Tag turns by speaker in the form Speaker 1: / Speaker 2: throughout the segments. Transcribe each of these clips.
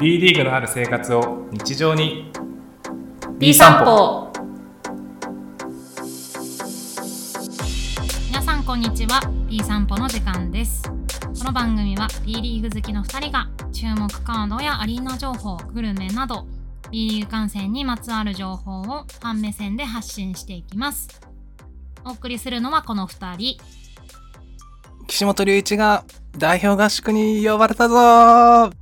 Speaker 1: B リーグのある生活を日常に
Speaker 2: B 散歩皆さんこんにちは B 散歩の時間ですこの番組は B リーグ好きの2人が注目カードやアリーナ情報グルメなど B リーグ観戦にまつわる情報をファン目線で発信していきますお送りするのはこの2人
Speaker 3: 岸本隆一が代表合宿に呼ばれたぞー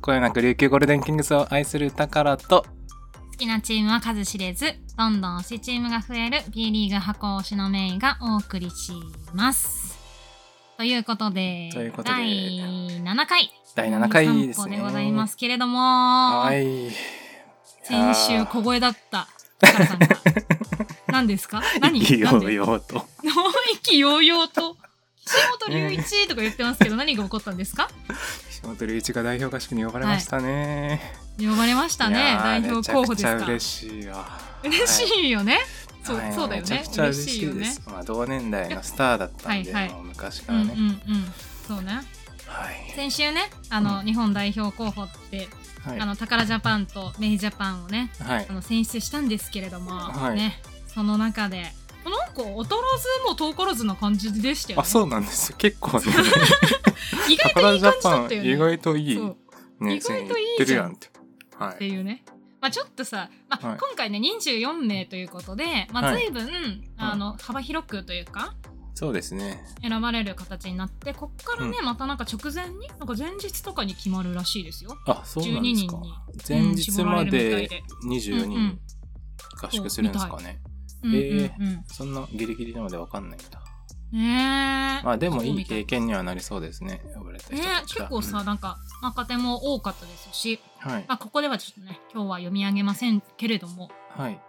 Speaker 3: こよなく琉球ゴールデンキングスを愛する宝と
Speaker 2: 好きなチームは数知れずどんどん推しチームが増える B リーグ箱推しのメイがお送りしますということで
Speaker 3: ということで
Speaker 2: 第7回
Speaker 3: 第7回です
Speaker 2: 散歩
Speaker 3: ね。
Speaker 2: でございますけれども、
Speaker 3: はい。
Speaker 2: 先週小声だった宝さんが何です か何
Speaker 3: い
Speaker 2: なん
Speaker 3: よ
Speaker 2: で
Speaker 3: いよと。
Speaker 2: 意気揚々と岸本隆一とか言ってますけど何が起こったんですか
Speaker 3: 岸本隆一が代表合宿に呼ばれましたね。
Speaker 2: 呼ばれました
Speaker 3: い
Speaker 2: ね
Speaker 3: やー
Speaker 2: 代表候補ですか
Speaker 3: めちゃくちゃ嬉しいわ。
Speaker 2: 嬉
Speaker 3: はい。
Speaker 2: しいよね、そう
Speaker 3: はい
Speaker 2: そうだよね
Speaker 3: めちゃくちゃ嬉しいです。まあ同年代のスターだったんで、
Speaker 2: はいはい
Speaker 3: もう昔か
Speaker 2: うんう
Speaker 3: ら
Speaker 2: んう
Speaker 3: ね。
Speaker 2: んそうね
Speaker 3: はい。
Speaker 2: 先週ねあの、
Speaker 3: う
Speaker 2: 日本代表候補って、
Speaker 3: はい
Speaker 2: あの宝ジャパンとメイジャパンをね
Speaker 3: はい
Speaker 2: あ。の選出したんですけれども、
Speaker 3: はい
Speaker 2: ねその中でなんか劣らずも遠からずな感じでしたよ
Speaker 3: あ、
Speaker 2: ね
Speaker 3: そうなんですよ。結 構ね。
Speaker 2: 意外と
Speaker 3: 宝
Speaker 2: いい
Speaker 3: ジャ
Speaker 2: 感じだ
Speaker 3: パ
Speaker 2: っ
Speaker 3: ン
Speaker 2: たよね
Speaker 3: 意外といい。
Speaker 2: そう
Speaker 3: ね、
Speaker 2: 意外といい
Speaker 3: 言って
Speaker 2: じ
Speaker 3: る
Speaker 2: ゃ
Speaker 3: や
Speaker 2: ん
Speaker 3: んって。は
Speaker 2: って
Speaker 3: い。
Speaker 2: いうね、まあ、ちょっとさ、まあ
Speaker 3: はい
Speaker 2: 今回ね24名ということで、まあ、
Speaker 3: はい
Speaker 2: 随分、あの幅広くというか
Speaker 3: そうですね。
Speaker 2: 選ばれる形になってこっからね、またなんか直前になんか前日とかに決まるらしいですよ。
Speaker 3: あ、そうなんですか
Speaker 2: 12。人
Speaker 3: 前
Speaker 2: に
Speaker 3: 日まで24
Speaker 2: うんうん
Speaker 3: 人合宿するんですか
Speaker 2: う
Speaker 3: ね。
Speaker 2: んうんうん
Speaker 3: えそんなギリギリなのでわかんないんだ。
Speaker 2: ねえ
Speaker 3: まあでもいい
Speaker 2: そう
Speaker 3: 経
Speaker 2: みた
Speaker 3: 験にはなりそうですね。呼ばれた人
Speaker 2: ね
Speaker 3: た
Speaker 2: え
Speaker 3: ちが
Speaker 2: 結構さ、なんか若手も多かったですし、
Speaker 3: うんはい。
Speaker 2: まあ、ここではちょっとね今日は読み上げませんけれども
Speaker 3: はい。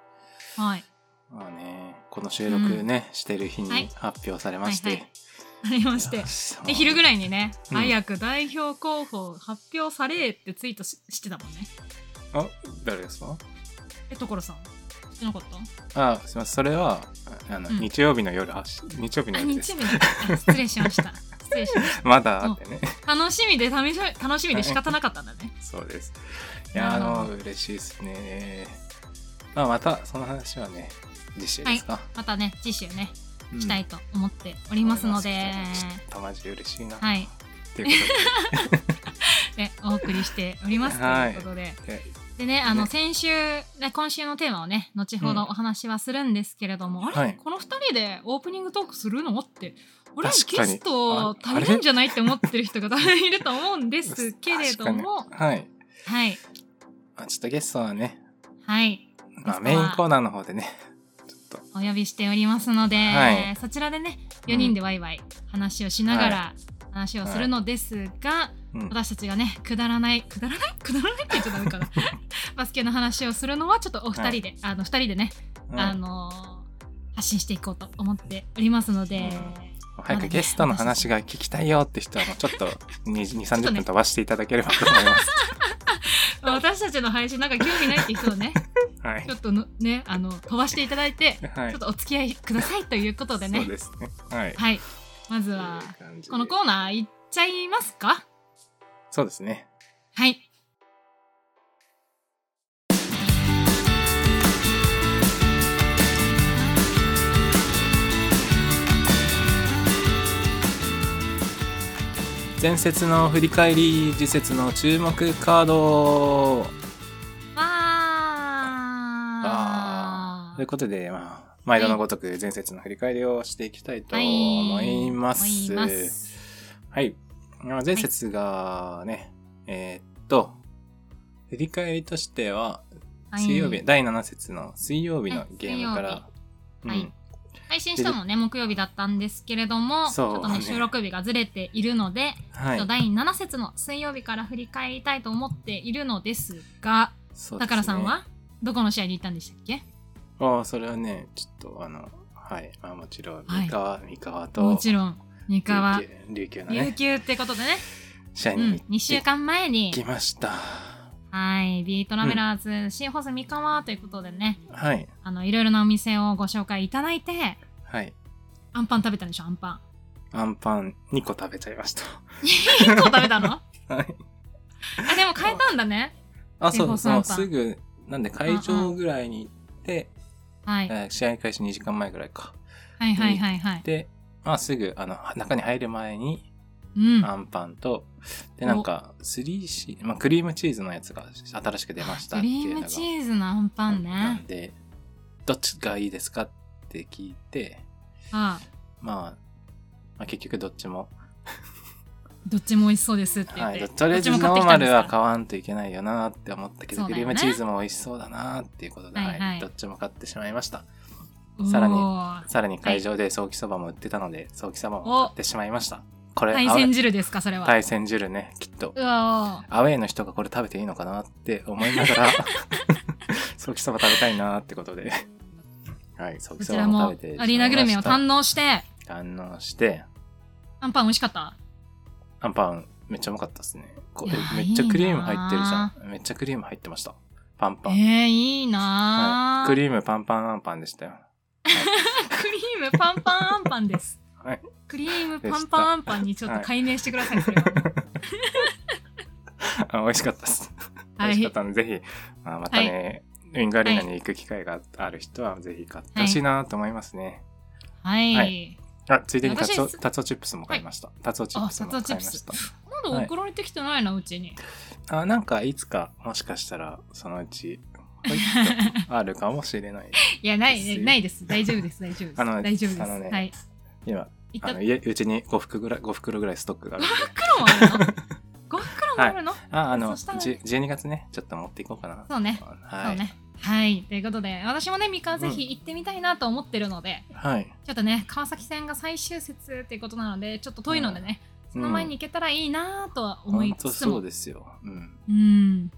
Speaker 2: はい
Speaker 3: まあね、この収録ね、してる日
Speaker 2: はい
Speaker 3: に発表されまし
Speaker 2: はいは
Speaker 3: て。
Speaker 2: ありましてで昼ぐ
Speaker 3: い
Speaker 2: らいにね、
Speaker 3: うん
Speaker 2: 早く代表候補発表されってツイートししてたもんね
Speaker 3: や。あ、誰ですか
Speaker 2: え所さんしてなかった
Speaker 3: あ、すみません。それは、あの、
Speaker 2: うん
Speaker 3: 日曜日の夜発信、日曜日の
Speaker 2: あ
Speaker 3: 夜で
Speaker 2: 日
Speaker 3: す
Speaker 2: 曜。日だあ失礼しました失礼しまし
Speaker 3: まだあってね。
Speaker 2: た楽しみで楽しみ楽しみで仕方なかったんだね
Speaker 3: そうです。いや、あ
Speaker 2: なるほ
Speaker 3: の
Speaker 2: ど、
Speaker 3: 嬉しいですね。まあ、また、その話はね、次週ですか。
Speaker 2: またね次週ね
Speaker 3: うん
Speaker 2: したいと思っておりますので、
Speaker 3: ちょっとマジで嬉しいな。
Speaker 2: はい
Speaker 3: というこ
Speaker 2: でお送りしておりますと
Speaker 3: は
Speaker 2: い
Speaker 3: い
Speaker 2: うことで、
Speaker 3: とで、
Speaker 2: でねあの
Speaker 3: ね
Speaker 2: 先週、ね、今週のテーマをね後ほどお話はするんですけれども、あれ、
Speaker 3: はい
Speaker 2: この2人でオープニングトークするのって俺ら
Speaker 3: 確
Speaker 2: ゲ
Speaker 3: かに
Speaker 2: スト足りないんじゃないって思ってる人が多分いると思うんですけれども
Speaker 3: 確かにはい。
Speaker 2: はい
Speaker 3: まあ、ちょっとゲストはね、
Speaker 2: はい
Speaker 3: ま
Speaker 2: ゲ
Speaker 3: あ、メ
Speaker 2: スト
Speaker 3: イ
Speaker 2: は
Speaker 3: ンコーナーの方でね、ちょっ
Speaker 2: お呼びしておりますので、
Speaker 3: はい
Speaker 2: そちらでね
Speaker 3: うん
Speaker 2: 4人でワイワイ話をしながら話をするのですが、
Speaker 3: と、うん、
Speaker 2: 私たちがねくだらないくだらない くだらないって言っちゃダメか なバスケの話をするのはちょっとお二人で、あの二人でね
Speaker 3: うん
Speaker 2: あのー発信していこうと思っておりますので、
Speaker 3: うん
Speaker 2: ま
Speaker 3: 早
Speaker 2: だね
Speaker 3: くゲストの話が聞きたいよって人は、ちょっと2、30分飛ばしていただければと思います。
Speaker 2: 私たちの配信なんか興味ないって人を ね
Speaker 3: はい
Speaker 2: ちょ。っとのねあの飛ばしていただいて、
Speaker 3: はい。
Speaker 2: ちょっとお付き合いくださいということで
Speaker 3: そう
Speaker 2: ね
Speaker 3: ですね。はい。
Speaker 2: はいまずは
Speaker 3: という感じで
Speaker 2: このコーナーいっちゃいますか
Speaker 3: そうですね。
Speaker 2: はい
Speaker 3: 前節の振り返り、次節の注目カード。
Speaker 2: わ
Speaker 3: あ
Speaker 2: あ
Speaker 3: ということで、まあ、毎度のごとく前節の振り返りをしていきたいと思います。
Speaker 2: 思
Speaker 3: はいい。
Speaker 2: ます
Speaker 3: まあ前節がね、えーっと、振り返りとしては、
Speaker 2: はい
Speaker 3: 水曜日、第7節の水曜日のゲームから、
Speaker 2: 水曜日はい配信したのもね木曜日だったんですけれども、ち
Speaker 3: そう
Speaker 2: ょっとね
Speaker 3: ね
Speaker 2: 収録日がずれているので、
Speaker 3: はい。
Speaker 2: 第7節の水曜日から振り返りたいと思っているのですが、
Speaker 3: そうですね
Speaker 2: 宝さんはどこの試合に行ったんでしたっけ
Speaker 3: ああ、それはね、ちょっとあの、はい。まあもちろん、
Speaker 2: はい
Speaker 3: 三河、三河と、
Speaker 2: もちろん三河
Speaker 3: 琉球琉球の
Speaker 2: 琉
Speaker 3: ね、
Speaker 2: 球ってことでね、
Speaker 3: 試合
Speaker 2: う
Speaker 3: に行
Speaker 2: ん
Speaker 3: っ、
Speaker 2: 2週間前に
Speaker 3: てきました。
Speaker 2: はいビートラベラーズ新ホース三河ということでね
Speaker 3: はい。
Speaker 2: あのいろいろなお店をご紹介いただいて
Speaker 3: はい。
Speaker 2: アンパン食べたんでしょアン パン
Speaker 3: アンパン2個食べちゃいまし
Speaker 2: 1個食べたの
Speaker 3: た。は
Speaker 2: あ
Speaker 3: い。
Speaker 2: でも変えたんだね
Speaker 3: あ、そ
Speaker 2: エゴ
Speaker 3: う、
Speaker 2: サン
Speaker 3: も
Speaker 2: パ
Speaker 3: う
Speaker 2: ン
Speaker 3: すぐ、なんで会場ぐらいに行って、
Speaker 2: はい、
Speaker 3: えー試合開始2時間前ぐらいか。
Speaker 2: はいはいはいはい
Speaker 3: で、まあ、すぐ、あの、中に入る前に、
Speaker 2: うん
Speaker 3: アンパンと、で、なんか、スリーシー、まあ、クリームチーズのやつが新しく出ましたっ
Speaker 2: ク
Speaker 3: て
Speaker 2: リ
Speaker 3: い
Speaker 2: ー
Speaker 3: うの
Speaker 2: ム
Speaker 3: が。
Speaker 2: チーズのアンパン
Speaker 3: な
Speaker 2: ね
Speaker 3: んで、どっちがいいですかって聞いて、
Speaker 2: あ
Speaker 3: まあ、まあ、結局どっちも、
Speaker 2: どっちも美味しそうですって言っ
Speaker 3: は
Speaker 2: て、
Speaker 3: い、とりあえず
Speaker 2: ど
Speaker 3: ノ
Speaker 2: っちも買ってき
Speaker 3: ー
Speaker 2: た
Speaker 3: マ
Speaker 2: んで
Speaker 3: ル
Speaker 2: すか
Speaker 3: は買わんといけないよなって思ったけど、
Speaker 2: そう
Speaker 3: ク
Speaker 2: だ
Speaker 3: リ
Speaker 2: よ
Speaker 3: ー
Speaker 2: ね
Speaker 3: ムチーズも美味しそうだなっていうことで、
Speaker 2: はいはい
Speaker 3: はいどっちも買ってしまいました。
Speaker 2: おー
Speaker 3: さらにさらに会場でソーキそばも売ってたので、ソーキそばも買ってしまいました。これ、
Speaker 2: 海
Speaker 3: アウェ
Speaker 2: 鮮
Speaker 3: イ
Speaker 2: 汁ですかそれは、
Speaker 3: 対戦汁ね、きっと
Speaker 2: う。わ
Speaker 3: アウェイの人がこれ食べていいのかなって思い ながら、ソーキそば食べたいなってことで。はい、ソ
Speaker 2: ー
Speaker 3: ーキ
Speaker 2: こ
Speaker 3: そ
Speaker 2: ち
Speaker 3: ば
Speaker 2: ら
Speaker 3: も
Speaker 2: も
Speaker 3: 食べてしまいました。
Speaker 2: アリーナグルメを堪能して
Speaker 3: 堪能して、
Speaker 2: アンパン美味しかった
Speaker 3: アンパンめっちゃうまかったですね。こ
Speaker 2: い
Speaker 3: れ
Speaker 2: や
Speaker 3: めっちゃクリーム入ってるじゃん。めっちゃクリーム入ってました。パンパン。
Speaker 2: えー、いいな
Speaker 3: はい、
Speaker 2: あ
Speaker 3: クリームパンパンアンパンでしたよ。
Speaker 2: クリームパンパンアンパンです。
Speaker 3: はい
Speaker 2: クリームパンパンアンパンにちょっと解明してください、それは。
Speaker 3: あ美味しかったです。 美
Speaker 2: はい
Speaker 3: 味しかったんで、ぜひ、まあ、またね、ウィングアリーナに行く機会がある人は、ぜひ買ってほしいなと思いますね。
Speaker 2: はい。
Speaker 3: はあ、ついでにタツオ
Speaker 2: 私
Speaker 3: タツオチップスも買いました。タツオチッ
Speaker 2: あ、
Speaker 3: プス
Speaker 2: サ
Speaker 3: も
Speaker 2: ツ
Speaker 3: 買
Speaker 2: オ
Speaker 3: い
Speaker 2: チップ
Speaker 3: まし
Speaker 2: ス
Speaker 3: た。。
Speaker 2: まだ送られてきてないな、うちに。
Speaker 3: あ、なんかいつか、もしかしたら、そのうち、ほいっとあるかもしれない。
Speaker 2: いや、ない、
Speaker 3: ですよ
Speaker 2: ねないです。大丈夫です、大丈夫です。
Speaker 3: あの
Speaker 2: 大丈夫です。
Speaker 3: あのね
Speaker 2: はい。
Speaker 3: 今、
Speaker 2: いった
Speaker 3: あ
Speaker 2: 黒
Speaker 3: の家うちに5袋ぐらい、5袋ぐらいストックがあ るんで。
Speaker 2: もあるの ?5 袋もあるの、
Speaker 3: あ、あの、
Speaker 2: そしたら
Speaker 3: じ12月ね、ちょっと持っていこうかな。
Speaker 2: そうね。
Speaker 3: は
Speaker 2: そう
Speaker 3: い。
Speaker 2: ね。はい。ということで、私もね、ミカぜひ行ってみたいなと思ってるので、
Speaker 3: はい。
Speaker 2: ちょっとね、川崎線が最終節っていうことなので、ちょっと遠いのでね、そ
Speaker 3: うん
Speaker 2: の前に行けたらいいなとは思
Speaker 3: 本
Speaker 2: い
Speaker 3: 当
Speaker 2: つつ
Speaker 3: そ
Speaker 2: も
Speaker 3: う、ですよ。うん。
Speaker 2: うん。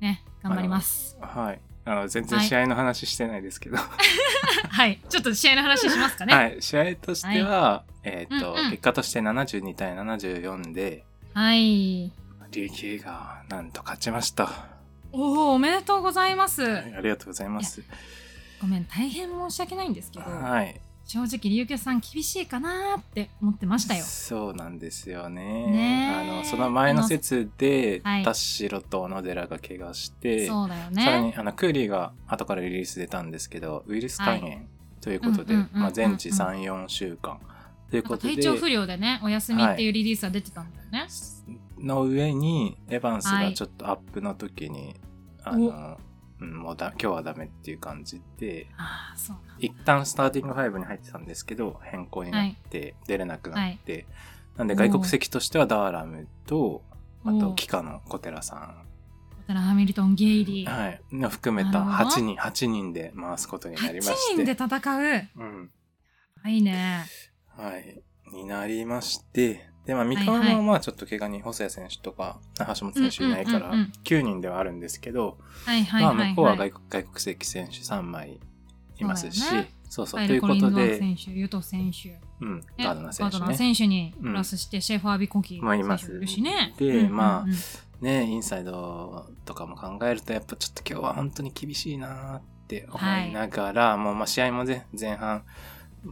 Speaker 2: ね、頑張ります。
Speaker 3: はい。あの、全然
Speaker 2: はい
Speaker 3: 試合の話してないですけど。
Speaker 2: はい。ちょっと試合の話しますかね。
Speaker 3: は
Speaker 2: はい。
Speaker 3: い。試合としては、えーっと
Speaker 2: うんうん、
Speaker 3: 結果として72対74で、琉球がなんと勝ちました。
Speaker 2: おお、おめでとうございます。
Speaker 3: はいありがとうございます。
Speaker 2: ごめん、大変申し訳ないんですけど、
Speaker 3: はい。
Speaker 2: 正直、琉球さん厳しいかなーって思ってましたよ。
Speaker 3: そうなんですよ
Speaker 2: ね
Speaker 3: ね。
Speaker 2: え
Speaker 3: あの、その前の節で、
Speaker 2: はい
Speaker 3: 田代と小野寺が怪我して、
Speaker 2: そうだよ
Speaker 3: さらに
Speaker 2: ね。
Speaker 3: あのクーリーが後からリリース出たんですけどウイルス肝炎
Speaker 2: は
Speaker 3: ということで
Speaker 2: うんうんうんうんうん
Speaker 3: まあ全治34週間とい
Speaker 2: な
Speaker 3: う
Speaker 2: んか
Speaker 3: ことで
Speaker 2: 体調不良でね、お休みっていうリリースは出てたんだよね。
Speaker 3: の上にエヴァンス
Speaker 2: は
Speaker 3: が
Speaker 2: い
Speaker 3: ちょっとアップの時に、あの、うん、もうだ今日はダメっていう感じで
Speaker 2: ああ、そうなんだ
Speaker 3: 一旦スターティングファイブに入ってたんですけど変更になって出れなくなって、なんで外国籍としてはダーラムとあ
Speaker 2: お
Speaker 3: と
Speaker 2: ー
Speaker 3: キカの小寺さん、
Speaker 2: コテラ・ハミルトン、ゲイリー。
Speaker 3: はい、の含めた
Speaker 2: なるほど
Speaker 3: 8人8人で回すことにな
Speaker 2: 8
Speaker 3: りまして
Speaker 2: 人で戦う。
Speaker 3: うん
Speaker 2: はいね。
Speaker 3: はい。になりまして、で、まあ、三
Speaker 2: はい
Speaker 3: 河もまあ、ちょっと怪我に細谷選手とか、橋本選手いないか
Speaker 2: うん
Speaker 3: ら
Speaker 2: うんうんうん、
Speaker 3: 9人ではあるんですけど、
Speaker 2: はいはいはい、
Speaker 3: ま
Speaker 2: は
Speaker 3: あ、
Speaker 2: い。
Speaker 3: 向こうは外国外国籍選手3枚いますし
Speaker 2: そうだよね、
Speaker 3: そうそう、
Speaker 2: パイ
Speaker 3: とい
Speaker 2: ル
Speaker 3: う
Speaker 2: コ
Speaker 3: こ
Speaker 2: リン・ド
Speaker 3: と
Speaker 2: ー
Speaker 3: で、
Speaker 2: 選手、ユト選手。
Speaker 3: うん、
Speaker 2: ね
Speaker 3: ガードナー選
Speaker 2: ガ
Speaker 3: 手
Speaker 2: ードナー
Speaker 3: ね。
Speaker 2: 選手に
Speaker 3: うん
Speaker 2: プラスして、シェーファー・ビコキ
Speaker 3: まあいます
Speaker 2: 選手いるしね。
Speaker 3: で
Speaker 2: うんうんうん
Speaker 3: まね、インサイドとかも考えると、やっぱちょっと今日は本当に厳しいなーって思いながら、もう、まあ、試合も前前半、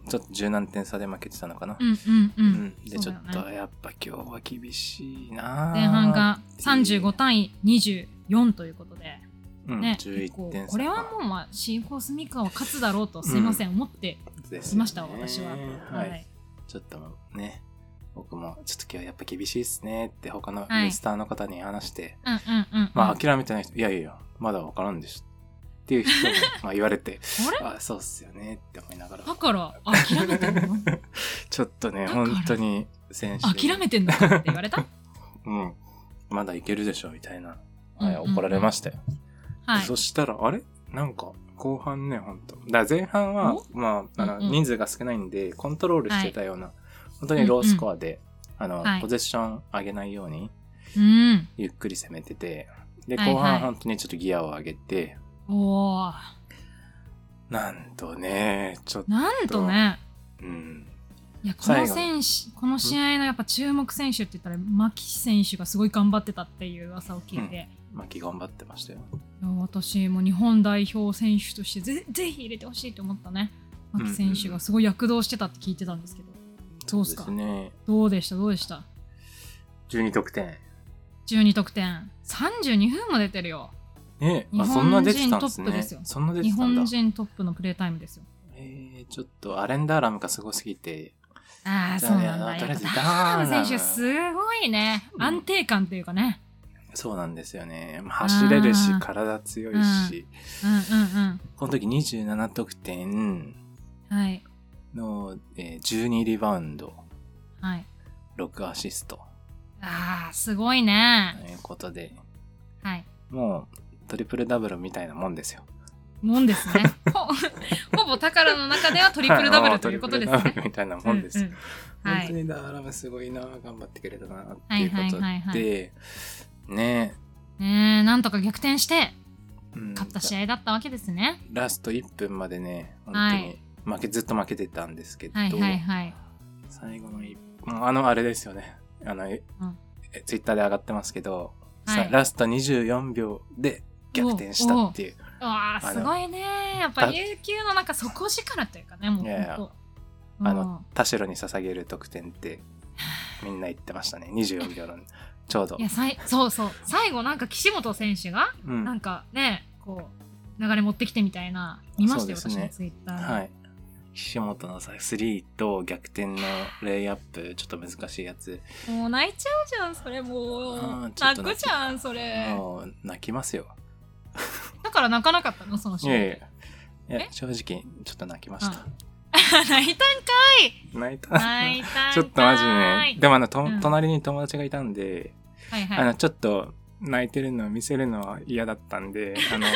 Speaker 3: ちょっと十何点差で負けてたのかな。
Speaker 2: うんうんう
Speaker 3: うんん、で、ちょっと
Speaker 2: そうだよね
Speaker 3: やっぱ今日は厳しいなー
Speaker 2: 前半が35対24ということで、
Speaker 3: うん、
Speaker 2: ね、
Speaker 3: 11
Speaker 2: 結構
Speaker 3: 点
Speaker 2: これはもう、まあ、シーコースミカは勝つだろうと、すいません、思って
Speaker 3: う
Speaker 2: きました、私は。
Speaker 3: は、
Speaker 2: はいい。
Speaker 3: ちょっともうね、僕もちょっと今日やっぱ厳しいですねって他の
Speaker 2: はい
Speaker 3: ミスターの方に話して、
Speaker 2: うんうんうんうん。
Speaker 3: まあ
Speaker 2: こ
Speaker 3: 諦めてない人、いやいやいや、まだわからんですっていう 人もまあ言われて、
Speaker 2: れ
Speaker 3: あそうっすよねって思いながら
Speaker 2: だ、から、諦めて んの
Speaker 3: ちょっとね、
Speaker 2: だから
Speaker 3: 本当に選手に
Speaker 2: 諦めてんのかって言われ た
Speaker 3: うん、まだいけるでしょみたいな、
Speaker 2: うん
Speaker 3: はい、
Speaker 2: うんうん
Speaker 3: 怒られましたよ。
Speaker 2: はい。
Speaker 3: そしたら、あれなんか、後半ね、本当だから前半は
Speaker 2: お、
Speaker 3: まあ、あの、
Speaker 2: うんうん
Speaker 3: 人数が少ないんで、コントロールしてたような、本当にロースコアで、あの、
Speaker 2: はい
Speaker 3: ポゼッション上げないように、
Speaker 2: うん。
Speaker 3: ゆっくり攻めてて、で、
Speaker 2: はいはい
Speaker 3: 後半本当にちょっとギアを上げて、
Speaker 2: おー。
Speaker 3: なんとね、ちょっと、
Speaker 2: なんとね、
Speaker 3: うん、
Speaker 2: いやこの
Speaker 3: 最後
Speaker 2: 選手この試合のやっぱ注目選手って言ったら牧選手がすごい頑張ってたっていう噂を聞いて、
Speaker 3: まあ、気頑張ってましたよ。
Speaker 2: いや私も日本代表選手としてぜぜひ入れてほしいと思ったね牧選手がすごい躍動してたって聞いてたんですけど、どうっすか
Speaker 3: そうですね。
Speaker 2: どうでしたどうでした
Speaker 3: 12得点。
Speaker 2: 12得点32分も出てるよ
Speaker 3: え
Speaker 2: 日本
Speaker 3: あ
Speaker 2: 人
Speaker 3: そんな出てたんです
Speaker 2: トップで
Speaker 3: ね
Speaker 2: すよ
Speaker 3: そんな出
Speaker 2: 日
Speaker 3: てたんだ
Speaker 2: 本人トップのプレータイムですよ
Speaker 3: えー、ちょっとアレンダーラムがすごすぎて
Speaker 2: ああ
Speaker 3: じ
Speaker 2: そ
Speaker 3: ゃ
Speaker 2: う
Speaker 3: あね
Speaker 2: なんだ
Speaker 3: と
Speaker 2: や
Speaker 3: りあえ
Speaker 2: っ
Speaker 3: ず
Speaker 2: ぱダーラム選
Speaker 3: ダーラム
Speaker 2: 手すごいね
Speaker 3: うん
Speaker 2: 安定感っていうかね
Speaker 3: そうなんですよねまあ走れるし
Speaker 2: あー
Speaker 3: 体強いし、
Speaker 2: うんうん
Speaker 3: この時27得点
Speaker 2: うんはい
Speaker 3: の、えー、12リバウンド
Speaker 2: はい
Speaker 3: 6アシスト
Speaker 2: ああすごい
Speaker 3: と
Speaker 2: ね
Speaker 3: いうことで
Speaker 2: はい
Speaker 3: もうトリプルダブルみたいなもんですよ
Speaker 2: もんです ねほほぼ宝の中ではトリプルダブルということです
Speaker 3: はいもうト
Speaker 2: ね
Speaker 3: リプルダブルみたいなもんですよ、
Speaker 2: うんうんは
Speaker 3: 本当
Speaker 2: い
Speaker 3: にダーラムすごいな頑張ってくれたなっていうことで、
Speaker 2: はいはいはいは
Speaker 3: ね
Speaker 2: ねえなんとか逆転して
Speaker 3: え、うん
Speaker 2: 勝った試合だったわけですね
Speaker 3: ラスト1分までね本当
Speaker 2: はい
Speaker 3: に負け、ずっと負けてたんですけど、
Speaker 2: はいはいはい
Speaker 3: 最後の一もうあのあれですよねあの、え
Speaker 2: うん
Speaker 3: えツイッターで上がってますけど、
Speaker 2: はい
Speaker 3: さラスト24秒で逆転したっていう
Speaker 2: うわあ
Speaker 3: あの
Speaker 2: すごいねやっぱ琉球のなんか底力というかねもう
Speaker 3: いやいや
Speaker 2: ほんと
Speaker 3: あ
Speaker 2: うん
Speaker 3: の田代に捧げる得点ってみんな言ってましたね24秒のちょうど
Speaker 2: いやさいそうそう最後なんか岸本選手が
Speaker 3: うん
Speaker 2: なんかねこう流れ持ってきてみたいな見ましたよ、
Speaker 3: そう
Speaker 2: 私
Speaker 3: ですね
Speaker 2: のツイッターで、
Speaker 3: はい岸本のさ3と逆転のレイアップちょっと難しいやつ
Speaker 2: もう泣いちゃうじゃんそれも
Speaker 3: あー
Speaker 2: う
Speaker 3: ちょっ
Speaker 2: 泣
Speaker 3: と
Speaker 2: く
Speaker 3: 泣き
Speaker 2: じゃんそれ
Speaker 3: もう泣きますよ
Speaker 2: だから泣かなかったのその
Speaker 3: い
Speaker 2: 試合
Speaker 3: やいやいや
Speaker 2: え
Speaker 3: 正直ちょっと泣きました、
Speaker 2: 泣いたんか
Speaker 3: 泣いた
Speaker 2: 泣いたんかい
Speaker 3: ちょっとマジでねでもあのと、
Speaker 2: うん
Speaker 3: 隣に友達がいたんで、
Speaker 2: はい
Speaker 3: あ
Speaker 2: は
Speaker 3: の
Speaker 2: い
Speaker 3: ちょっと泣いてるのを見せるのは嫌だった んであの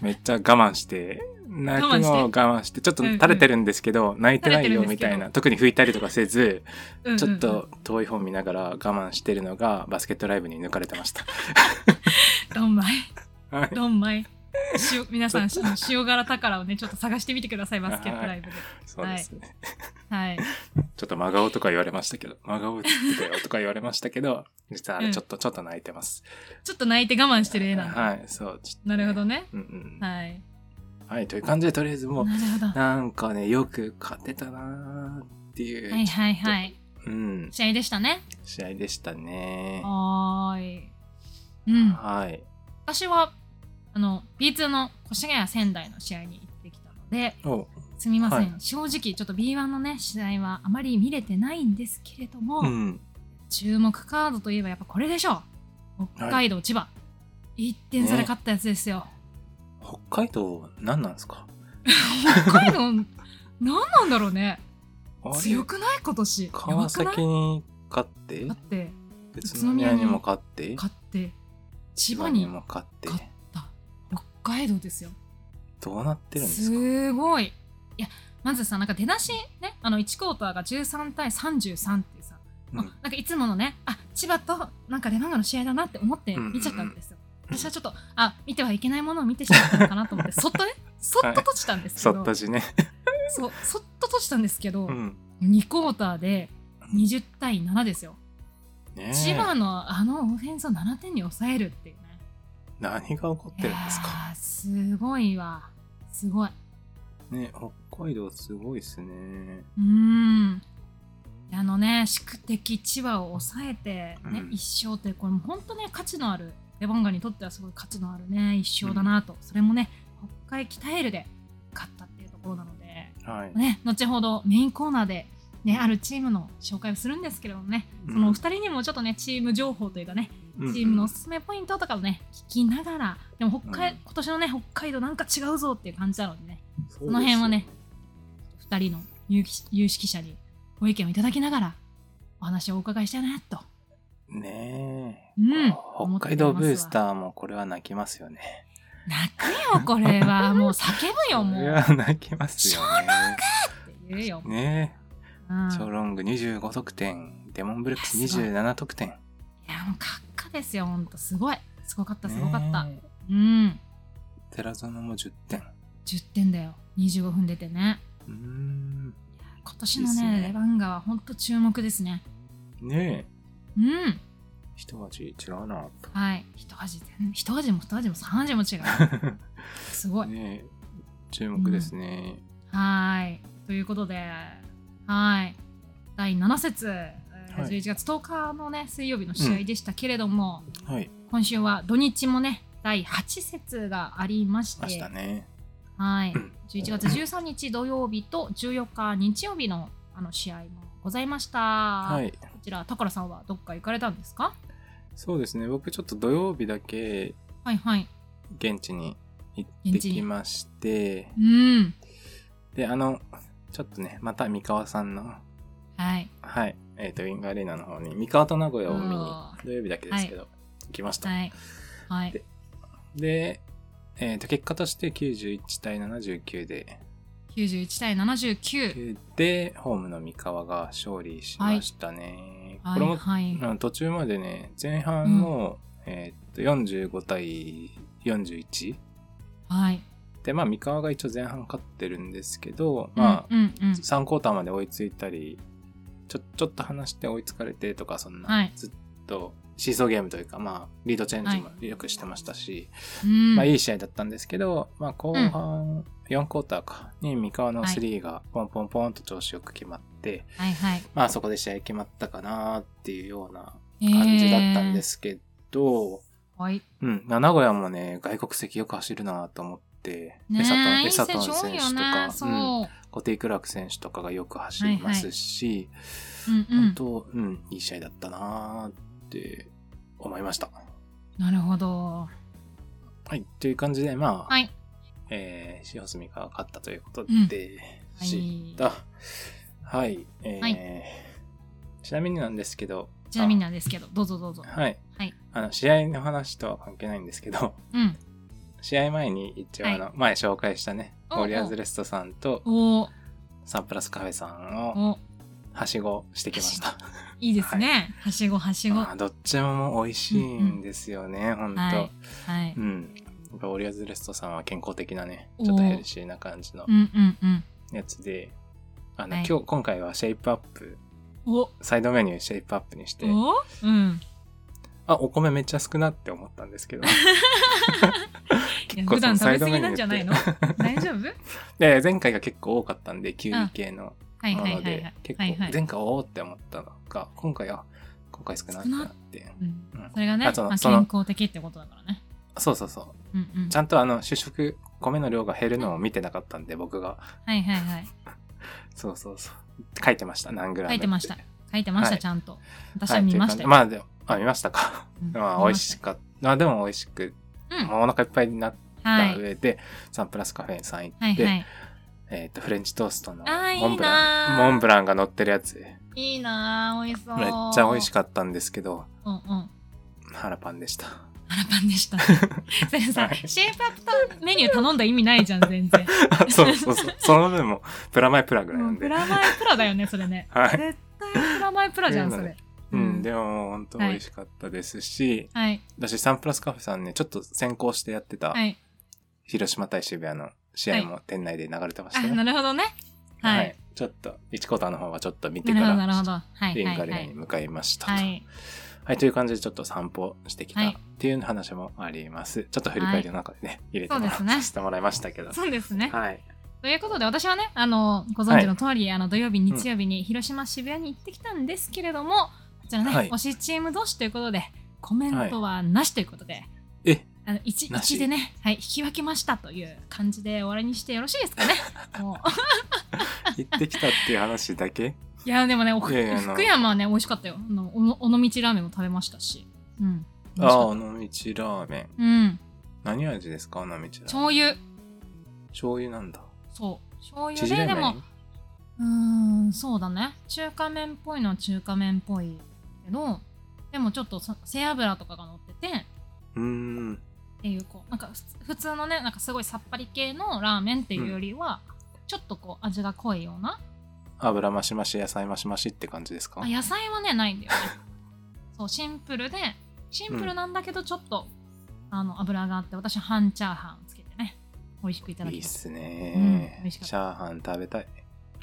Speaker 3: めっちゃ我慢して泣くのを我慢してちょっと垂れてるんですけど、泣いてないよみたいな特に拭いたりとかせず、
Speaker 2: うんうん
Speaker 3: ちょっと遠い方見ながら我慢してるのがバスケットライブに抜かれてました。
Speaker 2: ドンマイ
Speaker 3: はい
Speaker 2: ドンマイ塩皆さん塩辛宝をねちょっと探してみてくださいバスケットライブで
Speaker 3: そうですね、
Speaker 2: はい
Speaker 3: ちょっと真顔とか言われましたけど真顔映ってたよとか言われましたけど実はあ
Speaker 2: う
Speaker 3: れ
Speaker 2: ん
Speaker 3: ちょっと、ちょっと泣いてます。
Speaker 2: ちょっと泣いて我慢してる絵なんだ、
Speaker 3: はいそうちょっと
Speaker 2: なるほどね
Speaker 3: うんうん
Speaker 2: はい
Speaker 3: はい、という感じでとりあえずもう
Speaker 2: なるほどは
Speaker 3: なんかね、よく勝てたなーっていう、
Speaker 2: いはいはい
Speaker 3: うん、
Speaker 2: 試合でしたね
Speaker 3: 試合でしたね。
Speaker 2: はーい。うん、
Speaker 3: はい。
Speaker 2: 私はあの B2 の越谷仙台の試合に行ってきたので
Speaker 3: お
Speaker 2: すみません、
Speaker 3: はい
Speaker 2: 正直ちょっと B1 のね試合はあまり見れてないんですけれども、
Speaker 3: うん。
Speaker 2: 注目カードといえばやっぱこれでしょう北海道、千葉1点差で勝ったやつですよ、
Speaker 3: 北海道、何なんですか
Speaker 2: 北海道 何なんだろうね
Speaker 3: あれ
Speaker 2: 強くない今年やば
Speaker 3: 川
Speaker 2: くない
Speaker 3: 崎に勝って
Speaker 2: だ、って
Speaker 3: 宇都宮にも勝って、
Speaker 2: 勝って千葉に
Speaker 3: も勝って、
Speaker 2: 勝北海道ですよ
Speaker 3: どうなってるんです
Speaker 2: す
Speaker 3: か
Speaker 2: ごいいやまずさなんか出だしねあの1クォーターが13対33っていうさ、
Speaker 3: うん
Speaker 2: あなんかいつものねあ千葉となんかレバンガの試合だなって思って見ちゃったんですよ、
Speaker 3: うんうん
Speaker 2: 私はちょっとあ見てはいけないものを見てしまったのかなと思ってそっとねそっと閉じたんですけ
Speaker 3: そ
Speaker 2: ど、
Speaker 3: ったしね。
Speaker 2: そうそっと閉じたんですけど、
Speaker 3: うん。
Speaker 2: 2クォーターで20対7ですよ、
Speaker 3: ねえ
Speaker 2: 千葉のあのオフェンスを7点に抑えるっていうね
Speaker 3: 何が起こってるんです
Speaker 2: い
Speaker 3: か
Speaker 2: やーすごいわすごい
Speaker 3: ね北海道すごいですね。
Speaker 2: うーん。あのね、宿敵千葉を抑えて、ね
Speaker 3: うん
Speaker 2: 一勝って、これも本当ね、価値のある、レバンガにとってはすごい価値のあるね、一勝だなと、それもね、北海北エルで勝ったっていうところなので、
Speaker 3: はい。
Speaker 2: ね、後ほどメインコーナーで、ね、あるチームの紹介をするんですけれどもね、
Speaker 3: うん
Speaker 2: そのお二人にもちょっとね、チーム情報というかね、チームのおすすめポイントとかをね、聞きながら、でも北海、
Speaker 3: うん
Speaker 2: 今年のね、北海道なんか違うぞっていう感じなのでね、
Speaker 3: そ
Speaker 2: その辺はね、2人の有識有識者にご意見をいただきながらお話をお伺いしたいなと。
Speaker 3: ね
Speaker 2: うん
Speaker 3: え、。北海道ブースターもこれは泣きますよね。
Speaker 2: 泣くよ、これ は。もう叫ぶよ、も。
Speaker 3: いうや、泣き ますよね。
Speaker 2: って言うよ。
Speaker 3: ね
Speaker 2: うん、
Speaker 3: え、
Speaker 2: い
Speaker 3: チョロング25得点、デモンブルックス
Speaker 2: いやすごい
Speaker 3: 27得点。
Speaker 2: や、もう、かっかですよ、ほんと。すごい。すごかった、すごかった。
Speaker 3: ね
Speaker 2: うん。
Speaker 3: え。寺園も10点。
Speaker 2: 10点だよ。25分出てね。
Speaker 3: うーん。
Speaker 2: 今年の
Speaker 3: です
Speaker 2: ね、
Speaker 3: ね
Speaker 2: レバンガはほんと注目ですね。
Speaker 3: ね
Speaker 2: うん。
Speaker 3: え、一味違 うなと。
Speaker 2: はい。一味全、一味も二味も三味も違 う。すごい。
Speaker 3: ねえ、注目ですね。
Speaker 2: はーい。ということで、はーい。第7節、えー
Speaker 3: はい
Speaker 2: 11月10日のね水曜日の試合でしたけれども、
Speaker 3: はい。
Speaker 2: 今週は土日もね第8節がありまし
Speaker 3: 明
Speaker 2: て
Speaker 3: 日ね。
Speaker 2: はい
Speaker 3: うん、
Speaker 2: 11月13日土曜日と14日日曜日のあの試合もございました、
Speaker 3: はい。
Speaker 2: こちら宝さんはどっか行かれたんですか
Speaker 3: そうですね。僕ちょっと土曜日だけ
Speaker 2: はいはい
Speaker 3: 現地に行ってきまして、
Speaker 2: うん
Speaker 3: で、あの、ちょっとね、また三河さんの、
Speaker 2: はい
Speaker 3: はい、えっ、と、ウィングアリーナの方に、三河と名古屋を見に
Speaker 2: お、
Speaker 3: 土曜日だけですけど、行きました。
Speaker 2: はいはい
Speaker 3: でで、えっ、と、結果として91対79で、
Speaker 2: 91対79
Speaker 3: で、ホームの三河が勝利しましたね。
Speaker 2: は
Speaker 3: これも
Speaker 2: い、はい
Speaker 3: うん途中までね、前半の、えっと、45対41。
Speaker 2: はい
Speaker 3: で、まあ、三河が一応前半勝ってるんですけど、まあ、
Speaker 2: うんうんうん
Speaker 3: 3クォーターまで追いついたり、ちょ、ちょっと離して追いつかれてとか、そんな、
Speaker 2: はい
Speaker 3: ずっと、シーソーゲームというか、まあ、リードチェンジも
Speaker 2: は
Speaker 3: よくしてましたし、
Speaker 2: うん
Speaker 3: まあ、いい試合だったんですけど、まあ、後半、4クォーターか、に三河の
Speaker 2: はい
Speaker 3: 3が、ポンポンポンと調子よく決まって、
Speaker 2: はいはい
Speaker 3: まあ、そこで試合決まったかなっていうような感じだったんで、すけど、
Speaker 2: えーはい
Speaker 3: うん、名古屋もね、外国籍よく走るなと思って、
Speaker 2: ね
Speaker 3: エサトン
Speaker 2: えい
Speaker 3: エ
Speaker 2: い選
Speaker 3: サ
Speaker 2: 手
Speaker 3: トン
Speaker 2: 多
Speaker 3: 選
Speaker 2: い
Speaker 3: 手
Speaker 2: よ
Speaker 3: と
Speaker 2: ね
Speaker 3: か、
Speaker 2: そう、
Speaker 3: うん、コテイクラーク選手とかがよく走りますし、
Speaker 2: うんうん
Speaker 3: 本当、うん、いい試合だったなって思いました。
Speaker 2: なるほど
Speaker 3: はい、という感じで、まあ、
Speaker 2: はい
Speaker 3: えー、塩澄が勝ったということ
Speaker 2: うん
Speaker 3: でした。はい、えー
Speaker 2: は
Speaker 3: ちなみになんですけど、
Speaker 2: ちなみになんですけどどうぞどうぞ
Speaker 3: あはい、
Speaker 2: はい
Speaker 3: あの試合の話とは関係ないんですけど、
Speaker 2: うん
Speaker 3: 試合前に一応あの、前紹介したね、ウ
Speaker 2: おうおう
Speaker 3: ォリアーズレストさんと
Speaker 2: おー
Speaker 3: サンプラスカフェさんを
Speaker 2: お
Speaker 3: はしごしてきました。
Speaker 2: いいですね、はしごはしご
Speaker 3: あーどっちも美味しいんですよね、ほんと。
Speaker 2: はいはい
Speaker 3: うん。やっぱウォリアーズレストさんは健康的なね、
Speaker 2: おう
Speaker 3: ちょっとヘルシーな感じの
Speaker 2: うんうんうん
Speaker 3: やつで、あの、
Speaker 2: はい
Speaker 3: 今日、今回はシェイプアップ、
Speaker 2: お
Speaker 3: サイドメニューシェイプアップにして、
Speaker 2: おうん
Speaker 3: あ、お米めっちゃ少なって思ったんですけ ど。
Speaker 2: いや
Speaker 3: 構
Speaker 2: 普段
Speaker 3: そ
Speaker 2: 食
Speaker 3: の
Speaker 2: べ過ぎなんじゃないの大丈夫
Speaker 3: で、前回が結構多かったんで、キウイ系の
Speaker 2: はい
Speaker 3: な
Speaker 2: はいはいは
Speaker 3: ので
Speaker 2: い、
Speaker 3: 結
Speaker 2: はい
Speaker 3: 構
Speaker 2: はい
Speaker 3: 前回おおって思ったのが、今回は今回少ないってなって。
Speaker 2: うん
Speaker 3: うん
Speaker 2: それがね、
Speaker 3: あその
Speaker 2: まあ、
Speaker 3: そ
Speaker 2: 健
Speaker 3: の
Speaker 2: 康的ってことだからね
Speaker 3: そうそうそう。
Speaker 2: うんうん
Speaker 3: ちゃんとあの、主食、米の量が減るのを見てなかったんで、僕が。
Speaker 2: はいはいはい
Speaker 3: そうそうそう。書いてました、何グラム
Speaker 2: 書
Speaker 3: っ。
Speaker 2: いてました書いてました、
Speaker 3: はい
Speaker 2: ちゃんと私
Speaker 3: は
Speaker 2: はい見ましたよ、
Speaker 3: という感じまあ、でも、あ、見まし たか。
Speaker 2: うん
Speaker 3: まあ、美味しかった。まあ、でも美味しく、
Speaker 2: うん
Speaker 3: もうお腹いっぱいになっ
Speaker 2: は
Speaker 3: た
Speaker 2: い
Speaker 3: 上で、サンプラスカフェさん行
Speaker 2: は
Speaker 3: っ
Speaker 2: い
Speaker 3: て、
Speaker 2: はい
Speaker 3: えっと、フレンチトーストの
Speaker 2: あー
Speaker 3: モンブラ
Speaker 2: いい
Speaker 3: ン、
Speaker 2: なー
Speaker 3: モンブランが乗ってるやつ。め
Speaker 2: いいなあ美味しそう
Speaker 3: っちゃ美味し
Speaker 2: く
Speaker 3: かったんですけど、
Speaker 2: うんうん
Speaker 3: 腹パンでした。
Speaker 2: 腹パンでしたそれさ、
Speaker 3: はい
Speaker 2: シェイプアップメニュー頼んだ意味ないじゃん全然
Speaker 3: あそうそうそう。その分も、プラマイプラぐらいな
Speaker 2: もうんプ
Speaker 3: で。
Speaker 2: ラマイプラだよねそれね
Speaker 3: はい。
Speaker 2: 絶対プラマイプラじゃんそれ
Speaker 3: う
Speaker 2: うん
Speaker 3: ん、でも、本当美味しかったですし、
Speaker 2: はい
Speaker 3: 私、サンプラスカフェさんね、ちょっと先行してやってた、
Speaker 2: はい
Speaker 3: 広島対渋谷の試合も店内で流れてまし
Speaker 2: あ
Speaker 3: た
Speaker 2: な
Speaker 3: ね。
Speaker 2: るほどねはい、
Speaker 3: ちょっと、1コーターの方はちょっと見て
Speaker 2: な
Speaker 3: か
Speaker 2: るほ
Speaker 3: ら、
Speaker 2: どなるほどはい
Speaker 3: リン
Speaker 2: はい
Speaker 3: カ
Speaker 2: は
Speaker 3: リアに
Speaker 2: い
Speaker 3: 向かいましたと。
Speaker 2: は
Speaker 3: はい、
Speaker 2: い
Speaker 3: という感じで、ちょっと散歩してきた
Speaker 2: はい
Speaker 3: っていう話もあります。ちょっと振り返りの中でね、入れてもら
Speaker 2: そうですね
Speaker 3: させてもらいましたけど。
Speaker 2: そうですね
Speaker 3: はい。
Speaker 2: ということで私はねあのご存知の通り、あの土曜日日曜日に広島渋谷に行ってきたんですけれども、こちらね、
Speaker 3: はい
Speaker 2: 推しチーム同士ということでコメントはなしということで、
Speaker 3: え、
Speaker 2: あの 1,
Speaker 3: なし
Speaker 2: 1でね、はい、引き分けましたという感じで終わりにしてよろしいですかね もう
Speaker 3: 行ってきたっていう話だけ
Speaker 2: いやでもねお
Speaker 3: いやいやあの
Speaker 2: 福山はね美味しかったよあのおの尾道ラーメンも食べましたしうん美味し
Speaker 3: ああ、
Speaker 2: かっ
Speaker 3: 尾道ラーメン。
Speaker 2: たうん
Speaker 3: 何味ですか尾道ラーメン。
Speaker 2: 醤油
Speaker 3: 醤油なんだ。
Speaker 2: そう醤油
Speaker 3: 縮
Speaker 2: で
Speaker 3: れ
Speaker 2: で
Speaker 3: 麺
Speaker 2: もうーんそうだね中華麺っぽいのは中華麺っぽいけどでもちょっとさ背脂とかが乗っててっ
Speaker 3: うーん。
Speaker 2: ていうこうなんかふつ普通のねなんかすごいさっぱり系のラーメンっていうよりは、ちょっとこう味が濃いような
Speaker 3: 油増し増し野菜増し増しって感じですか
Speaker 2: あ野菜はねないんだよね そうシンプルでシンプルなんだけどちょっと、あの油があって私は半チャーハンつけてね美味しくいただ
Speaker 3: い
Speaker 2: き
Speaker 3: いっ
Speaker 2: ました
Speaker 3: す
Speaker 2: う
Speaker 3: ね
Speaker 2: ん、美味し
Speaker 3: チ
Speaker 2: かった
Speaker 3: ャーハン食べたい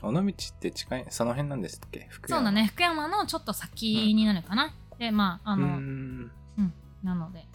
Speaker 3: 尾道って近いその辺なんですっけ福
Speaker 2: そう
Speaker 3: 山
Speaker 2: だね福山のちょっと先になるかな、でまああ
Speaker 3: うー
Speaker 2: の、
Speaker 3: ん
Speaker 2: なので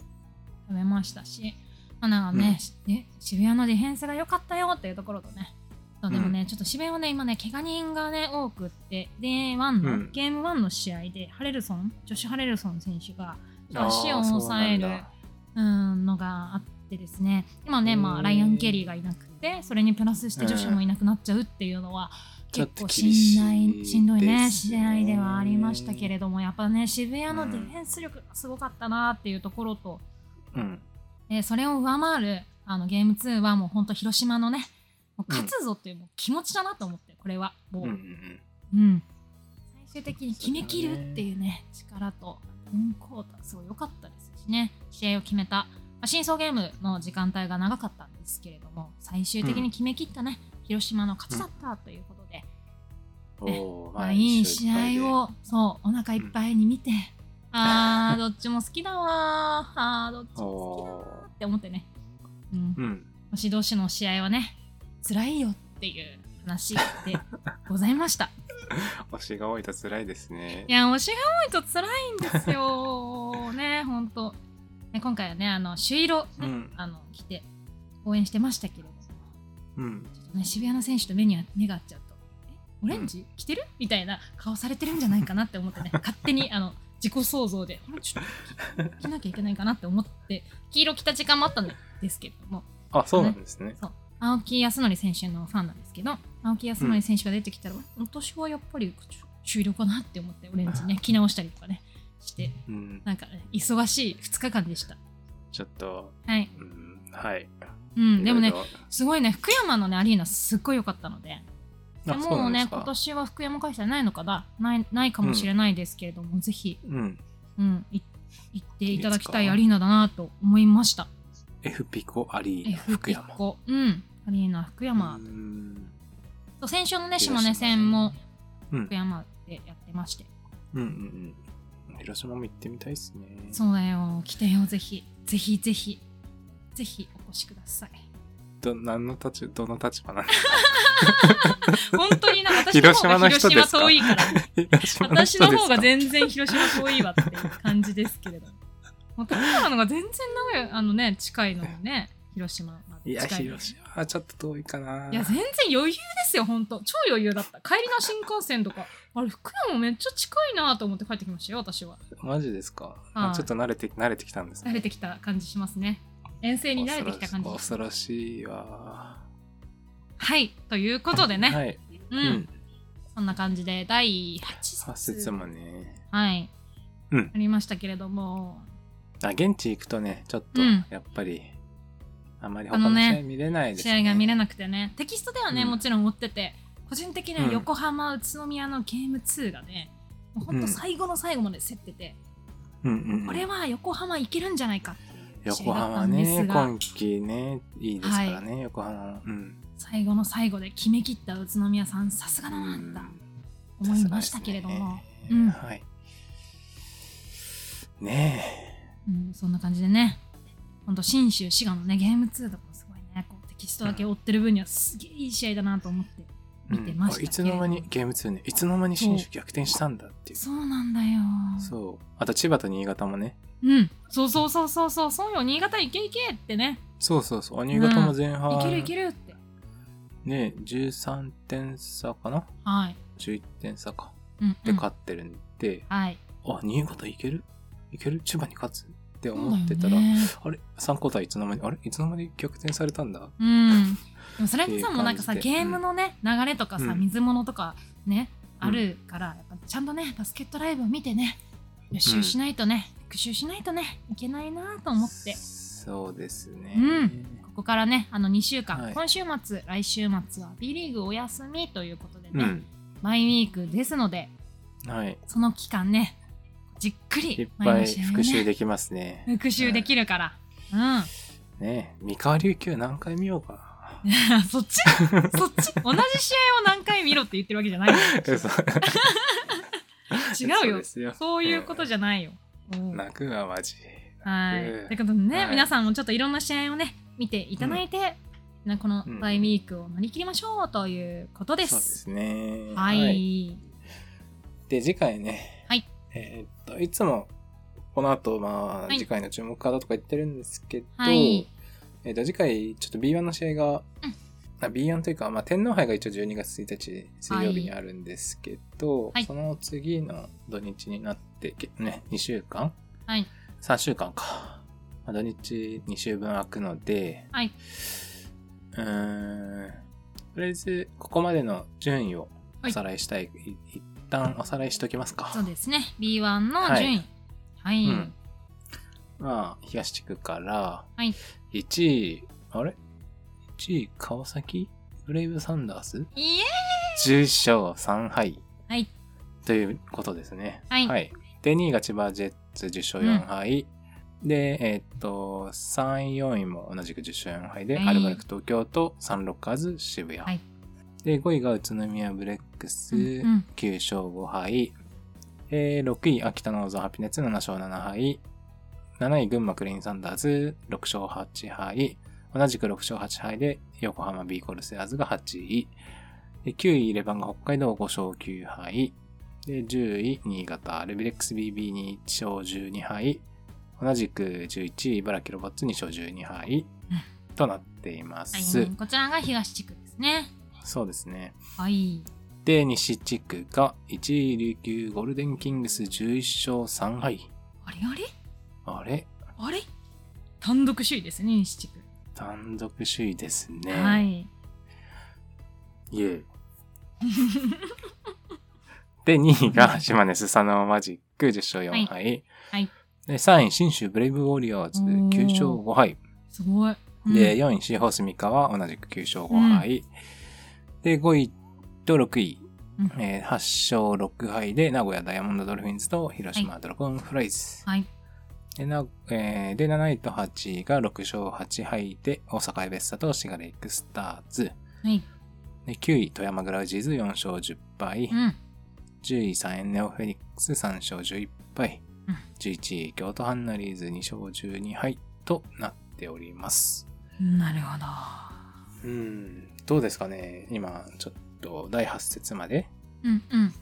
Speaker 2: 食べましたし、まあ、なんかね、しね渋谷のディフェンスが良かったよっていうところとね、そうでもね、ちょっと渋谷はね、今ね、怪我人がね、多くって、で、ワンの、
Speaker 3: うん
Speaker 2: ゲーム1の試合で、ハレルソン、女子ハレルソン選手が、
Speaker 3: あー
Speaker 2: 足を抑える
Speaker 3: そうなんだ
Speaker 2: うん、のがあってですね、今ね、ま
Speaker 3: う
Speaker 2: あ、
Speaker 3: ん
Speaker 2: ライアン・ケリーがいなくて、それにプラスして女子もいなくなっちゃうっていうのは、
Speaker 3: ちょっ
Speaker 2: 結
Speaker 3: と
Speaker 2: 構
Speaker 3: 厳
Speaker 2: し
Speaker 3: しい
Speaker 2: んないしんどいね
Speaker 3: です
Speaker 2: 試
Speaker 3: ね
Speaker 2: 合ではありましたけれどもやっぱね渋谷のディフェンス力がすごかったなっていうところと、
Speaker 3: うん
Speaker 2: えーそれを上回るあのゲーム2はもう本当広島のねもう勝つぞっていうもう気持ちだなと思ってこれはもう、
Speaker 3: う
Speaker 2: うん
Speaker 3: うんん
Speaker 2: 最終的に決めきるっていうね力と4クォーターすごい良かったですしね試合を決めた、まあ、真相ゲームの時間帯が長かったんですけれども最終的に決めきったね、広島の勝ちだったということで。
Speaker 3: うんおー
Speaker 2: ま
Speaker 3: まあ
Speaker 2: あ、いい試合をそうお腹いっぱいに見て、あーどっちも好きだわーあーどっちも好きだわーって思ってね、うん
Speaker 3: おーうん
Speaker 2: 星同士の試合はね辛いよっていう話でございました
Speaker 3: 推しが多いと辛いですね
Speaker 2: いや推しが多いと辛いんです よね本当ね今回はねあの朱色、ね
Speaker 3: うん
Speaker 2: あの来て応援してましたけれども
Speaker 3: うん
Speaker 2: ちょっとね、渋谷の選手と目に目が合っちゃうと、えオレンジ着てるみたいな顔されてるんじゃないかなって思 ってね、勝手にあの自己想像で、あれちょっと着なきゃいけないかなって思って、黄色着た時間もあったんですけれども、
Speaker 3: あそうなんですね
Speaker 2: 青木康則選手のファンなんですけど、青木康則選手が出てきたら、私はやっぱり終了かなって思って、オレンジ ね、着直したりとかね、して、
Speaker 3: うん
Speaker 2: なんかね、忙しい2日間でした。
Speaker 3: ちょっと
Speaker 2: はい。
Speaker 3: うんはい
Speaker 2: うん、でもね
Speaker 3: い、ろい
Speaker 2: すごいね、福山のね、アリーナ、すっごい良かったので。
Speaker 3: ろあそう
Speaker 2: もう
Speaker 3: なんで
Speaker 2: ね
Speaker 3: す、か
Speaker 2: 今年は福山開催ないのかなないないかもしれないですけれども、ぜひ、
Speaker 3: うん
Speaker 2: うん、い行っていただきた
Speaker 3: いつ
Speaker 2: い
Speaker 3: か
Speaker 2: アリーナだなと思いました。
Speaker 3: F ピコアリーナ
Speaker 2: F
Speaker 3: 福
Speaker 2: ピ
Speaker 3: 山
Speaker 2: コ、うん、アリーナ福山。
Speaker 3: うん
Speaker 2: そう先週のね、
Speaker 3: 広島
Speaker 2: 島根戦も
Speaker 3: うん
Speaker 2: 福山でやってまして、
Speaker 3: うんうんうん広島も行ってみたいですね
Speaker 2: そうだよ、来てよ、ぜひ、ぜひぜひ、ぜひお越しくだ さい。
Speaker 3: ど何の立場どの立 場なんですか
Speaker 2: 本当にな、私の方が
Speaker 3: 広島の人
Speaker 2: 広
Speaker 3: で
Speaker 2: 島
Speaker 3: すか
Speaker 2: 遠い から。
Speaker 3: 広島人です
Speaker 2: 私
Speaker 3: か
Speaker 2: の方が全然広島遠いわっていう感じですけれども。まあ、高山のが全然名古屋、あのね、近いのにね、広島まで
Speaker 3: いや
Speaker 2: 近いのに
Speaker 3: 広島はちょっと遠いかない
Speaker 2: や、全然余裕ですよ、ほんと。超余裕だった。帰りの新幹線とか、あれ、福山めっちゃ近いなと思って帰ってきましたよ、私は。
Speaker 3: マジですか、
Speaker 2: はい
Speaker 3: ちょっと慣れて慣れてきたんですね
Speaker 2: 慣れてきた感じしますね。遠征に慣れてきた感じ。
Speaker 3: 恐ろしいわ
Speaker 2: はい、ということでね、
Speaker 3: はい、
Speaker 2: う、
Speaker 3: うん
Speaker 2: そんな感じで、第8
Speaker 3: 8
Speaker 2: 節
Speaker 3: 節もね
Speaker 2: はい、
Speaker 3: うん
Speaker 2: ありましたけれども、
Speaker 3: あ現地行くとねちょっと
Speaker 2: うん
Speaker 3: やっぱり、あまり
Speaker 2: あ
Speaker 3: 他
Speaker 2: の
Speaker 3: の
Speaker 2: ね
Speaker 3: 試合見れないです、
Speaker 2: 試
Speaker 3: ね
Speaker 2: 合が見れ
Speaker 3: い
Speaker 2: なくてねテキストではね、
Speaker 3: うん
Speaker 2: もちろん追ってて個人的に
Speaker 3: う
Speaker 2: は
Speaker 3: ん
Speaker 2: 横浜、宇都宮のゲーム2がねもうほんと最後の最後まで競ってて、
Speaker 3: うんうんうん
Speaker 2: これは横浜いけるんじゃないかっていう試
Speaker 3: 横
Speaker 2: 合だった
Speaker 3: 浜
Speaker 2: んで
Speaker 3: ね
Speaker 2: すが、
Speaker 3: 今季ねいいですからね、横浜うん
Speaker 2: 最後の最後で決めきった宇都宮さんさすがだなと思いましたけれども、
Speaker 3: う
Speaker 2: うんん
Speaker 3: さすがですねはいね
Speaker 2: うん、そんな感じでねほんと信州滋賀のねゲーム2とかもすごいねこうテキストだけ追ってる分にはすげえいい試合だなと思って見
Speaker 3: え
Speaker 2: てました
Speaker 3: うんあいつの間にゲーム2ねいつの間に新種逆転したんだっていう
Speaker 2: そうなんだよ
Speaker 3: そうあと千葉と新潟もね
Speaker 2: うん、そうそうそうそうそうそうよ新潟行け行けってね
Speaker 3: そうそうそうあ新潟も前半、
Speaker 2: いけるいけるって
Speaker 3: ね13点差かな
Speaker 2: はい、
Speaker 3: 11点差か
Speaker 2: うんうん
Speaker 3: で勝ってるんで、
Speaker 2: はい
Speaker 3: あ新潟いけるいける千葉に勝つって
Speaker 2: そうだよ
Speaker 3: 思ってたら、
Speaker 2: ね、
Speaker 3: あれ3交代いつの間にあれいつの間に逆転されたんだ
Speaker 2: うんでもそれってさ
Speaker 3: っていう感じで
Speaker 2: もうなんかさゲームのね流れとかさ、
Speaker 3: うん
Speaker 2: 水物とかね
Speaker 3: うん
Speaker 2: あるから、やっぱちゃんとねバスケットライブを見てね予習しないとね、復習しないとねいけないなと思って
Speaker 3: そうですね
Speaker 2: うんここからねあの2週間、
Speaker 3: はい
Speaker 2: 今週末来週末は B リーグお休みということで
Speaker 3: う
Speaker 2: ね、
Speaker 3: ん
Speaker 2: 毎ウィークですので
Speaker 3: はい
Speaker 2: その期間ねじっくり
Speaker 3: いっ
Speaker 2: 前
Speaker 3: ぱ
Speaker 2: の
Speaker 3: い
Speaker 2: 試合をね
Speaker 3: 復習できますね
Speaker 2: 復習できるから。 う。
Speaker 3: ね三河琉球何回見ようかなん
Speaker 2: そっちそっち 同じ試合を何回見ろって言ってるわけじゃないよ
Speaker 3: 嘘
Speaker 2: 違う
Speaker 3: そう
Speaker 2: よ
Speaker 3: で。すよ
Speaker 2: そういうことじゃないよ。うん
Speaker 3: 泣くわマジ
Speaker 2: はい。ということでね、
Speaker 3: はい
Speaker 2: 皆さんもちょっといろんな試合をね、見ていただいて、ねこの
Speaker 3: うん
Speaker 2: バイウィークを乗り切りましょうということで。
Speaker 3: そうですすね
Speaker 2: はい。
Speaker 3: で次回ね、
Speaker 2: はい
Speaker 3: えーっといつもこの後、まあ、
Speaker 2: はい
Speaker 3: 次回の注目カードとか言ってるんですけど、
Speaker 2: はい
Speaker 3: えーっと次回ちょっと B1 の試合が、
Speaker 2: うん
Speaker 3: あ B1 というか、まあ、天皇杯が一応12月1日水曜日にあるんですけど、
Speaker 2: はい
Speaker 3: その次の土日になってけね2週間
Speaker 2: はい。
Speaker 3: 3週間か、まあ、土日2週分空くので
Speaker 2: はい。
Speaker 3: うーんとりあえずここまでの順位をおさらいしたい、い一旦おさらいしときますか
Speaker 2: そうですね。B1 の順位。はい。
Speaker 3: うんまあ東地区から
Speaker 2: はい
Speaker 3: 1位、あれ ?1 位川崎ブレイブサンダース
Speaker 2: いえ
Speaker 3: 10勝3敗
Speaker 2: はい。
Speaker 3: ということですね。
Speaker 2: はい
Speaker 3: で、2位が千葉ジェッツ10勝4敗。で、えーっと、3位、4位も同じく10勝4敗で、
Speaker 2: はい
Speaker 3: アルバルク東京とサンロッカーズ渋谷。
Speaker 2: はい
Speaker 3: で、5位が宇都宮ブレックス、
Speaker 2: うんうん
Speaker 3: 9勝5敗。えー6位、秋田ノーズハピネッツ7勝7敗。7位、群馬クレインサンダーズ6勝8敗。同じく6勝8敗で、横浜ビーコルセアーズが8位。で9位、レバンが北海道5勝9敗。で、10位、新潟、レビレックス BB に1勝12敗。同じく11位、茨城ロボッツ2勝12敗。となっていま
Speaker 2: はい
Speaker 3: す。
Speaker 2: こちらが東地区ですね。
Speaker 3: そうですね。
Speaker 2: はい。
Speaker 3: で、西地区が1位、琉球ゴールデンキングス11勝3敗。
Speaker 2: あれあれ
Speaker 3: あれ
Speaker 2: あれ単独首位ですね、西地区。
Speaker 3: 単独首位ですね。
Speaker 2: はい。
Speaker 3: イエーイで、2位が島根スサノオマジック10勝4敗。
Speaker 2: はい
Speaker 3: で、3位、新州ブレイブウォリアーズ
Speaker 2: おー
Speaker 3: 9勝5敗。
Speaker 2: すごい。うん
Speaker 3: で、4位、シーホースミカは同じく9勝5敗。で、5位と6位、
Speaker 2: うん
Speaker 3: えー8勝6敗で、名古屋ダイヤモンドドルフィンズと広島ドラゴンフライズ。
Speaker 2: はい。
Speaker 3: でなえーで7位と8位が6勝8敗で、大阪エベッサと滋賀レイクスターズ。
Speaker 2: はい。
Speaker 3: で9位、富山グラウジーズ4勝10敗。
Speaker 2: うん。
Speaker 3: 10位、サエンネオフェニックス3勝11敗。
Speaker 2: うん
Speaker 3: 11位、京都ハンナリーズ2勝12敗となっております。
Speaker 2: なるほど。
Speaker 3: うん、どうですかね今、ちょっと第8節まで
Speaker 2: うんうん。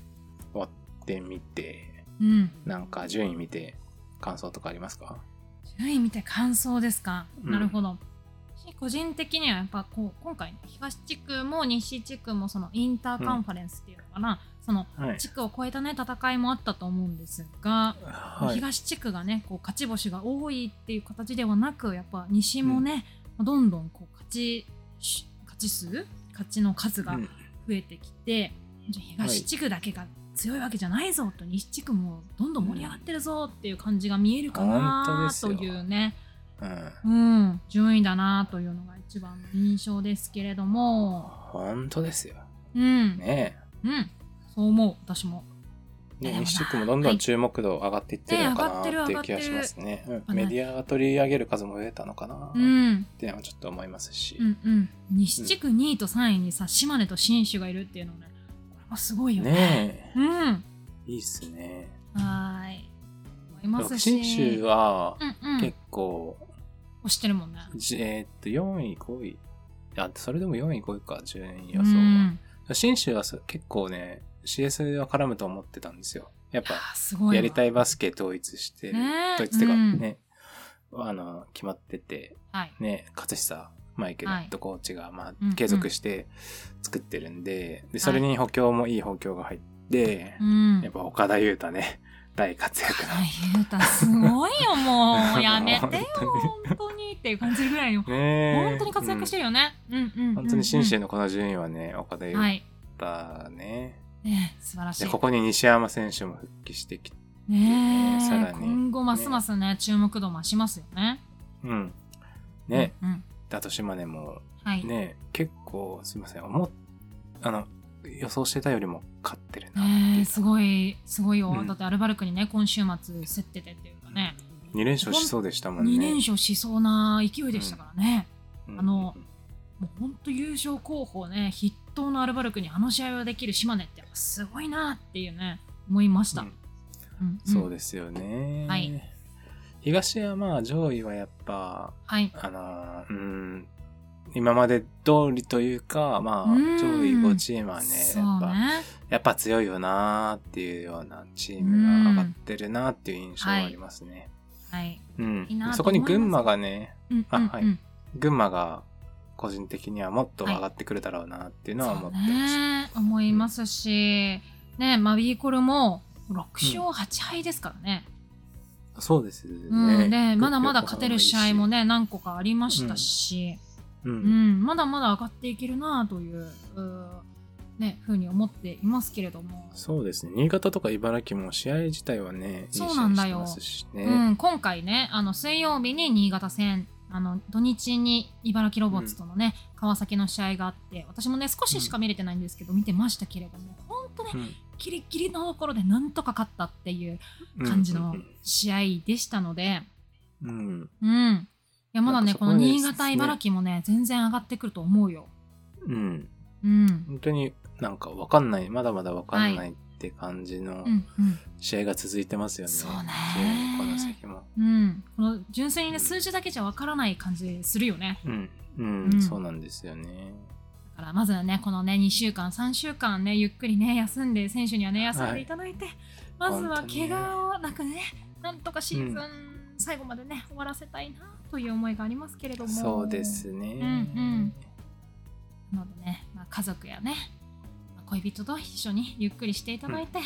Speaker 3: 終わってみて、
Speaker 2: うん。
Speaker 3: なんか順位見て感想とかありますか
Speaker 2: 順位見て感想ですか、
Speaker 3: うん
Speaker 2: なるほど私個人的にはやっぱこう今回ね東地区も西地区もそのインターカンファレンスっていうのかな、その
Speaker 3: はい。
Speaker 2: 地区を超えたね戦いもあったと思うんですが、
Speaker 3: はい。
Speaker 2: 東地区がねこう勝ち星が多いっていう形ではなくやっぱ西もね、どんどんこう勝ちし勝ち数勝ちの数が
Speaker 3: うん
Speaker 2: 増えてきて、じゃあ東地区だけが強いわけじゃないぞと西地区もどんどん盛り上がってるぞっていう感じが見えるか
Speaker 3: 本当
Speaker 2: な
Speaker 3: です
Speaker 2: と
Speaker 3: よ
Speaker 2: いうね、
Speaker 3: うん
Speaker 2: うん、順位だなというのが一番の印象ですけれども、
Speaker 3: 本当ですよ。
Speaker 2: うん、
Speaker 3: ね
Speaker 2: うん、そう思う私も。
Speaker 3: え。
Speaker 2: だよな
Speaker 3: ね西地区もどんどん注目度上がっていってるのかなっていう気がしますね。うん
Speaker 2: てる
Speaker 3: メディアが取り上げる数も増えたのかなっ
Speaker 2: うん
Speaker 3: ていうのはちょっと思いますし
Speaker 2: う。んうん、西地区2位と3位にさ島根と信州がいるっていうのねこれもすごいよね。
Speaker 3: ねえ
Speaker 2: う。ん、
Speaker 3: いいっすね。
Speaker 2: はーい思いますし
Speaker 3: 信州は
Speaker 2: うんうん、押
Speaker 3: 結構、
Speaker 2: してるもんね。
Speaker 3: じえーっと、4位、5位。あ、それでも4位、5位か、順位
Speaker 2: う
Speaker 3: 予想は。
Speaker 2: ん、
Speaker 3: 信州はそ結構ね、CS は絡むと思ってたんですよ。やっ
Speaker 2: いや
Speaker 3: ぱ、
Speaker 2: ーすごいわ
Speaker 3: やりたいバスケ統一してる
Speaker 2: ねえ
Speaker 3: 統一っていう
Speaker 2: う
Speaker 3: か
Speaker 2: ん
Speaker 3: ね、あの、決まってて。
Speaker 2: はい。
Speaker 3: ね、勝久マイケルヘッドコーチが、ま
Speaker 2: うんうん
Speaker 3: あ、継続して作ってるんで,、でそれに補強もいい補強が入って
Speaker 2: う、ん。
Speaker 3: やっぱ岡田裕太ね 大活躍
Speaker 2: はい、ゆうたすごいよ、もう。やめてよ、本当にっていう感じぐらいの。
Speaker 3: の、ね
Speaker 2: 本当に活躍して
Speaker 3: る、
Speaker 2: るよね。うんうんうん、
Speaker 3: うん本当に信州のこの順位はね岡田裕
Speaker 2: はい。
Speaker 3: 太ね、
Speaker 2: ねえ素晴らしい。
Speaker 3: でここに西山選手も復帰してきて、
Speaker 2: ねえ
Speaker 3: さらに
Speaker 2: 今後ますますね、注目度増しますよね。
Speaker 3: うんね、
Speaker 2: うんうん。
Speaker 3: だと島根も
Speaker 2: はい。ね
Speaker 3: ね結構すいません思っあの予想してたよりも勝ってるなっていう、
Speaker 2: えすごい、すごいよ。
Speaker 3: うん
Speaker 2: だってアルバルクにね、今週末、競っててっていうかね、
Speaker 3: 2連勝しそうでしたもんね
Speaker 2: 2連勝しそうな勢いでしたからね。あのもう本当優勝候補ね筆頭のアルバルクにあの試合をできる島根ってやっぱすごいなっていうね思いました、
Speaker 3: う
Speaker 2: うんん
Speaker 3: そう
Speaker 2: です
Speaker 3: ですよね。
Speaker 2: はい
Speaker 3: 東はまあ上位はやっぱ、
Speaker 2: はい
Speaker 3: あのーうん、今まで通りというか、まあ、
Speaker 2: うん
Speaker 3: 上位5チームはね、
Speaker 2: そ
Speaker 3: や
Speaker 2: う
Speaker 3: っぱ、
Speaker 2: ね
Speaker 3: やっぱ強いよなーっていうようなチームが上がってるなーっていう印象がありますね。
Speaker 2: はい
Speaker 3: うん。
Speaker 2: いいなーと思います
Speaker 3: そこに群馬がね、
Speaker 2: うん
Speaker 3: あ
Speaker 2: うん
Speaker 3: は
Speaker 2: う
Speaker 3: い
Speaker 2: ん
Speaker 3: 群馬が個人的にはもっと上がってくるだろうなっていうのは
Speaker 2: そ
Speaker 3: 思っ
Speaker 2: う
Speaker 3: てまし
Speaker 2: ね思いますし、ねまあビーコルも6勝8敗ですからね,、
Speaker 3: た。そうですね。
Speaker 2: うんでまだまだ勝てる試合もね何個かありましたし、
Speaker 3: う
Speaker 2: うん
Speaker 3: ん。
Speaker 2: まだまだ上がっていけるなといううねふうに思っていますけれども、
Speaker 3: そうですね。新潟とか茨城も試合自体はね、いい試合
Speaker 2: そうなんだよ
Speaker 3: してますしね。
Speaker 2: うん、今回ねあの水曜日に新潟戦あの土日に茨城ロボッツとのね、川崎の試合があって私もね少ししか見れてないんですけど、見てましたけれども本当ねギリギリのところでなんとか勝ったっていう
Speaker 3: うん
Speaker 2: 感じの試合でしたので、
Speaker 3: うんうん
Speaker 2: うん。いや、まだ
Speaker 3: な
Speaker 2: ね、
Speaker 3: んか
Speaker 2: こ
Speaker 3: そこ
Speaker 2: の
Speaker 3: まで
Speaker 2: 新潟、茨城もね、全然上がってくると思うよ。
Speaker 3: うんうん
Speaker 2: うん。
Speaker 3: 本当になんかわかんないまだまだわかんないって感じの
Speaker 2: うん、
Speaker 3: 試合が続いてますよね、
Speaker 2: そうね
Speaker 3: 試合もこの先も
Speaker 2: うん。うん。この純粋に
Speaker 3: う
Speaker 2: ね、
Speaker 3: ん
Speaker 2: 数字だけじゃわからない感じするよね。
Speaker 3: うん、う、
Speaker 2: うんん
Speaker 3: そうなんですよね
Speaker 2: だから、まずはね、このね、2週間、3週間ね、ゆっくりね、休んで、選手にはね、休んでいただいて、まずは
Speaker 3: 本当にね
Speaker 2: 怪我をなくね、なんとかシーズン最後までね、終わらせたいなという思いがありますけれども。
Speaker 3: そうですね、
Speaker 2: んなのでね、まあ、家族やね、まあ恋人と一緒にゆっくりしていただいて、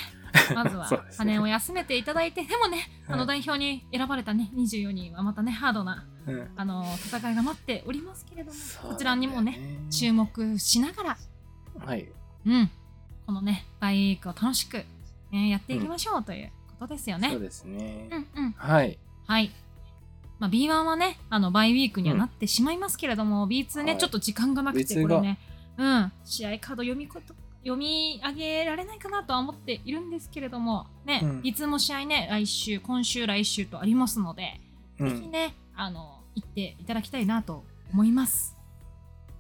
Speaker 2: まずは
Speaker 3: そうですね
Speaker 2: 羽を休めていただいて、でもね、
Speaker 3: うん
Speaker 2: あの代表に選ばれたね、24人はまたね、ハードな
Speaker 3: うん
Speaker 2: あの戦いが待っておりますけれども、
Speaker 3: そ う
Speaker 2: こちらにもね、
Speaker 3: なんだよ
Speaker 2: 注目しながら、
Speaker 3: はい
Speaker 2: うん、このね、バイウィークを楽しく、ね、やっていきましょうということですよね。
Speaker 3: そうですね、
Speaker 2: うんうん
Speaker 3: はい
Speaker 2: はい。まあ、B1 はね、あのバイウィークにはなってしまいますけれども、B2 ね、
Speaker 3: はい
Speaker 2: ちょっと時間がなくて、
Speaker 3: B2
Speaker 2: こ
Speaker 3: が
Speaker 2: れね、うん、試合カード読みこと読み上げられないかなとは思っているんですけれども、ね、
Speaker 3: うん
Speaker 2: B2 も試合ね、来週、今週、来週とありますので、
Speaker 3: う
Speaker 2: ぜひ
Speaker 3: ん、
Speaker 2: ね、あの、行っていただきたいなと思います。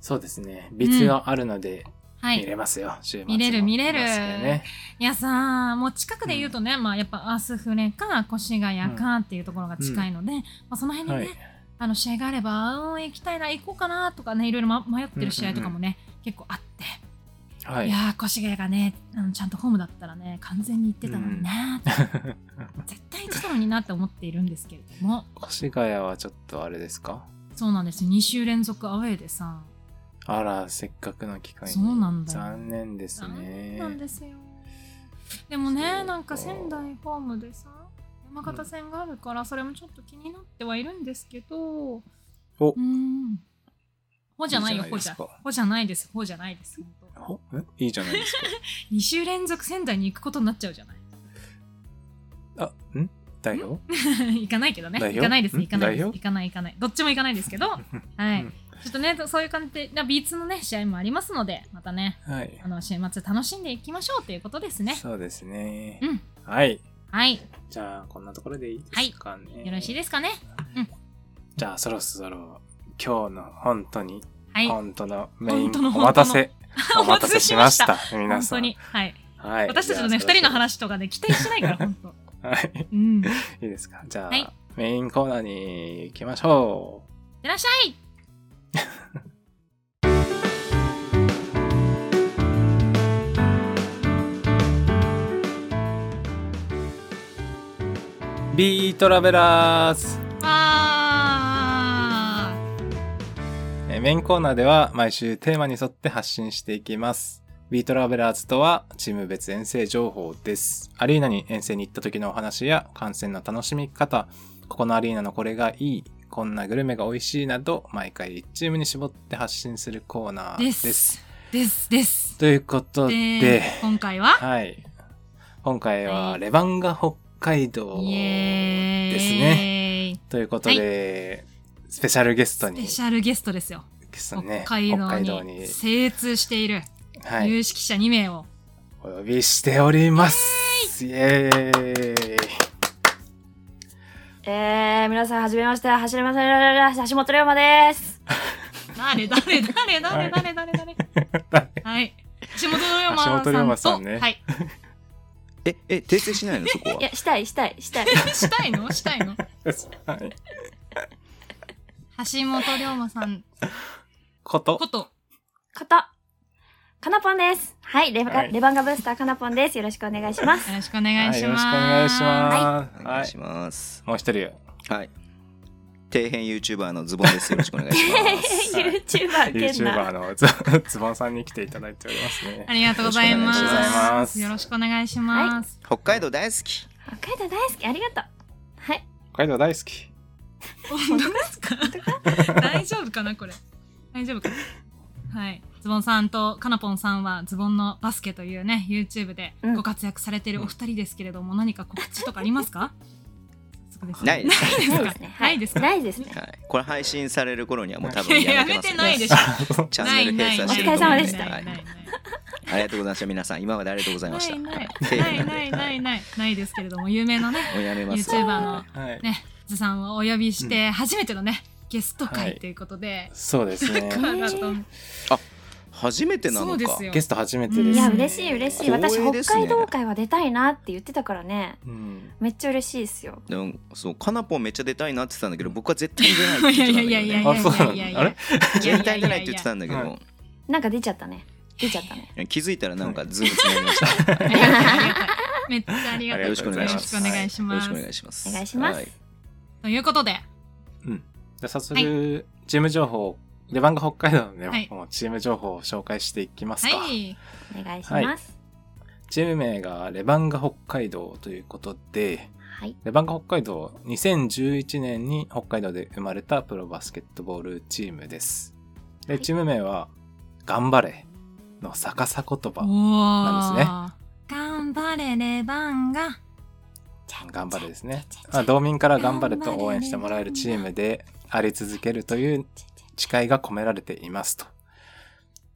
Speaker 3: そうですね。ビツがあるので、
Speaker 2: は
Speaker 3: 見
Speaker 2: い。
Speaker 3: れますよ、週末も
Speaker 2: 見れる見れる
Speaker 3: バスケね、
Speaker 2: いやさもう近くで言うとね、まあやっぱアースフレか越谷かっていうところが近いので、まあ、その辺に
Speaker 3: は
Speaker 2: ね、
Speaker 3: い。
Speaker 2: あの試合があれば、うん、行きたいな、行こうかなとかね、いろいろ、ま、迷ってる試合とかもね、結構あって、、
Speaker 3: はいい。
Speaker 2: やー、越谷がねあの、ちゃんとホームだったらね、完全に行ってたのになーって、 絶対行ってたのになって思っているんですけれども、
Speaker 3: 越谷はちょっとあれですか
Speaker 2: そうなんですよ、2週連続アウェーでさ、
Speaker 3: あら、せっかくの機会に。
Speaker 2: そうなんだよ
Speaker 3: 残念ですね。
Speaker 2: なんですよ。でもね、
Speaker 3: そう
Speaker 2: なんか仙台ホームでさ、山形戦があるから、それもちょっと気になってはいるんですけど、
Speaker 3: お
Speaker 2: うん。ほじゃないよ、
Speaker 3: いいじゃ
Speaker 2: ほじ
Speaker 3: ないです
Speaker 2: ゃ
Speaker 3: か。
Speaker 2: ほじゃないです、ほじゃないです、本当。
Speaker 3: ほんいいじゃないです
Speaker 2: 2週連続仙台に行くことになっちゃうじゃない
Speaker 3: か。あ、ん代表
Speaker 2: 行かないけどね
Speaker 3: 代表
Speaker 2: 行かないです
Speaker 3: ん
Speaker 2: 行かないです
Speaker 3: 代表、
Speaker 2: 行かない行かないどっちも行かないですけどはいう
Speaker 3: ん
Speaker 2: ちょっとねそういう感じでな B2 のね試合もありますのでまたね
Speaker 3: はい
Speaker 2: あ。の週末楽しんでいきましょうということですね
Speaker 3: そうですね
Speaker 2: う。ん
Speaker 3: はい。
Speaker 2: はい
Speaker 3: じゃあ、こんなところでいいですかね。
Speaker 2: よろしい
Speaker 3: す。
Speaker 2: ですかね
Speaker 3: じゃあ、そろそろ、今日の本当に、
Speaker 2: はい
Speaker 3: 本当のメイ
Speaker 2: 本当の
Speaker 3: ン、
Speaker 2: 本
Speaker 3: お
Speaker 2: 当の
Speaker 3: 待たせ、お
Speaker 2: お
Speaker 3: 待たせしまし
Speaker 2: 待
Speaker 3: た
Speaker 2: た。
Speaker 3: 皆
Speaker 2: 本
Speaker 3: さ
Speaker 2: 当
Speaker 3: ん。
Speaker 2: にはい
Speaker 3: はい。
Speaker 2: 私たちのね
Speaker 3: じゃあ
Speaker 2: 2人の。話とかね期待しない から本当
Speaker 3: そろそろはい。
Speaker 2: うんいっ
Speaker 3: いいですか。じゃ
Speaker 2: はい
Speaker 3: あ、メインコーナーに行きましょう。
Speaker 2: てらっしゃい
Speaker 3: ビートラベラーズ
Speaker 2: わー
Speaker 3: えーメインコーナーでは毎週テーマに沿って発信していきます。ビートラベラーズとはチーム別遠征情報です。アリーナに遠征に行った時のお話や観戦の楽しみ方、ここのアリーナのこれがいい、こんなグルメが美味しいなど、毎回1チームに絞って発信するコーナー
Speaker 2: で
Speaker 3: です。
Speaker 2: すですです
Speaker 3: ということで、
Speaker 2: で今回は
Speaker 3: はい。今回
Speaker 2: は
Speaker 3: はいレバンガ北海道
Speaker 2: イエーイ
Speaker 3: ですね。ということで、スペシャルゲスト
Speaker 2: スペ
Speaker 3: に、
Speaker 2: シャルゲストですよ。
Speaker 3: ゲスト
Speaker 2: 北
Speaker 3: にね、
Speaker 2: 海
Speaker 3: 北海道
Speaker 2: 道
Speaker 3: に
Speaker 2: に精通している
Speaker 3: はい、
Speaker 2: 有識者2名を。
Speaker 3: お呼びしております。イエーイ。
Speaker 4: えー、皆さん、はじめまして。走りません。橋本龍馬です。
Speaker 2: 誰誰誰
Speaker 3: は
Speaker 2: 誰誰
Speaker 3: い
Speaker 2: 誰誰
Speaker 3: 誰
Speaker 2: はい。橋本
Speaker 3: 橋本龍
Speaker 2: 龍
Speaker 3: 馬
Speaker 2: 馬
Speaker 3: さ
Speaker 2: さ
Speaker 3: ん
Speaker 2: ん
Speaker 3: ね
Speaker 2: と。はい。
Speaker 5: え、え、訂正しないのそこ
Speaker 4: い
Speaker 5: は。
Speaker 4: や、したい、したい、したい。
Speaker 2: したいのしたいの
Speaker 3: はい
Speaker 2: 橋本龍馬さん
Speaker 3: こと
Speaker 2: こ、と。
Speaker 4: 方。かなぽんです。はい、レバ,、
Speaker 3: はい
Speaker 4: レバンガブースターかなぽんです。よろしくお願いします。
Speaker 2: よろしくお願いします。
Speaker 3: はいよろしくお願いします。
Speaker 5: お
Speaker 3: は
Speaker 5: 願い
Speaker 3: い
Speaker 5: し。ます。
Speaker 3: もう一人、
Speaker 5: はい。底辺 YouTuber のズボンです。よろしくお願い します。
Speaker 3: はい
Speaker 4: YouTuber 兼な
Speaker 3: YouTuber のズ ズボンさんに来ていただいております
Speaker 2: あ
Speaker 3: ね。
Speaker 2: りがとうございます。
Speaker 5: よろしくお願い
Speaker 3: しま
Speaker 2: よろしくお願いし
Speaker 3: す
Speaker 2: ます。
Speaker 5: 北海道大好き。
Speaker 4: 北海道大好きありがとうはい
Speaker 3: 北海道大好 き。
Speaker 2: 本当ですか 大丈夫かなこれ。大丈夫かなはい。ズボンさんとカナポンさんはズボンのバスケというね、YouTube で
Speaker 4: うん
Speaker 2: ご活躍されてるお二人ですけれども、何か告知とかありますかそうですね
Speaker 5: ないです
Speaker 2: ない
Speaker 4: な
Speaker 2: で
Speaker 4: いですす
Speaker 2: か
Speaker 4: ね
Speaker 2: ないですか
Speaker 4: ないですね
Speaker 5: はい。これ配信される頃に はもう多
Speaker 2: い
Speaker 5: 分
Speaker 2: や
Speaker 5: や
Speaker 2: や
Speaker 5: めて
Speaker 2: めて
Speaker 5: ますね。
Speaker 2: ないでしょ。
Speaker 5: チャンネル閉鎖してると
Speaker 4: お疲れ様
Speaker 5: 思うんで
Speaker 4: でした
Speaker 2: ないな
Speaker 5: はいい。ありがとうございました。皆さん、今までありがとうございました。
Speaker 2: ない
Speaker 5: 底
Speaker 2: な
Speaker 5: 辺
Speaker 2: い
Speaker 5: なんで
Speaker 2: ないな
Speaker 5: はい
Speaker 2: ないないですけれども有名なね
Speaker 5: もうやめます。
Speaker 2: YouTuber の
Speaker 3: はい。
Speaker 2: ねズさんをお呼びして初めてのね、ゲスト会ということで、
Speaker 3: そうです ね。
Speaker 2: カナトン
Speaker 5: 初めてな
Speaker 2: そ
Speaker 5: の
Speaker 2: うで
Speaker 5: か
Speaker 2: す。よ
Speaker 3: ゲスト初めてです、ね。
Speaker 4: いや嬉しい嬉しい私
Speaker 5: 光栄で
Speaker 4: 北
Speaker 5: すね
Speaker 4: 海道会は出たいなって言ってたからね
Speaker 3: うん。
Speaker 4: めっちゃ嬉しいですよ
Speaker 5: でもそうカナポンめっちゃ出たいなって言ってたんだけど僕は絶対出ないって言ってたんだけど、ね、
Speaker 2: いやいやいやいや
Speaker 3: あ、そうなん
Speaker 2: いやいやいや
Speaker 3: だ。あれ
Speaker 5: 絶対出ないって言ってたんだけど
Speaker 3: いやいやい
Speaker 4: なんか出ちゃったね出ちゃったね
Speaker 5: 気づいたらなんかズームつながりました、
Speaker 2: めっちゃありがたい
Speaker 5: よろしくお願いします
Speaker 2: よろしくお願いし
Speaker 5: よろ
Speaker 2: ま
Speaker 5: し
Speaker 2: す、
Speaker 5: くお願いします
Speaker 4: お願いします
Speaker 5: はい
Speaker 2: ということで
Speaker 3: じゃあ早速、チーム情報、出番が北海道なので、
Speaker 2: はい
Speaker 3: もうチーム情報を紹介していきます
Speaker 2: は
Speaker 3: か。
Speaker 2: い
Speaker 4: お願いします
Speaker 3: チーム名がレバンガ北海道ということで、
Speaker 4: はい
Speaker 3: レバンガ北海道、2011年に北海道で生まれたプロバスケットボールチームです。で、
Speaker 4: はい
Speaker 3: チーム名は、頑張れの逆さ言
Speaker 2: お
Speaker 3: 葉、なんですね
Speaker 2: 頑張れレバンが
Speaker 3: 頑張れですね。まあ、道民から頑張れと応援してもらえるチームであり続けるという誓いが込められていますと。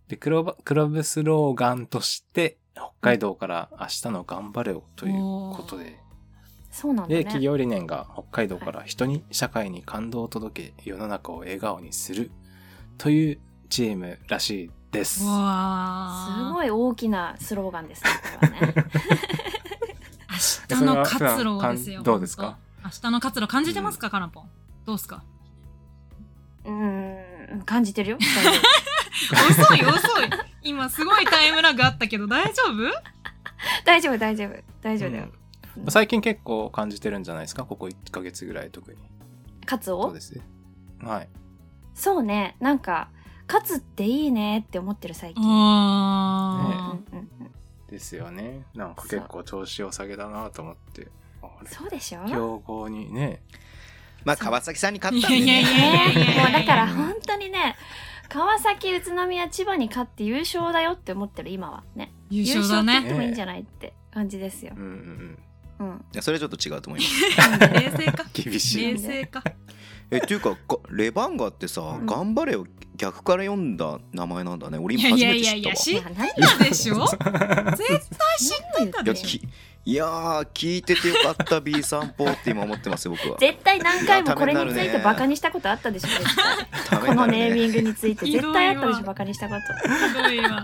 Speaker 3: で、クロバクラブスローガンとして、北海道から明日の頑張れをということで、
Speaker 4: そうなんだ
Speaker 3: で
Speaker 4: ね
Speaker 3: 企業理念が北海道から人に社会に感動を届け世の中を笑顔にするというチームらしいです
Speaker 2: うわー
Speaker 4: すごい大きなスローガンですねこれはね
Speaker 2: 明日の活路をですよ
Speaker 3: どうですか
Speaker 2: 本当明日の活路感じてますか、カナポンどうですか
Speaker 4: うーん感じてるよ大丈夫
Speaker 2: 遅い遅い今すごいタイムラグあったけど大丈夫
Speaker 4: 大丈夫大丈夫大丈夫だよ、
Speaker 3: うん最近結構感じてるんじゃないですかここ1ヶ月ぐらい特に
Speaker 4: カツ
Speaker 3: そう
Speaker 4: を
Speaker 3: ですねはい
Speaker 4: そうねなんかカツっていいねって思ってる最近、うん
Speaker 2: あ
Speaker 4: うんうん、
Speaker 3: ですよねなんか結構調子を下げだなと思ってあれ
Speaker 4: そうでしょ
Speaker 3: 強豪にね
Speaker 5: まあ川崎さんに勝
Speaker 2: い
Speaker 5: った
Speaker 2: や
Speaker 5: んで
Speaker 2: いやい
Speaker 5: ね
Speaker 2: やいやいや
Speaker 4: もうだから本当にね川崎宇都宮千葉に勝って優勝だよって思ってる今はね
Speaker 2: 優勝
Speaker 4: 優
Speaker 2: だ
Speaker 4: 勝って言っ
Speaker 2: ね
Speaker 4: てもいいんじゃないって感じですよ
Speaker 3: う、んうんうん
Speaker 4: うん、
Speaker 5: いやそれはちょっと違うと思います
Speaker 2: 冷静か
Speaker 3: 厳しい
Speaker 2: 冷静か
Speaker 5: えっていうかかレバンガってさ「
Speaker 4: ん
Speaker 5: 頑張れ」を逆から読んだ名前なんだね俺
Speaker 2: い
Speaker 5: 今
Speaker 2: やいや
Speaker 5: 初め
Speaker 2: い
Speaker 5: て
Speaker 2: や
Speaker 5: 知っ
Speaker 2: い
Speaker 5: たわ
Speaker 2: や知っ
Speaker 4: 何何
Speaker 2: たでしょ 絶対知
Speaker 4: 言って
Speaker 2: た
Speaker 4: ん
Speaker 5: い
Speaker 4: の
Speaker 5: やきいやー聞いててよかった B 散歩って今思ってますよ僕は
Speaker 4: 絶対何回もこれについ
Speaker 5: いやためになる
Speaker 4: て
Speaker 5: ね
Speaker 4: バカにしたことあったでしょ絶対
Speaker 5: ため
Speaker 4: こ
Speaker 5: に
Speaker 4: の
Speaker 5: なる
Speaker 4: ネーミ
Speaker 5: ね
Speaker 4: ングについて
Speaker 2: ひど
Speaker 4: 絶
Speaker 2: いわ
Speaker 4: 対あったでしょバカにしたこと
Speaker 2: すごいわ。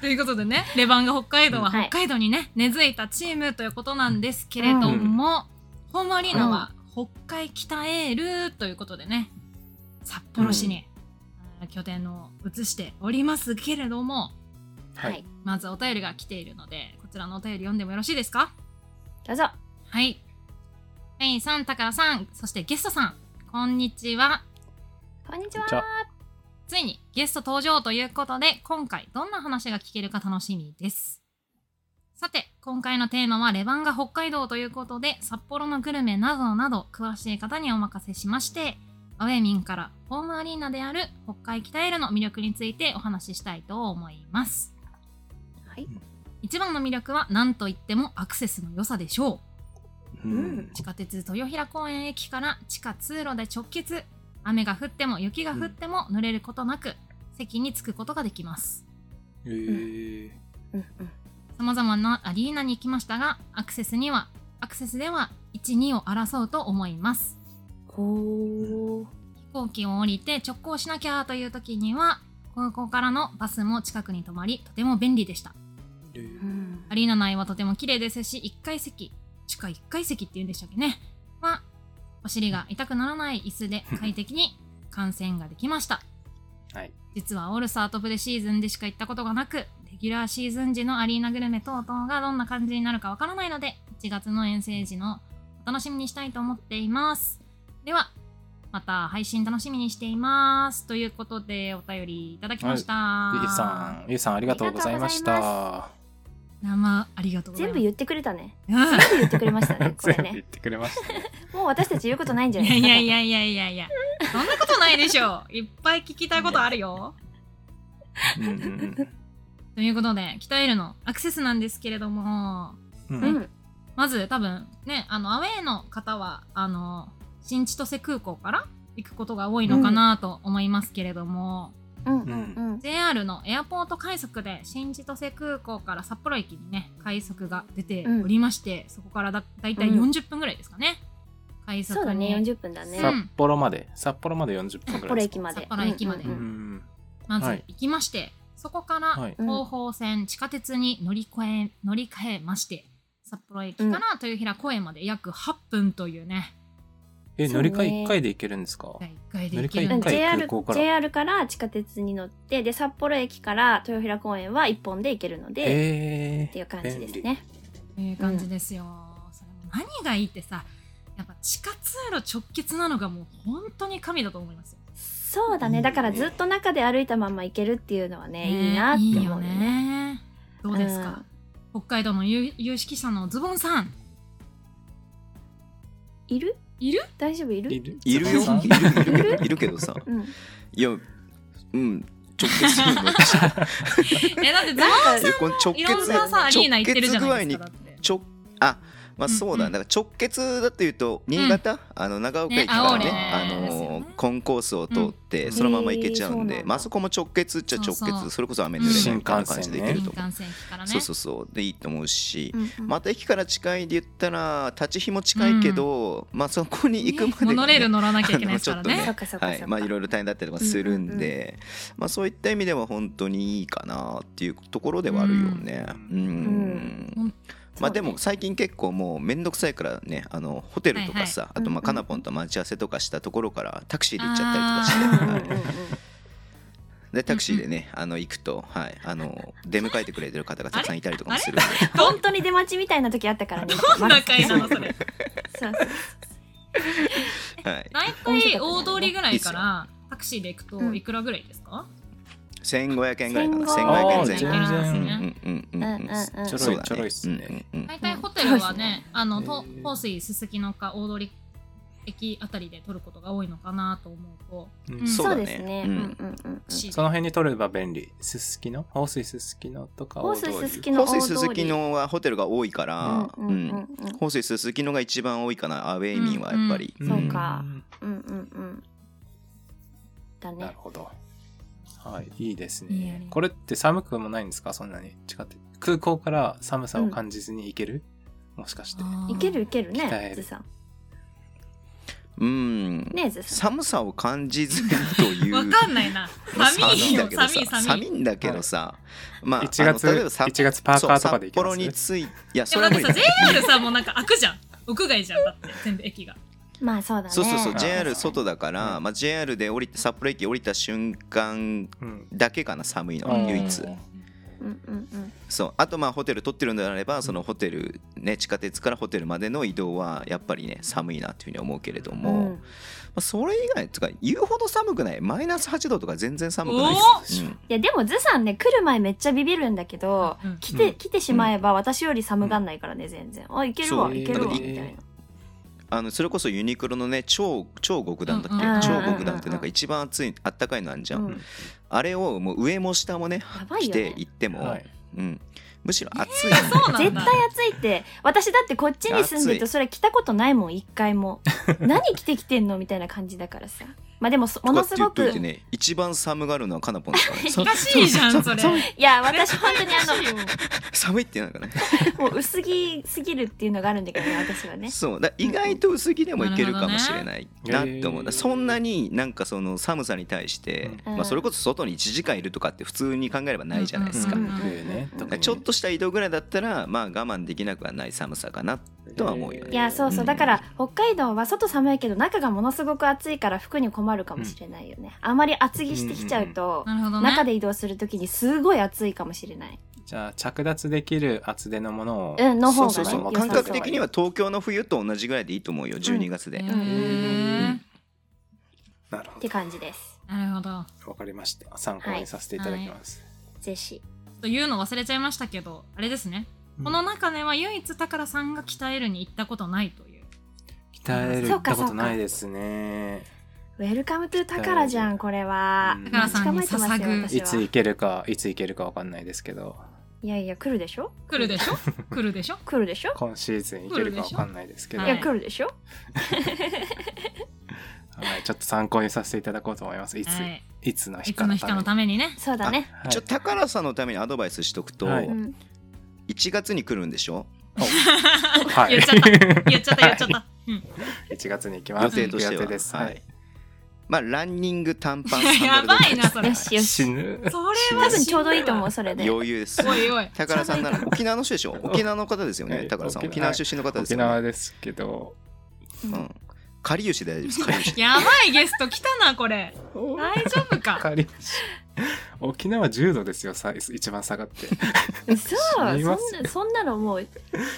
Speaker 2: ということでね、レバンガ北海道は
Speaker 4: はい
Speaker 2: 北海道にね、根付いたチームということなんですけれども、ホームアリーナは北海北エールということでね、札幌市にあー拠点を移しておりますけれども、
Speaker 3: は
Speaker 4: は
Speaker 3: い
Speaker 4: い
Speaker 2: まずお便りが来ているので、こちらのお便り読んでもよろしいですか
Speaker 4: どうぞ
Speaker 2: はい。ペインさん、タカラさん、そしてゲストさん、こんにちは。
Speaker 4: こんにち
Speaker 3: じゃ
Speaker 4: は
Speaker 3: あ
Speaker 2: ついにゲスト登場ということで今回どんな話が聞けるか楽しみですさて今回のテーマはレバンが北海道ということで札幌のグルメなどなど詳しい方にお任せしましてアウェーミンからホームアリーナである北海北エルの魅力についてお話ししたいと思います
Speaker 4: はい
Speaker 2: 一番の魅力は何といってもアクセスの良さでしょう
Speaker 3: うん
Speaker 2: 地下鉄豊平公園駅から地下通路で直結雨が降っても雪が降っても濡れることなく、席に着くことができます
Speaker 3: えー
Speaker 4: うん
Speaker 2: さまざまなアリーナに行きましたがアクセスにはアクセスでは12を争うと思います
Speaker 4: うんほー
Speaker 2: 飛行機を降りて直行しなきゃという時には空港からのバスも近くに止まりとても便利でした
Speaker 3: えー
Speaker 4: うん
Speaker 2: アリーナ内はとても綺麗ですし1階席地下1階席っていうんでしたっけねはお尻が痛くならない椅子で快適に観戦ができました
Speaker 3: はい
Speaker 2: 実はオールスタートプレシーズンでしか行ったことがなくレギュラーシーズン時のアリーナグルメ等々がどんな感じになるかわからないので1月の遠征時のお楽しみにしたいと思っていますではまた配信楽しみにしていますということでお便りいただきました、
Speaker 3: ゆうさん、ゆうさんありがとうございまし
Speaker 4: あり
Speaker 3: た。。
Speaker 2: 生ありがとうござい
Speaker 4: 全
Speaker 2: ま
Speaker 4: 部
Speaker 2: す
Speaker 4: 言ってくれたね。
Speaker 2: うん
Speaker 4: 全部言ってくれました ねこれ
Speaker 3: 全部言
Speaker 4: ね
Speaker 3: っ。てくれましたね。
Speaker 4: もう私たち言うことないんじゃないいで
Speaker 2: や
Speaker 4: す
Speaker 2: い
Speaker 4: か。
Speaker 2: やいやいやいやいやそんなことないでしょういっぱい聞きたいことあるよ
Speaker 3: うんうん
Speaker 2: ということで鍛えるのアクセスなんですけれども
Speaker 3: うん。う
Speaker 4: うんん。
Speaker 2: まず多分ねあのアウェーの方はあの新千歳空港から行くことが多いのかなと思いますけれども、
Speaker 4: うん。
Speaker 3: う
Speaker 4: うんん。
Speaker 2: JR のエアポート快速で新千歳空港から札幌駅にね快速が出ておりまして、そこからだだいたい
Speaker 4: うん
Speaker 2: 40分ぐらいですかね、快速
Speaker 4: そうだね、
Speaker 2: に
Speaker 4: 40分だね。
Speaker 2: さ
Speaker 3: 札幌まで、札幌まで40分ぐ
Speaker 4: 札
Speaker 3: らい
Speaker 4: 幌
Speaker 3: です
Speaker 4: 駅
Speaker 3: か。
Speaker 4: まで。
Speaker 2: 札幌駅まで
Speaker 4: うん
Speaker 3: う
Speaker 4: うんんうん
Speaker 2: まず
Speaker 3: はい
Speaker 2: 行きまして、そこか
Speaker 3: は
Speaker 2: ら
Speaker 3: い
Speaker 2: 東方線地下鉄に乗り越え乗り換えまして札幌駅から豊平公園まで約8分というね
Speaker 3: え、
Speaker 4: そう
Speaker 3: 乗
Speaker 4: ね
Speaker 3: り換え1回で行けるんですか
Speaker 2: 第1回で行ける
Speaker 3: 乗
Speaker 4: う
Speaker 2: の
Speaker 4: ん
Speaker 3: り換
Speaker 2: で
Speaker 3: え
Speaker 4: JR,
Speaker 3: 空港から
Speaker 4: JR から地下鉄に乗ってで札幌駅から豊平公園は1本で行けるので、
Speaker 3: えー。
Speaker 4: っていう感じですね。
Speaker 2: という感じですよ、それも何がいいってさやっぱ地下通路直結なのがもう本当に神だと思いますよ
Speaker 4: そうだ
Speaker 3: いいね
Speaker 4: ねだからずっと中で歩いたまま行けるっていうのはねいいなって
Speaker 2: いい
Speaker 4: 思
Speaker 2: よ
Speaker 4: うね
Speaker 2: ねどうですか、北海道の有有識者のズボンさ ん
Speaker 4: いる
Speaker 2: いる
Speaker 4: 大丈夫いる
Speaker 3: 便利。いる
Speaker 5: いるよ
Speaker 3: さん
Speaker 5: いるいるいるいるけどさ
Speaker 4: うん、
Speaker 5: いやうん直結するの
Speaker 2: えだってズボン
Speaker 5: いやこ
Speaker 2: いろん
Speaker 5: の直結
Speaker 2: なさアリーナ行って
Speaker 5: 直
Speaker 2: るじ
Speaker 5: 結
Speaker 2: ゃ
Speaker 5: 具
Speaker 2: な
Speaker 5: 合
Speaker 2: いで
Speaker 5: に
Speaker 2: すかだって
Speaker 5: 直あまあそうだ、
Speaker 2: うん
Speaker 5: だから直結だっていうと新潟、あの長岡駅からね
Speaker 2: ね青
Speaker 5: あ
Speaker 2: 森ですよ
Speaker 5: の
Speaker 2: ね
Speaker 5: コンコースを通っ
Speaker 2: う
Speaker 5: て、
Speaker 2: ん
Speaker 5: そのまま行けちゃうんで、
Speaker 4: へーそうなんだ
Speaker 5: まあそこも直結っちゃ直結
Speaker 2: そうそう
Speaker 5: それこそ雨濡れないみたいな
Speaker 3: 新
Speaker 5: 感
Speaker 3: 幹
Speaker 5: じ
Speaker 3: 線
Speaker 5: で
Speaker 3: ね
Speaker 5: 行ける
Speaker 2: 新
Speaker 5: と思う、
Speaker 2: 幹線駅からね
Speaker 5: そうそうそうでいいと思うし、
Speaker 4: うんうん
Speaker 5: また駅から近いで言ったら立ち日も近いけど、まあそこに行くまで、
Speaker 2: モノレール乗らなきゃいけないですからね
Speaker 5: あのち
Speaker 4: そ
Speaker 5: ょっとね
Speaker 4: っかそっかそっか、
Speaker 5: はい、まあいろいろ大変だったりとかするんで、まあそういった意味では本当にいいかなっていうところではあるよね。
Speaker 3: う
Speaker 5: うんん。
Speaker 2: うんうん
Speaker 5: まあでも最近結構もうめんどくさいからねあのホテルとかさ、
Speaker 4: いはい
Speaker 5: あと
Speaker 4: うん
Speaker 5: まあ
Speaker 4: う
Speaker 5: か
Speaker 4: ん
Speaker 5: なぽんと待ち合わせとかしたところからタクシーで行っちゃったりとかして、はいでタクシーでねあの行くと、はい、あの出迎えてくれてる方がたくさんいたりとかもするんで
Speaker 4: 本当に出待ちみたいな時あったからね
Speaker 2: どんな会なのそ れ
Speaker 4: そうそう
Speaker 5: はい、
Speaker 2: 大体大通りぐらいからタクシーで行くといくらぐらいですか、
Speaker 5: 1500円ぐらいかな
Speaker 4: 1500
Speaker 5: 1500円
Speaker 3: 全
Speaker 5: 前後
Speaker 3: 然。
Speaker 2: あー全然
Speaker 5: うんうんうんうんうん
Speaker 4: うんうんうん
Speaker 5: そう
Speaker 3: ちょろい
Speaker 5: だね
Speaker 3: ちょろいっすね
Speaker 5: うんうんうん
Speaker 2: 大体ホテ
Speaker 4: そ
Speaker 2: ルは
Speaker 4: うです
Speaker 2: ね
Speaker 4: ね、
Speaker 2: あの、
Speaker 3: へ
Speaker 2: と
Speaker 3: ー
Speaker 2: 豊水、すすきのか、大通駅あたりで取ることが多いのかなと思うと、
Speaker 3: うん
Speaker 4: そ
Speaker 5: そうだ
Speaker 4: う
Speaker 5: ね
Speaker 4: ですね
Speaker 5: う
Speaker 4: うんんうんうん
Speaker 2: タクシー
Speaker 3: その辺に取れば便利。すすきの放水すすきのとか
Speaker 4: ホ
Speaker 3: 大
Speaker 4: ー
Speaker 3: 通り。
Speaker 4: スすすきの
Speaker 5: ホ
Speaker 4: 大通
Speaker 5: 水
Speaker 4: り
Speaker 5: 鈴木のはホテルが多いから、
Speaker 4: う
Speaker 5: うんん
Speaker 4: うんうんうん
Speaker 5: ホ水鈴木のが一番多いかなアウェイ民はやっぱり、
Speaker 4: んそうか
Speaker 3: ん
Speaker 4: うんうんうんだ
Speaker 3: なる
Speaker 4: ね
Speaker 3: ほど。はい、いいです
Speaker 2: いいよね
Speaker 3: ね。これって寒くもないんですかそんなに。地下鉄空港から寒さを感じずに行ける、もしかして。
Speaker 4: いけるいける
Speaker 3: 鍛え
Speaker 4: ね
Speaker 3: る
Speaker 4: ずさん
Speaker 5: うん
Speaker 4: ねずさん
Speaker 5: 寒さを感じずにという
Speaker 2: わかんないな。
Speaker 5: まあ
Speaker 2: 寒いよ
Speaker 5: ん、だけ
Speaker 2: 寒
Speaker 5: ど
Speaker 2: い、
Speaker 5: さ
Speaker 2: 寒
Speaker 5: 寒
Speaker 2: い。
Speaker 5: いんだけどさ、まあ
Speaker 3: 1
Speaker 5: あの
Speaker 3: 月、
Speaker 5: 例えばさ
Speaker 3: 1月パーカーとかで行けま
Speaker 5: そう札幌
Speaker 3: す
Speaker 5: に着いいや
Speaker 2: で
Speaker 5: そ
Speaker 2: も
Speaker 5: れ
Speaker 2: だ
Speaker 5: は
Speaker 2: って
Speaker 5: 無理
Speaker 2: さ、
Speaker 5: だ
Speaker 2: JR さ、もうなんか開くじゃん。屋外じゃん、だって、全部駅が。
Speaker 4: まあそうだね
Speaker 5: そうそうそう
Speaker 3: ね
Speaker 5: JR 外だから、
Speaker 3: うん
Speaker 5: まあ、JR で降りて札幌駅降りた瞬間
Speaker 3: うん
Speaker 5: だけかな寒いのは
Speaker 3: うん
Speaker 5: 唯一
Speaker 4: うんうんうん
Speaker 5: そうあとまあホテル取ってるのであればそのホテルね地下鉄からホテルまでの移動はやっぱりね寒いなっていうふうに思うけれども、
Speaker 4: う
Speaker 5: ま
Speaker 4: ん
Speaker 5: あ、それ以外とか言うほど寒くないマイナス8度とか全然寒くないです、うん
Speaker 4: いやでもずさんね来る前めっちゃビビるんだけど
Speaker 2: うん
Speaker 4: 来て
Speaker 3: うん
Speaker 4: 来てしまえば私より寒がんないからね全然あいける
Speaker 5: そ
Speaker 4: わ
Speaker 5: う
Speaker 4: いけるわみ
Speaker 5: だから
Speaker 4: た
Speaker 3: い
Speaker 4: いな
Speaker 5: あのそれこそユニクロのね超超極暖だっけ、
Speaker 2: うん
Speaker 5: 超極暖ってなんか一番暑いあったかいのあんじゃん、
Speaker 4: うん
Speaker 5: あれをもう上も下もね
Speaker 4: やばい
Speaker 5: 着
Speaker 4: よね
Speaker 5: て行っても、
Speaker 3: はい。
Speaker 5: うん、むしろ暑い、
Speaker 2: そうなん
Speaker 4: 絶
Speaker 2: だ
Speaker 4: 対。暑いって私だってこっちに住んでると
Speaker 5: 暑い
Speaker 4: それ着たことないもん一回 も何着てきてんのみたいな感じだからさまあでもそものすご
Speaker 5: とかって言っ
Speaker 4: く
Speaker 5: といてね一番寒がるのはかなぽん だからね
Speaker 2: おかしいじゃん、それ。
Speaker 4: いや私本当にあの
Speaker 5: 寒いってなんかね
Speaker 4: もう薄着すぎるっていうのがあるんだけどね私はね
Speaker 5: そうだ意外と薄着でもいけるかもしれない
Speaker 3: な
Speaker 5: な
Speaker 3: るほどね
Speaker 5: と思う、
Speaker 3: へー
Speaker 5: そんなになんかその寒さに対して、
Speaker 4: うん
Speaker 5: まあ、それこそ外に1時間いるとかって普通に考えればないじゃないですか、
Speaker 2: うんうん
Speaker 5: だか
Speaker 3: 冬ね
Speaker 4: うん
Speaker 3: 特
Speaker 5: ら
Speaker 3: に
Speaker 5: ちょっとした移動ぐらいだったらまあ我慢できなくはない寒さかなとは思うよ
Speaker 4: い
Speaker 5: ね、
Speaker 4: やそうそううんだから北海道は外寒いけど中がものすごく暑いから服に困るかもしれないよねあまり厚着してきちゃうと
Speaker 2: なるほどね。
Speaker 4: 中で移動するときにすごい暑いかもしれない
Speaker 3: じゃあ、着脱できる厚手のものを。
Speaker 4: うんの方
Speaker 5: そ
Speaker 4: がね
Speaker 5: うそうそう
Speaker 3: 良さそう
Speaker 5: 感覚的には東京の冬と同じぐらいでいいと思うよ12月で、
Speaker 2: へ
Speaker 4: うん
Speaker 2: ー
Speaker 3: なるほ
Speaker 4: って感じです。
Speaker 2: なるほど。
Speaker 3: ど。わかりました。参考にさせていただきます。
Speaker 4: ぜひ。
Speaker 2: というの忘れちゃいましたけど、あれですね。
Speaker 3: うん
Speaker 2: この中では唯一宝さんが鍛えるに行ったことないという。
Speaker 3: 鍛える
Speaker 4: そ
Speaker 3: 行
Speaker 4: う
Speaker 3: っ
Speaker 4: か
Speaker 3: たことないですね。
Speaker 4: ウェルカムトゥタカラじゃん、これは
Speaker 3: うん。
Speaker 2: 宝さんに
Speaker 4: 待ち構えてます
Speaker 2: そ
Speaker 3: い
Speaker 4: よ私
Speaker 3: つ
Speaker 4: は
Speaker 3: 行けるか、いつ行けるかわかんないですけど、
Speaker 4: いやいや、来るでしょ
Speaker 2: 来るでしょ来るでしょ
Speaker 4: 来るでしょ
Speaker 3: 今シーズン行けるかわかんないですけど、
Speaker 4: い
Speaker 2: は
Speaker 3: はい
Speaker 4: や、来るでしょ
Speaker 3: いちょっと参考にさせていただこうと思います。いつ、
Speaker 2: はい。
Speaker 3: いつの日
Speaker 2: い
Speaker 3: か
Speaker 2: つの
Speaker 3: の
Speaker 2: 日かの
Speaker 3: た
Speaker 2: ためにね。
Speaker 4: そうだ
Speaker 5: だ
Speaker 4: ね。
Speaker 3: め。
Speaker 5: ちょっと宝さんのためにアドバイスしとくと、
Speaker 3: は
Speaker 4: う
Speaker 3: い
Speaker 4: ん。
Speaker 5: 1月に来るんでしょ
Speaker 3: は い
Speaker 2: 言っちゃった。言っちゃった、言っちゃった。うん。
Speaker 3: 1月に行きます。
Speaker 5: 予定として
Speaker 3: 行
Speaker 5: は、
Speaker 3: く予定です。
Speaker 5: は
Speaker 3: はい
Speaker 5: い。まあランニング短パンサンダ
Speaker 2: や
Speaker 5: ル
Speaker 2: ばいな、
Speaker 5: です
Speaker 2: それ。
Speaker 4: よしよ
Speaker 3: 死
Speaker 4: し。
Speaker 3: ぬ。
Speaker 2: それ
Speaker 4: 多
Speaker 2: は
Speaker 4: 分
Speaker 2: し
Speaker 4: ちょうどいいと思う、それで。
Speaker 5: 余裕です
Speaker 2: おいおい。
Speaker 5: 宝さんなら沖縄の人で しょ沖縄の方ですよ
Speaker 3: は
Speaker 5: ね
Speaker 3: い
Speaker 5: 宝さん
Speaker 3: 沖
Speaker 5: 沖
Speaker 3: 縄
Speaker 5: 縄出身の方です
Speaker 3: 沖
Speaker 5: よ
Speaker 3: 縄
Speaker 5: ね
Speaker 3: ですけど、
Speaker 4: 沖縄
Speaker 5: うんかりゆしで大丈夫ですかり ゆし
Speaker 2: やばいゲスト来たな、これ。大丈夫か。
Speaker 3: 仮に沖縄10度ですよ、さ一番下がって。
Speaker 4: 嘘そ
Speaker 3: 死
Speaker 4: ん
Speaker 3: に
Speaker 4: な
Speaker 3: ますよ
Speaker 4: そんなのもう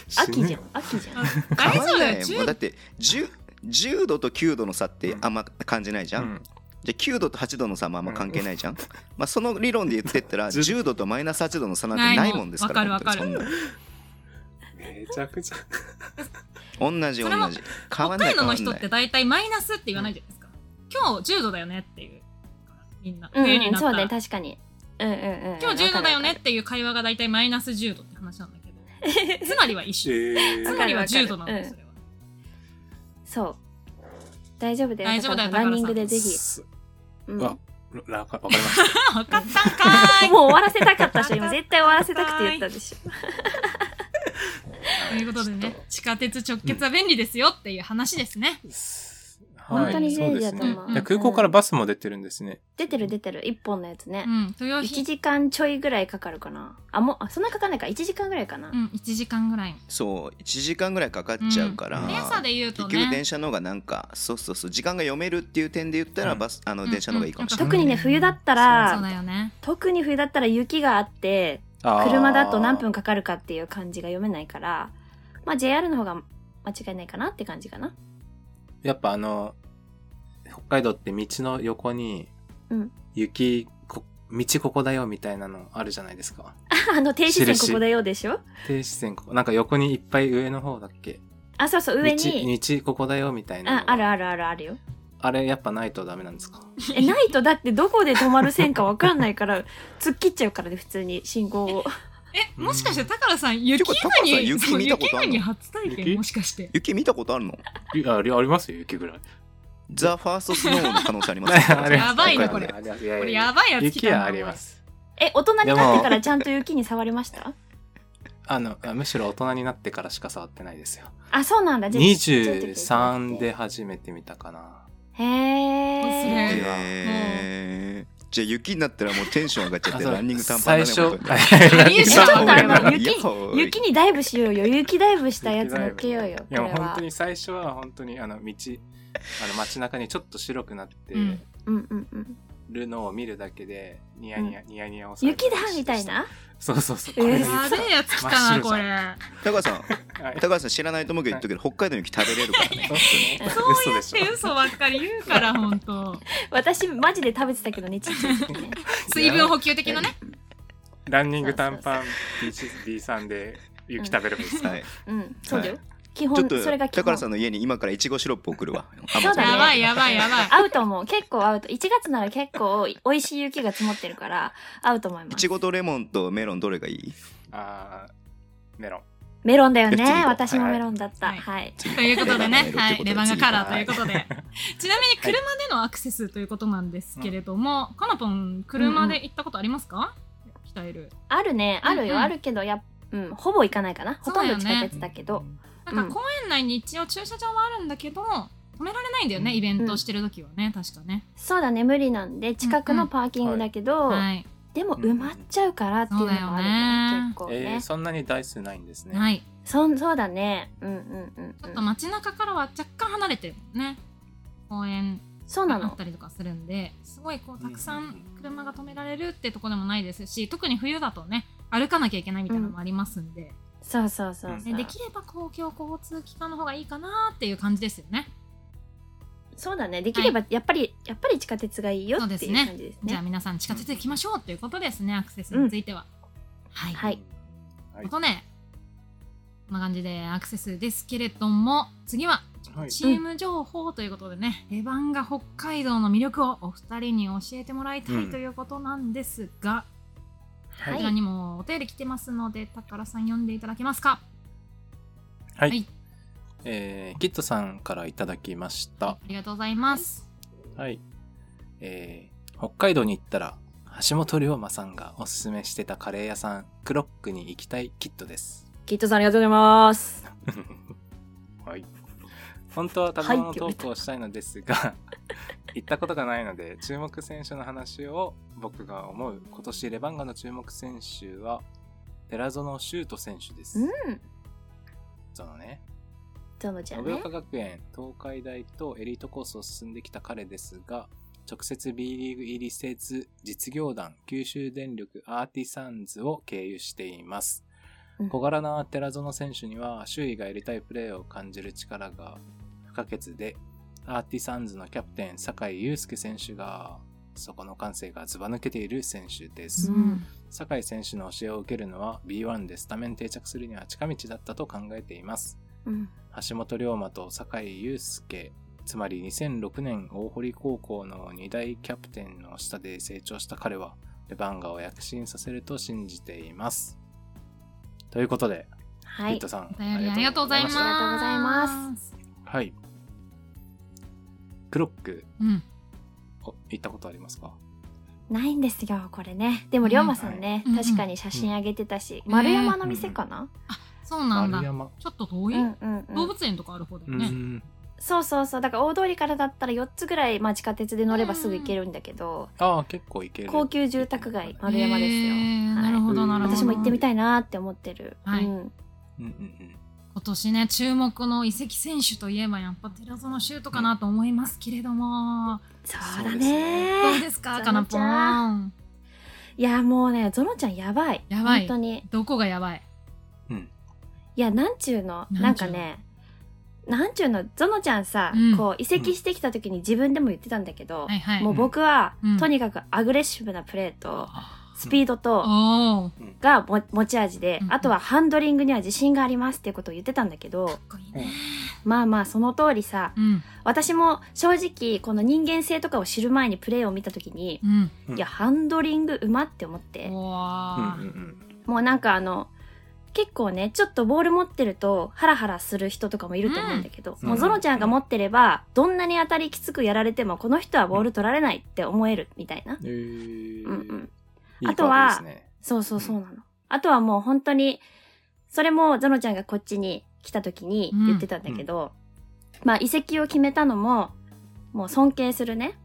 Speaker 3: 死
Speaker 4: 秋
Speaker 3: ぬ
Speaker 4: じゃん。秋じゃん。
Speaker 2: 大丈
Speaker 5: 変わん
Speaker 2: 夫
Speaker 5: な
Speaker 2: だ
Speaker 5: い
Speaker 2: よ。
Speaker 5: もうだって10 10度と9度の差ってあんま感じないじゃん、
Speaker 3: うん
Speaker 5: じゃあ9度と8度の差もあんま関係ないじゃん、まあその理論で言ってったら
Speaker 3: ず
Speaker 5: 10度とマイナス8度の差なんてないもんですか
Speaker 2: ない
Speaker 5: ら
Speaker 2: もんわかる
Speaker 5: 本当に
Speaker 3: めちゃくちゃ。
Speaker 5: そんな同じ同
Speaker 2: それも
Speaker 5: じ変
Speaker 2: 北
Speaker 5: わんない
Speaker 2: 海道
Speaker 5: 変わ
Speaker 2: の
Speaker 5: ん
Speaker 2: 人
Speaker 5: な
Speaker 2: って
Speaker 5: い
Speaker 2: 大体マイナスって言わないじゃないですか。今日10度だよねっていう。みんな。
Speaker 4: うん
Speaker 2: 冬に
Speaker 4: うん、
Speaker 2: なった
Speaker 4: そう
Speaker 2: ら
Speaker 4: ね、。確かに。うんうんうん。
Speaker 2: 今日10度だよねっ
Speaker 4: わか
Speaker 2: ていう会話が大体マイナス10度って話なんだけどつまりは一緒
Speaker 3: え
Speaker 2: つ
Speaker 4: ー
Speaker 2: まりは10度なんだよそれ
Speaker 4: る
Speaker 2: は
Speaker 4: わかる。そう。大丈夫だよ。
Speaker 2: 大丈夫だよ
Speaker 4: 高田さんランニングで
Speaker 2: 高
Speaker 4: ぜひ。うん
Speaker 3: わ
Speaker 4: も
Speaker 3: らわかわかりました。
Speaker 2: あ分かったんか
Speaker 4: う終わらせたかったでし ょ、今。絶対終わらせたくて言ったでしょ。
Speaker 2: ーいということでね地下鉄直結は便利ですよっていう話ですね、
Speaker 3: はい
Speaker 4: 本当に
Speaker 3: そう
Speaker 4: 便利だ
Speaker 3: です
Speaker 4: と
Speaker 3: ね
Speaker 4: 思う。
Speaker 3: いや空港からバスも出てるんですね。
Speaker 4: 出てる出てる、一本のやつね
Speaker 2: う。ん、豊
Speaker 4: 1
Speaker 2: 日
Speaker 4: 時間ちょいぐらいかかるかな。あ、もう、あ、そんなかかんないか。1時間ぐらいかな
Speaker 2: う。ん、1時間ぐらい
Speaker 5: そう1時間ぐらいかかっちゃうから、
Speaker 3: うん
Speaker 2: 電車で言うと
Speaker 5: 結局
Speaker 2: ね
Speaker 5: 電車の方がなんかそうそうそう時間が読めるっていう点で言ったら
Speaker 3: うん
Speaker 5: バス、あ
Speaker 2: う
Speaker 5: の
Speaker 2: ん
Speaker 5: 電車の方がいいかもしれない、
Speaker 4: 特にね、冬だったら
Speaker 2: そう、だよね
Speaker 4: 特に冬だったら雪があって、
Speaker 3: あー
Speaker 4: 車だと何分かかるかっていう感じが読めないから、まあ JR の方が間違いないかなって感じかな。
Speaker 3: やっぱあの、北海道って道の横に
Speaker 4: うん、
Speaker 3: 雪、こ道ここだよみたいなのあるじゃないですか。
Speaker 4: あの、停止線
Speaker 3: 印
Speaker 4: ここだよでしょ
Speaker 3: 停止線ここ、なんか横にいっぱい上の方だっけ
Speaker 4: あ、そうそう、上に。
Speaker 3: 道、道ここだよみたいな
Speaker 4: あ
Speaker 3: の、が。
Speaker 4: あるあるあるあるよ。
Speaker 3: あれやっぱないとダメなんですか
Speaker 4: え、ないとだってどこで止まる線かわかんないから、突っ切っちゃうからね、普通に信号を。
Speaker 2: えもしかして高田さん雪
Speaker 5: てか高田さん
Speaker 2: 国
Speaker 5: 雪
Speaker 2: そう
Speaker 5: 見たことあんの
Speaker 2: 雪国初体験
Speaker 3: 雪
Speaker 2: もしかして
Speaker 5: 雪見たことあるの
Speaker 3: いやありありますよ、雪ぐらい。
Speaker 5: ザ・ファーストスノーの可能性あります
Speaker 3: あります
Speaker 2: やばいな
Speaker 3: 北海道
Speaker 2: こ
Speaker 3: ありますいやいやいや
Speaker 2: これやばいやつ来
Speaker 3: 雪
Speaker 2: た
Speaker 3: は
Speaker 2: な
Speaker 3: あります。
Speaker 4: え、大人になってからちゃんと雪に触りました
Speaker 3: あの、あむしろ大人になってからしか触ってないですよ。
Speaker 4: あ、そうなんだ。じゃあ
Speaker 3: 23。で初めて見たかな。
Speaker 4: へ
Speaker 2: 忘れ
Speaker 4: え。
Speaker 5: えー、じゃあ雪になったらもうテンション上がっちゃっ
Speaker 3: あ
Speaker 5: て
Speaker 3: そう
Speaker 5: ランニング短パン
Speaker 3: 最
Speaker 5: だね
Speaker 3: 初、
Speaker 5: 本当に
Speaker 2: かりゆ
Speaker 4: え、
Speaker 2: し
Speaker 4: ちょっとあれは
Speaker 5: いや
Speaker 4: 雪
Speaker 5: ほ、う
Speaker 4: 雪にダイブしようよ。雪ダイブしたやつ乗っけようよ。
Speaker 3: い
Speaker 4: これ
Speaker 3: や本
Speaker 4: は
Speaker 3: 当。に最初は本当にあの道あの街中にちょっと白くなって
Speaker 2: うん
Speaker 4: うんうんうん。
Speaker 3: るのを見るだけでニヤニヤ、ニヤニヤをされる
Speaker 4: 雪だみたいな
Speaker 3: そうそうそう
Speaker 4: えー
Speaker 3: これが
Speaker 2: や
Speaker 3: 雪
Speaker 2: べ
Speaker 3: だ
Speaker 2: えやつ来た
Speaker 3: 真っ
Speaker 2: な
Speaker 3: 白
Speaker 2: こ
Speaker 3: じゃ
Speaker 2: れ
Speaker 3: ん
Speaker 5: 高橋さん
Speaker 3: はい
Speaker 5: 高橋さん知らないと思うけど言っとくけど北海道の雪食べれるからね
Speaker 3: そうですね
Speaker 2: そうやっ
Speaker 3: 嘘で
Speaker 2: て
Speaker 3: しょ
Speaker 2: 嘘ばっかり言うからほんと
Speaker 4: 私、マジで食べてたけどね、ちっちゃい時ね。
Speaker 2: 水分補給的なね
Speaker 3: ランニング短パン B さんで雪食べればいいです、
Speaker 5: はい、
Speaker 4: うん、そうだよ
Speaker 5: は。
Speaker 4: 基
Speaker 5: ちょっ
Speaker 4: 本、
Speaker 5: と
Speaker 4: それが基
Speaker 5: 高
Speaker 4: 本
Speaker 5: 橋。さんの家に今からいちごシロップ送るわ
Speaker 4: そうだね
Speaker 2: やばいやばいやば い
Speaker 4: 合うと思う。結構合うと。1月なら結構美味しい雪が積もってるから、合うと思いま
Speaker 5: い
Speaker 4: す
Speaker 5: ち。ごとレモンとメロンどれがいい
Speaker 3: あーメロン
Speaker 4: メロンだよ
Speaker 5: 次行こ
Speaker 4: ね。
Speaker 5: う
Speaker 4: 私もメロンだった。
Speaker 2: はい
Speaker 4: はい。
Speaker 2: ということでね、はい、レバンガカラーと
Speaker 3: はい
Speaker 2: いうこと で。ちなみに車でのアクセスということなんですけれども、かなぽん、車で行ったことありますか鍛える。
Speaker 4: あるね。ある
Speaker 2: うんう
Speaker 4: よ。
Speaker 2: ん
Speaker 4: あるけど、やっうん、ほぼ行かないかな。ほ
Speaker 2: そうだ
Speaker 4: とんど
Speaker 2: よね
Speaker 4: 地下鉄だけど。
Speaker 2: なんか公園内に一応駐車場はあるんだけど、止められないんだよね、
Speaker 3: うん
Speaker 2: イベントしてる時はね、確かね。
Speaker 4: そうだね。無理なんで、近くのパーキングだけど、
Speaker 2: はい。
Speaker 4: でも埋まっちゃうからっていうのもある
Speaker 2: うんうん
Speaker 4: ね。結構
Speaker 3: えー
Speaker 4: ね。
Speaker 3: そんなに台数ないんですね、
Speaker 2: はい。
Speaker 4: そんそうだね。うんうんうん
Speaker 2: ちょっ
Speaker 4: う
Speaker 2: と
Speaker 4: ん。
Speaker 2: 街中からは若干離れてるもんね。公園
Speaker 4: そうな
Speaker 2: あっ
Speaker 4: の
Speaker 2: た。りとかするんで、すごいこうたくさ
Speaker 3: うんうん
Speaker 2: ん車が止められるってとこでもないですし、特に冬だとね、歩かなきゃいけないみたいなのもありますんで。
Speaker 4: そうそうそうそう
Speaker 2: ねできれば公共交通機関の方がいいかなっていう感じですよね。
Speaker 4: そうだね。できればやっぱり、やっぱり地下鉄がいいよ
Speaker 2: そう
Speaker 4: ってい
Speaker 2: で
Speaker 4: う
Speaker 2: すね
Speaker 4: 感じです
Speaker 2: じゃあ
Speaker 4: ね。
Speaker 2: 皆さん地下鉄で行きましょうということですね、アクセスについては。はい。
Speaker 4: はい
Speaker 3: はい。
Speaker 2: ことね、こんな感じでアクセスですけれども、次は
Speaker 3: はい。
Speaker 2: チーム情報ということでね、レバンガ北海道の魅力をお二人に教えてもらいた
Speaker 3: う
Speaker 2: い
Speaker 3: ん
Speaker 2: ということなんですが、
Speaker 4: は
Speaker 2: こちらにもお便り来てますので、宝さん読んでいただけますか。
Speaker 3: はい
Speaker 2: はい
Speaker 3: えーキットさんからいただきました。
Speaker 2: ありがとうございます。
Speaker 3: はい。えー北海道に行ったら、橋本龍馬さんがおすすめしてたカレー屋さん、クロックに行きたいキットです。
Speaker 4: キットさんありがとうございます。
Speaker 3: はい。本当は食べ物トークをしたいのですが、行ったことがないので、注目選手の話を僕が思う、今年レバンガの注目選手は、寺園修斗選手です。
Speaker 4: うん。
Speaker 3: そのね、
Speaker 4: どうもじゃあ
Speaker 3: 延
Speaker 4: ね
Speaker 3: 岡。学園、東海大とエリートコースを進んできた彼ですが、直接 B リーグ入りせず、実業団、九州電力アーティサンズを経由しています。
Speaker 4: うん
Speaker 3: 小柄な寺園選手には、周囲がやりたいプレーを感じる力が不可欠で、アーティサンズのキャプテン、酒井祐介選手が、そこの感性がずば抜けている選手です。
Speaker 2: うん
Speaker 3: 酒井選手の教えを受けるのは B1 でスタメン定着するには近道だったと考えています。
Speaker 4: うん。
Speaker 3: 橋本龍馬と酒井祐介つまり2006年大堀高校の2大キャプテンの下で成長した彼はレバンガを躍進させると信じていますということで、
Speaker 4: は
Speaker 3: ピッ
Speaker 4: い
Speaker 3: ト。さん
Speaker 2: お便りありがとうございます。。
Speaker 4: ありがとうございます
Speaker 3: はいクロック
Speaker 2: うん。
Speaker 3: お行ったことありますか
Speaker 4: ないんですよ、これね。でも、龍馬さんね、
Speaker 2: うん
Speaker 4: 確かに写真あげてたし、
Speaker 2: うん
Speaker 4: 丸山の店かな、
Speaker 2: そうなんだ。
Speaker 3: 丸山
Speaker 2: ちょっと遠い、
Speaker 4: うんうんうん
Speaker 2: 動物園とかある方だよね。
Speaker 3: うん
Speaker 4: そうそうそう。だから、大通りからだったら4つぐらい、まあ、地下鉄で乗ればすぐ行けるんだけど、
Speaker 3: ああ結構行ける
Speaker 4: 高級住宅街、
Speaker 3: うん
Speaker 4: 丸山ですよ。
Speaker 2: へー
Speaker 4: はい
Speaker 2: なるほど、なるほど。
Speaker 4: 私も行ってみたいなって思ってる。
Speaker 2: はい
Speaker 4: うん、
Speaker 3: うんうん
Speaker 2: 今年ね、注目の移籍選手といえば、やっぱ寺園シュートかなと思いますけれども、
Speaker 4: そうだ
Speaker 3: そうですね
Speaker 2: どう
Speaker 4: ね。
Speaker 2: です か、
Speaker 4: そう
Speaker 2: かなぽん。
Speaker 4: いや、もうね、ゾロちゃんやばい。
Speaker 2: やばい
Speaker 4: 本当に。
Speaker 2: どこがやばい
Speaker 3: うんうん
Speaker 4: いや、なんちゅうの、
Speaker 2: なんちゅうの
Speaker 4: なんかね、なんちゅうの、ゾノちゃんさ、
Speaker 2: うん
Speaker 4: こう、移籍してきた時に自分でも言ってたんだけど、
Speaker 2: はいはい。
Speaker 4: もう僕は、
Speaker 2: うん
Speaker 4: とにかくアグレッシブなプレーと、
Speaker 2: あ
Speaker 4: スピードと、
Speaker 2: おー
Speaker 4: がも持ち味で
Speaker 2: う、ん
Speaker 4: あとはハンドリングには自信がありますっていうことを言ってたんだけど、
Speaker 2: かっこいいね。
Speaker 4: まあまあその通りさ、
Speaker 2: うん。
Speaker 4: 私も正直この人間性とかを知る前にプレーを見た時に、
Speaker 2: うん。
Speaker 3: うん
Speaker 4: いや、ハンドリングうまって思って、
Speaker 2: う
Speaker 3: うん
Speaker 2: わ
Speaker 3: う
Speaker 2: ー
Speaker 3: ん
Speaker 4: もうなんかあの、結構ね、ちょっとボール持ってると、ハラハラする人とかもいると思うんだけど、
Speaker 3: うん
Speaker 4: もうゾロちゃんが持ってれば、どんなに当たりきつくやられても、この人はボール取られないって思えるみたいな。
Speaker 3: うんえー
Speaker 4: うんうん。
Speaker 3: いい
Speaker 4: あとは
Speaker 3: カードですね
Speaker 4: そうそうそうなの。あとはもう本当に、それもゾロちゃんがこっちに来た時に言ってたんだけど、まあ移籍を決めたのも、もう尊敬するね、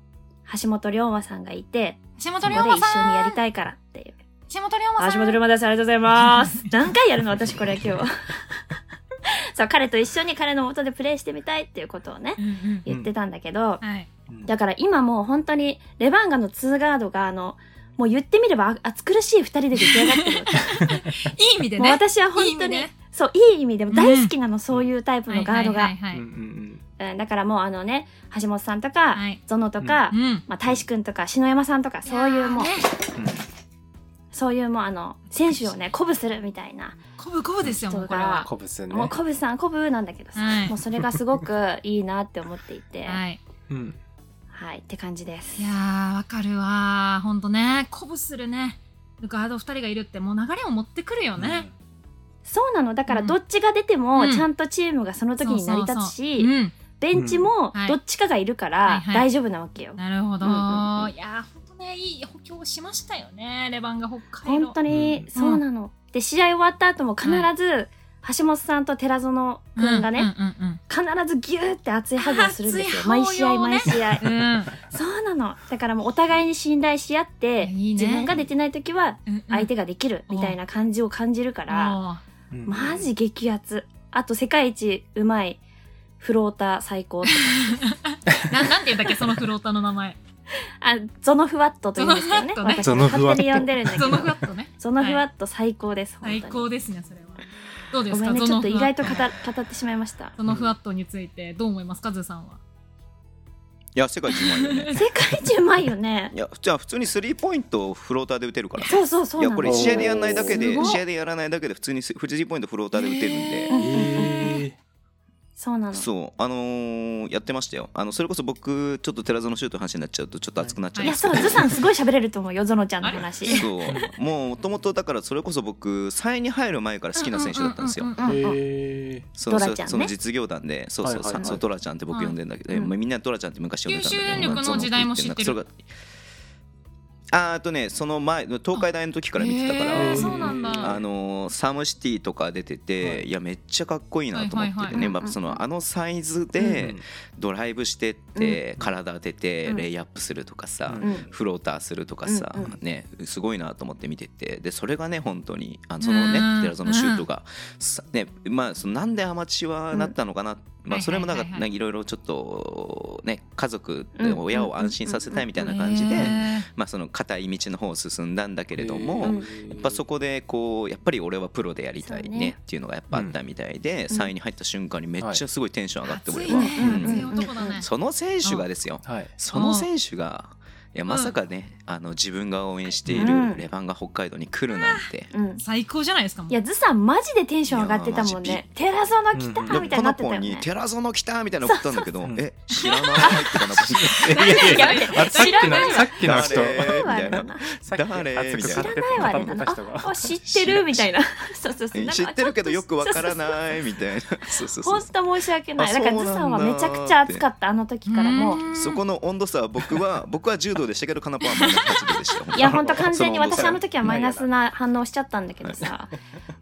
Speaker 4: 橋本龍馬さんがいて、
Speaker 2: 橋
Speaker 4: こ
Speaker 2: 本
Speaker 4: こ
Speaker 2: 龍
Speaker 4: で一緒
Speaker 2: 馬
Speaker 4: に
Speaker 2: さん
Speaker 4: やりたいからっていう。
Speaker 2: 橋本龍馬
Speaker 4: あ
Speaker 2: さ
Speaker 4: 橋
Speaker 2: ん
Speaker 4: 本龍馬です。ありがとうござい ます。何回やるの私これ今日。 そう、彼と一緒に彼の元でプレイしてみたいっていうことをね、
Speaker 2: うんうん
Speaker 4: 言ってたんだけど、
Speaker 2: はい。
Speaker 3: うん
Speaker 4: だから今もう本当に、レバンガの2ガードがあの、もう言ってみればあ暑苦しい2人で出来上がってるわけ。
Speaker 2: いい意味で
Speaker 4: もう
Speaker 2: ね。
Speaker 4: 私は本
Speaker 2: いい意
Speaker 4: 当
Speaker 2: 味
Speaker 4: に、
Speaker 2: で
Speaker 4: そう、いい意味でも大好きなの、そういうタイプのガード
Speaker 2: はい
Speaker 4: が。
Speaker 2: はい
Speaker 3: うんう
Speaker 2: はい
Speaker 3: んうん
Speaker 4: うんだからもうあのね、橋本さんとか、
Speaker 2: はい
Speaker 4: ゾノとか、
Speaker 2: はい。うん。
Speaker 4: まあ、大志くんとか、篠山さんとか、そういうもう
Speaker 2: ね、
Speaker 3: うん
Speaker 4: そういうもうあの、選手をね、鼓舞するみたいな。
Speaker 2: こぶこぶですよ、もうこれ
Speaker 4: 人
Speaker 2: は
Speaker 4: が。
Speaker 3: コブスね
Speaker 4: もうコブさんコブなんだけどさ、
Speaker 2: はい
Speaker 4: もうそれがすごくいいなって思っていて、はい、
Speaker 2: はい。
Speaker 3: うん
Speaker 4: って感じです
Speaker 2: い。やー、わかるわー。ほんとね、鼓舞するね。ガード2人がいるって、もう流れを持ってくるよね。
Speaker 4: そうなの、だから
Speaker 2: うん
Speaker 4: どっちが出ても、
Speaker 2: うん
Speaker 4: ちゃんとチームがその時に成り立つし、
Speaker 2: うん。
Speaker 4: ベンチも
Speaker 2: うんはい
Speaker 4: どっちかがいるか
Speaker 2: はい
Speaker 4: ら
Speaker 2: はい
Speaker 4: 大丈夫なわけよ。
Speaker 2: なるほど。
Speaker 4: うんうんうん
Speaker 2: いやー、ほんとね、いい補強をしましたよね。レバンガ北海道。
Speaker 4: 本当に
Speaker 3: うん
Speaker 4: そうなの。で、試合終わった後も必ず、橋本さんと寺園くんがね、
Speaker 2: うんうん
Speaker 4: 必ずギューって熱いハグをするんですよ
Speaker 2: 熱。い
Speaker 4: 毎試合
Speaker 2: 抱擁をね
Speaker 4: 毎試 合。
Speaker 2: うん。うん
Speaker 4: そうなの。だからもうお互いに信頼し合って、
Speaker 2: いいね
Speaker 4: 自分が出てない時は
Speaker 2: うんうん
Speaker 4: 相手ができるみたいな感じを感じるから、
Speaker 2: も
Speaker 3: うん
Speaker 4: マジ激アツ。あと世界一うまいフローター最高とか。
Speaker 2: うななんて言うんだっけ、そのフローターの名前。
Speaker 4: あ、ゾノフワットと言うんですけどね。
Speaker 2: ゾノフワッ
Speaker 4: 私勝手
Speaker 2: トね
Speaker 3: ゾノフワット
Speaker 4: に呼んでるんだけ
Speaker 2: ゾ
Speaker 4: ど
Speaker 2: ノ。フワットね。
Speaker 4: ゾノフワット最高です。
Speaker 2: 最
Speaker 4: 本当に
Speaker 2: 高ですね、それは。どうで
Speaker 4: ご
Speaker 2: す
Speaker 4: め
Speaker 2: か、
Speaker 4: んね、
Speaker 2: ゾ
Speaker 4: ちょ
Speaker 2: ノ
Speaker 4: っと
Speaker 2: フワット
Speaker 4: 意外と語語ってしまいました。
Speaker 2: ゾノフワットについてどう思いますか、ズーさんは。
Speaker 5: いや世界一うまいよ ね
Speaker 4: 世界一うまいよね
Speaker 5: いやじゃあ普通にスリーポイントをフローターで打てるから
Speaker 4: そうそうそうな
Speaker 5: いや
Speaker 4: の
Speaker 5: これ試合でやらないだけ
Speaker 4: すご
Speaker 5: で
Speaker 4: い
Speaker 5: 試合でやらないだけで普通にススリーポイントフローターで打てるんで、
Speaker 4: うん
Speaker 3: え
Speaker 4: そうなの
Speaker 5: そうあのーやってましたよあのそれこそ僕ちょっと寺園シュートの話になっちゃうとちょっと熱くなっちゃ
Speaker 4: い
Speaker 5: い
Speaker 4: や
Speaker 5: ます
Speaker 4: そ
Speaker 5: けど、
Speaker 4: うズさんすごい喋れると思うよゾノちゃんの話
Speaker 5: そう もうもともとだからそれこそ僕3位に入る前から好きな選手だったんですよ
Speaker 2: ううう
Speaker 4: うんうん
Speaker 3: え
Speaker 5: そう
Speaker 4: ド
Speaker 5: そ
Speaker 4: ラ
Speaker 5: う
Speaker 4: ちゃんね
Speaker 5: その実業団でそうそう
Speaker 3: はいはいはい
Speaker 5: そうドラちゃんって僕呼んでんだけど、
Speaker 4: うん
Speaker 5: まあみんなドラちゃんって昔呼んでたんだけど
Speaker 2: 九州電力の時代も知ってる
Speaker 5: それがあーあとねその前東海大の時から見てたから、
Speaker 2: へーそうなんだ。
Speaker 5: あのーサムシティとか出てて、
Speaker 3: はい
Speaker 5: い、やめっちゃかっこいいなと思っててね、
Speaker 2: はいはい
Speaker 4: はい
Speaker 5: まあ、そのあのサイズ
Speaker 3: え
Speaker 5: でドライブしてって、体当てて
Speaker 4: うん
Speaker 5: レイアップするとかさ、
Speaker 3: うん
Speaker 4: うん
Speaker 5: フローターするとかさ、
Speaker 4: うんうん
Speaker 5: ね、すごいなと思って見ててでそれがね本当にあのそのね
Speaker 2: うん
Speaker 5: 寺園のシュートが、さねまあ、そのなんでアマチュアになったのかな、まあ、それもなんか、
Speaker 2: はいいはいはいはい
Speaker 5: ろいろちょっと、ね、家族で
Speaker 4: うん
Speaker 5: 親を安心させたいみたいな感じで、
Speaker 2: へ
Speaker 5: まあ、その硬い道の方を進んだんだけれども。
Speaker 4: うん
Speaker 5: やっぱそこでこうやっぱり俺はプロでやりたい
Speaker 4: そう
Speaker 5: ね
Speaker 4: ね
Speaker 5: っていうのがやっぱあったみたいで、
Speaker 4: うん
Speaker 5: 3位に入った瞬間にめっちゃすごいテンション
Speaker 2: ー
Speaker 5: 上がって
Speaker 2: 熱
Speaker 5: 俺
Speaker 2: い
Speaker 5: は、
Speaker 2: ね
Speaker 5: うん
Speaker 2: 熱い男だね。
Speaker 5: その選手がですよ
Speaker 3: はい
Speaker 5: その選手がいやまさかね、あの自分が応援してい
Speaker 4: うん
Speaker 5: るレバンが北海道に来るなんて、
Speaker 4: うん
Speaker 2: 最高じゃないですか。もう
Speaker 4: いやズさんマジでテンション上がってたもん
Speaker 5: いやマ
Speaker 4: ねテラゾノ来た
Speaker 3: うんうん
Speaker 5: で
Speaker 4: みたいになってたよ
Speaker 5: に
Speaker 4: ね
Speaker 5: 「寺園来た!」みたいなの送ったんだけど
Speaker 3: そうそう
Speaker 5: え知らない」とかなって
Speaker 3: いやいやいや
Speaker 4: やめて
Speaker 3: あさっきの
Speaker 4: 知らないわ
Speaker 3: さっきの
Speaker 5: 誰
Speaker 3: 人
Speaker 5: み
Speaker 4: そう
Speaker 5: た
Speaker 4: や
Speaker 5: いな
Speaker 4: ろな知らないわね
Speaker 3: さっき熱く語って
Speaker 5: 誰みたいな
Speaker 3: た
Speaker 4: な
Speaker 3: た人が
Speaker 4: ああ知ってるみたいなそうそうそう
Speaker 5: え知ってるけどよくわから
Speaker 4: い
Speaker 5: ないみたいなそうそうそ
Speaker 4: 本
Speaker 5: う
Speaker 4: 当申し訳ないだからズさんは
Speaker 5: あそうな
Speaker 4: め
Speaker 5: んだ
Speaker 4: ちゃくちゃ熱かったあの時からもう
Speaker 2: うーん
Speaker 5: そこの温度差は僕は僕は柔道でしたけどカナパはマイナス80でしたよ
Speaker 4: いや本当完全に
Speaker 5: そ温度
Speaker 4: 私
Speaker 5: 差
Speaker 4: あの時はマイナスな反応しちゃったんだけどさ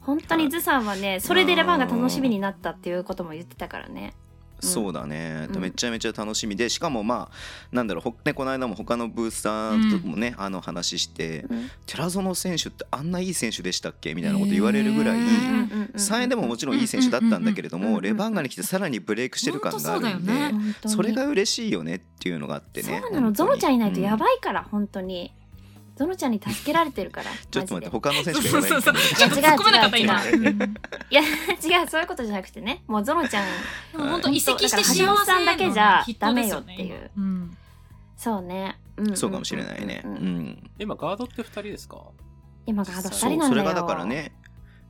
Speaker 4: 本当にズさんはねそれでレバンが楽しみになったっていうことも言ってたからね
Speaker 5: そうだね、
Speaker 4: うん
Speaker 5: めちゃめちゃ楽しみでしかもまあなんだろうほ、ね、この間も他のブースターともね、あの話して
Speaker 4: うん
Speaker 5: 寺園選手ってあんないい選手でしたっけみたいなこと言われるぐらい、
Speaker 2: へ
Speaker 4: うんうんうんうん
Speaker 5: 3円でももちろんいい選手だったんだけれども、
Speaker 4: うんうんうんうん
Speaker 5: レバンガに来てさらにブレイクしてる感があるん
Speaker 2: 本当そう
Speaker 5: で、
Speaker 2: だよね
Speaker 4: 本当に
Speaker 5: それが嬉しいよねっていうのがあってね
Speaker 4: そうなのゾノちゃんいないとや
Speaker 5: い、
Speaker 4: ばいから本当にゾノちゃんに助けられてるから
Speaker 5: うんちょっと待
Speaker 4: マジ
Speaker 5: って他の選
Speaker 2: そう
Speaker 5: 手
Speaker 2: そう
Speaker 5: がやば
Speaker 2: そ
Speaker 5: いん
Speaker 2: うそ
Speaker 5: だ
Speaker 2: う。ちょっと突っ込めなか
Speaker 5: ね
Speaker 2: った今。
Speaker 4: 違
Speaker 2: うんで
Speaker 4: でいや違うそういうことじゃなくてねもうゾノちゃん
Speaker 2: も本当移籍して幸せ
Speaker 4: 橋本さんだけじゃダメよっていう
Speaker 2: きとですよねうん
Speaker 4: そうね、うん
Speaker 5: そうかもしれないね、
Speaker 4: う
Speaker 5: うんん
Speaker 4: うん
Speaker 3: 今ガードって二人ですか
Speaker 4: 今があと2
Speaker 5: そ
Speaker 4: 人な
Speaker 5: う
Speaker 4: んだよ
Speaker 5: それがだからね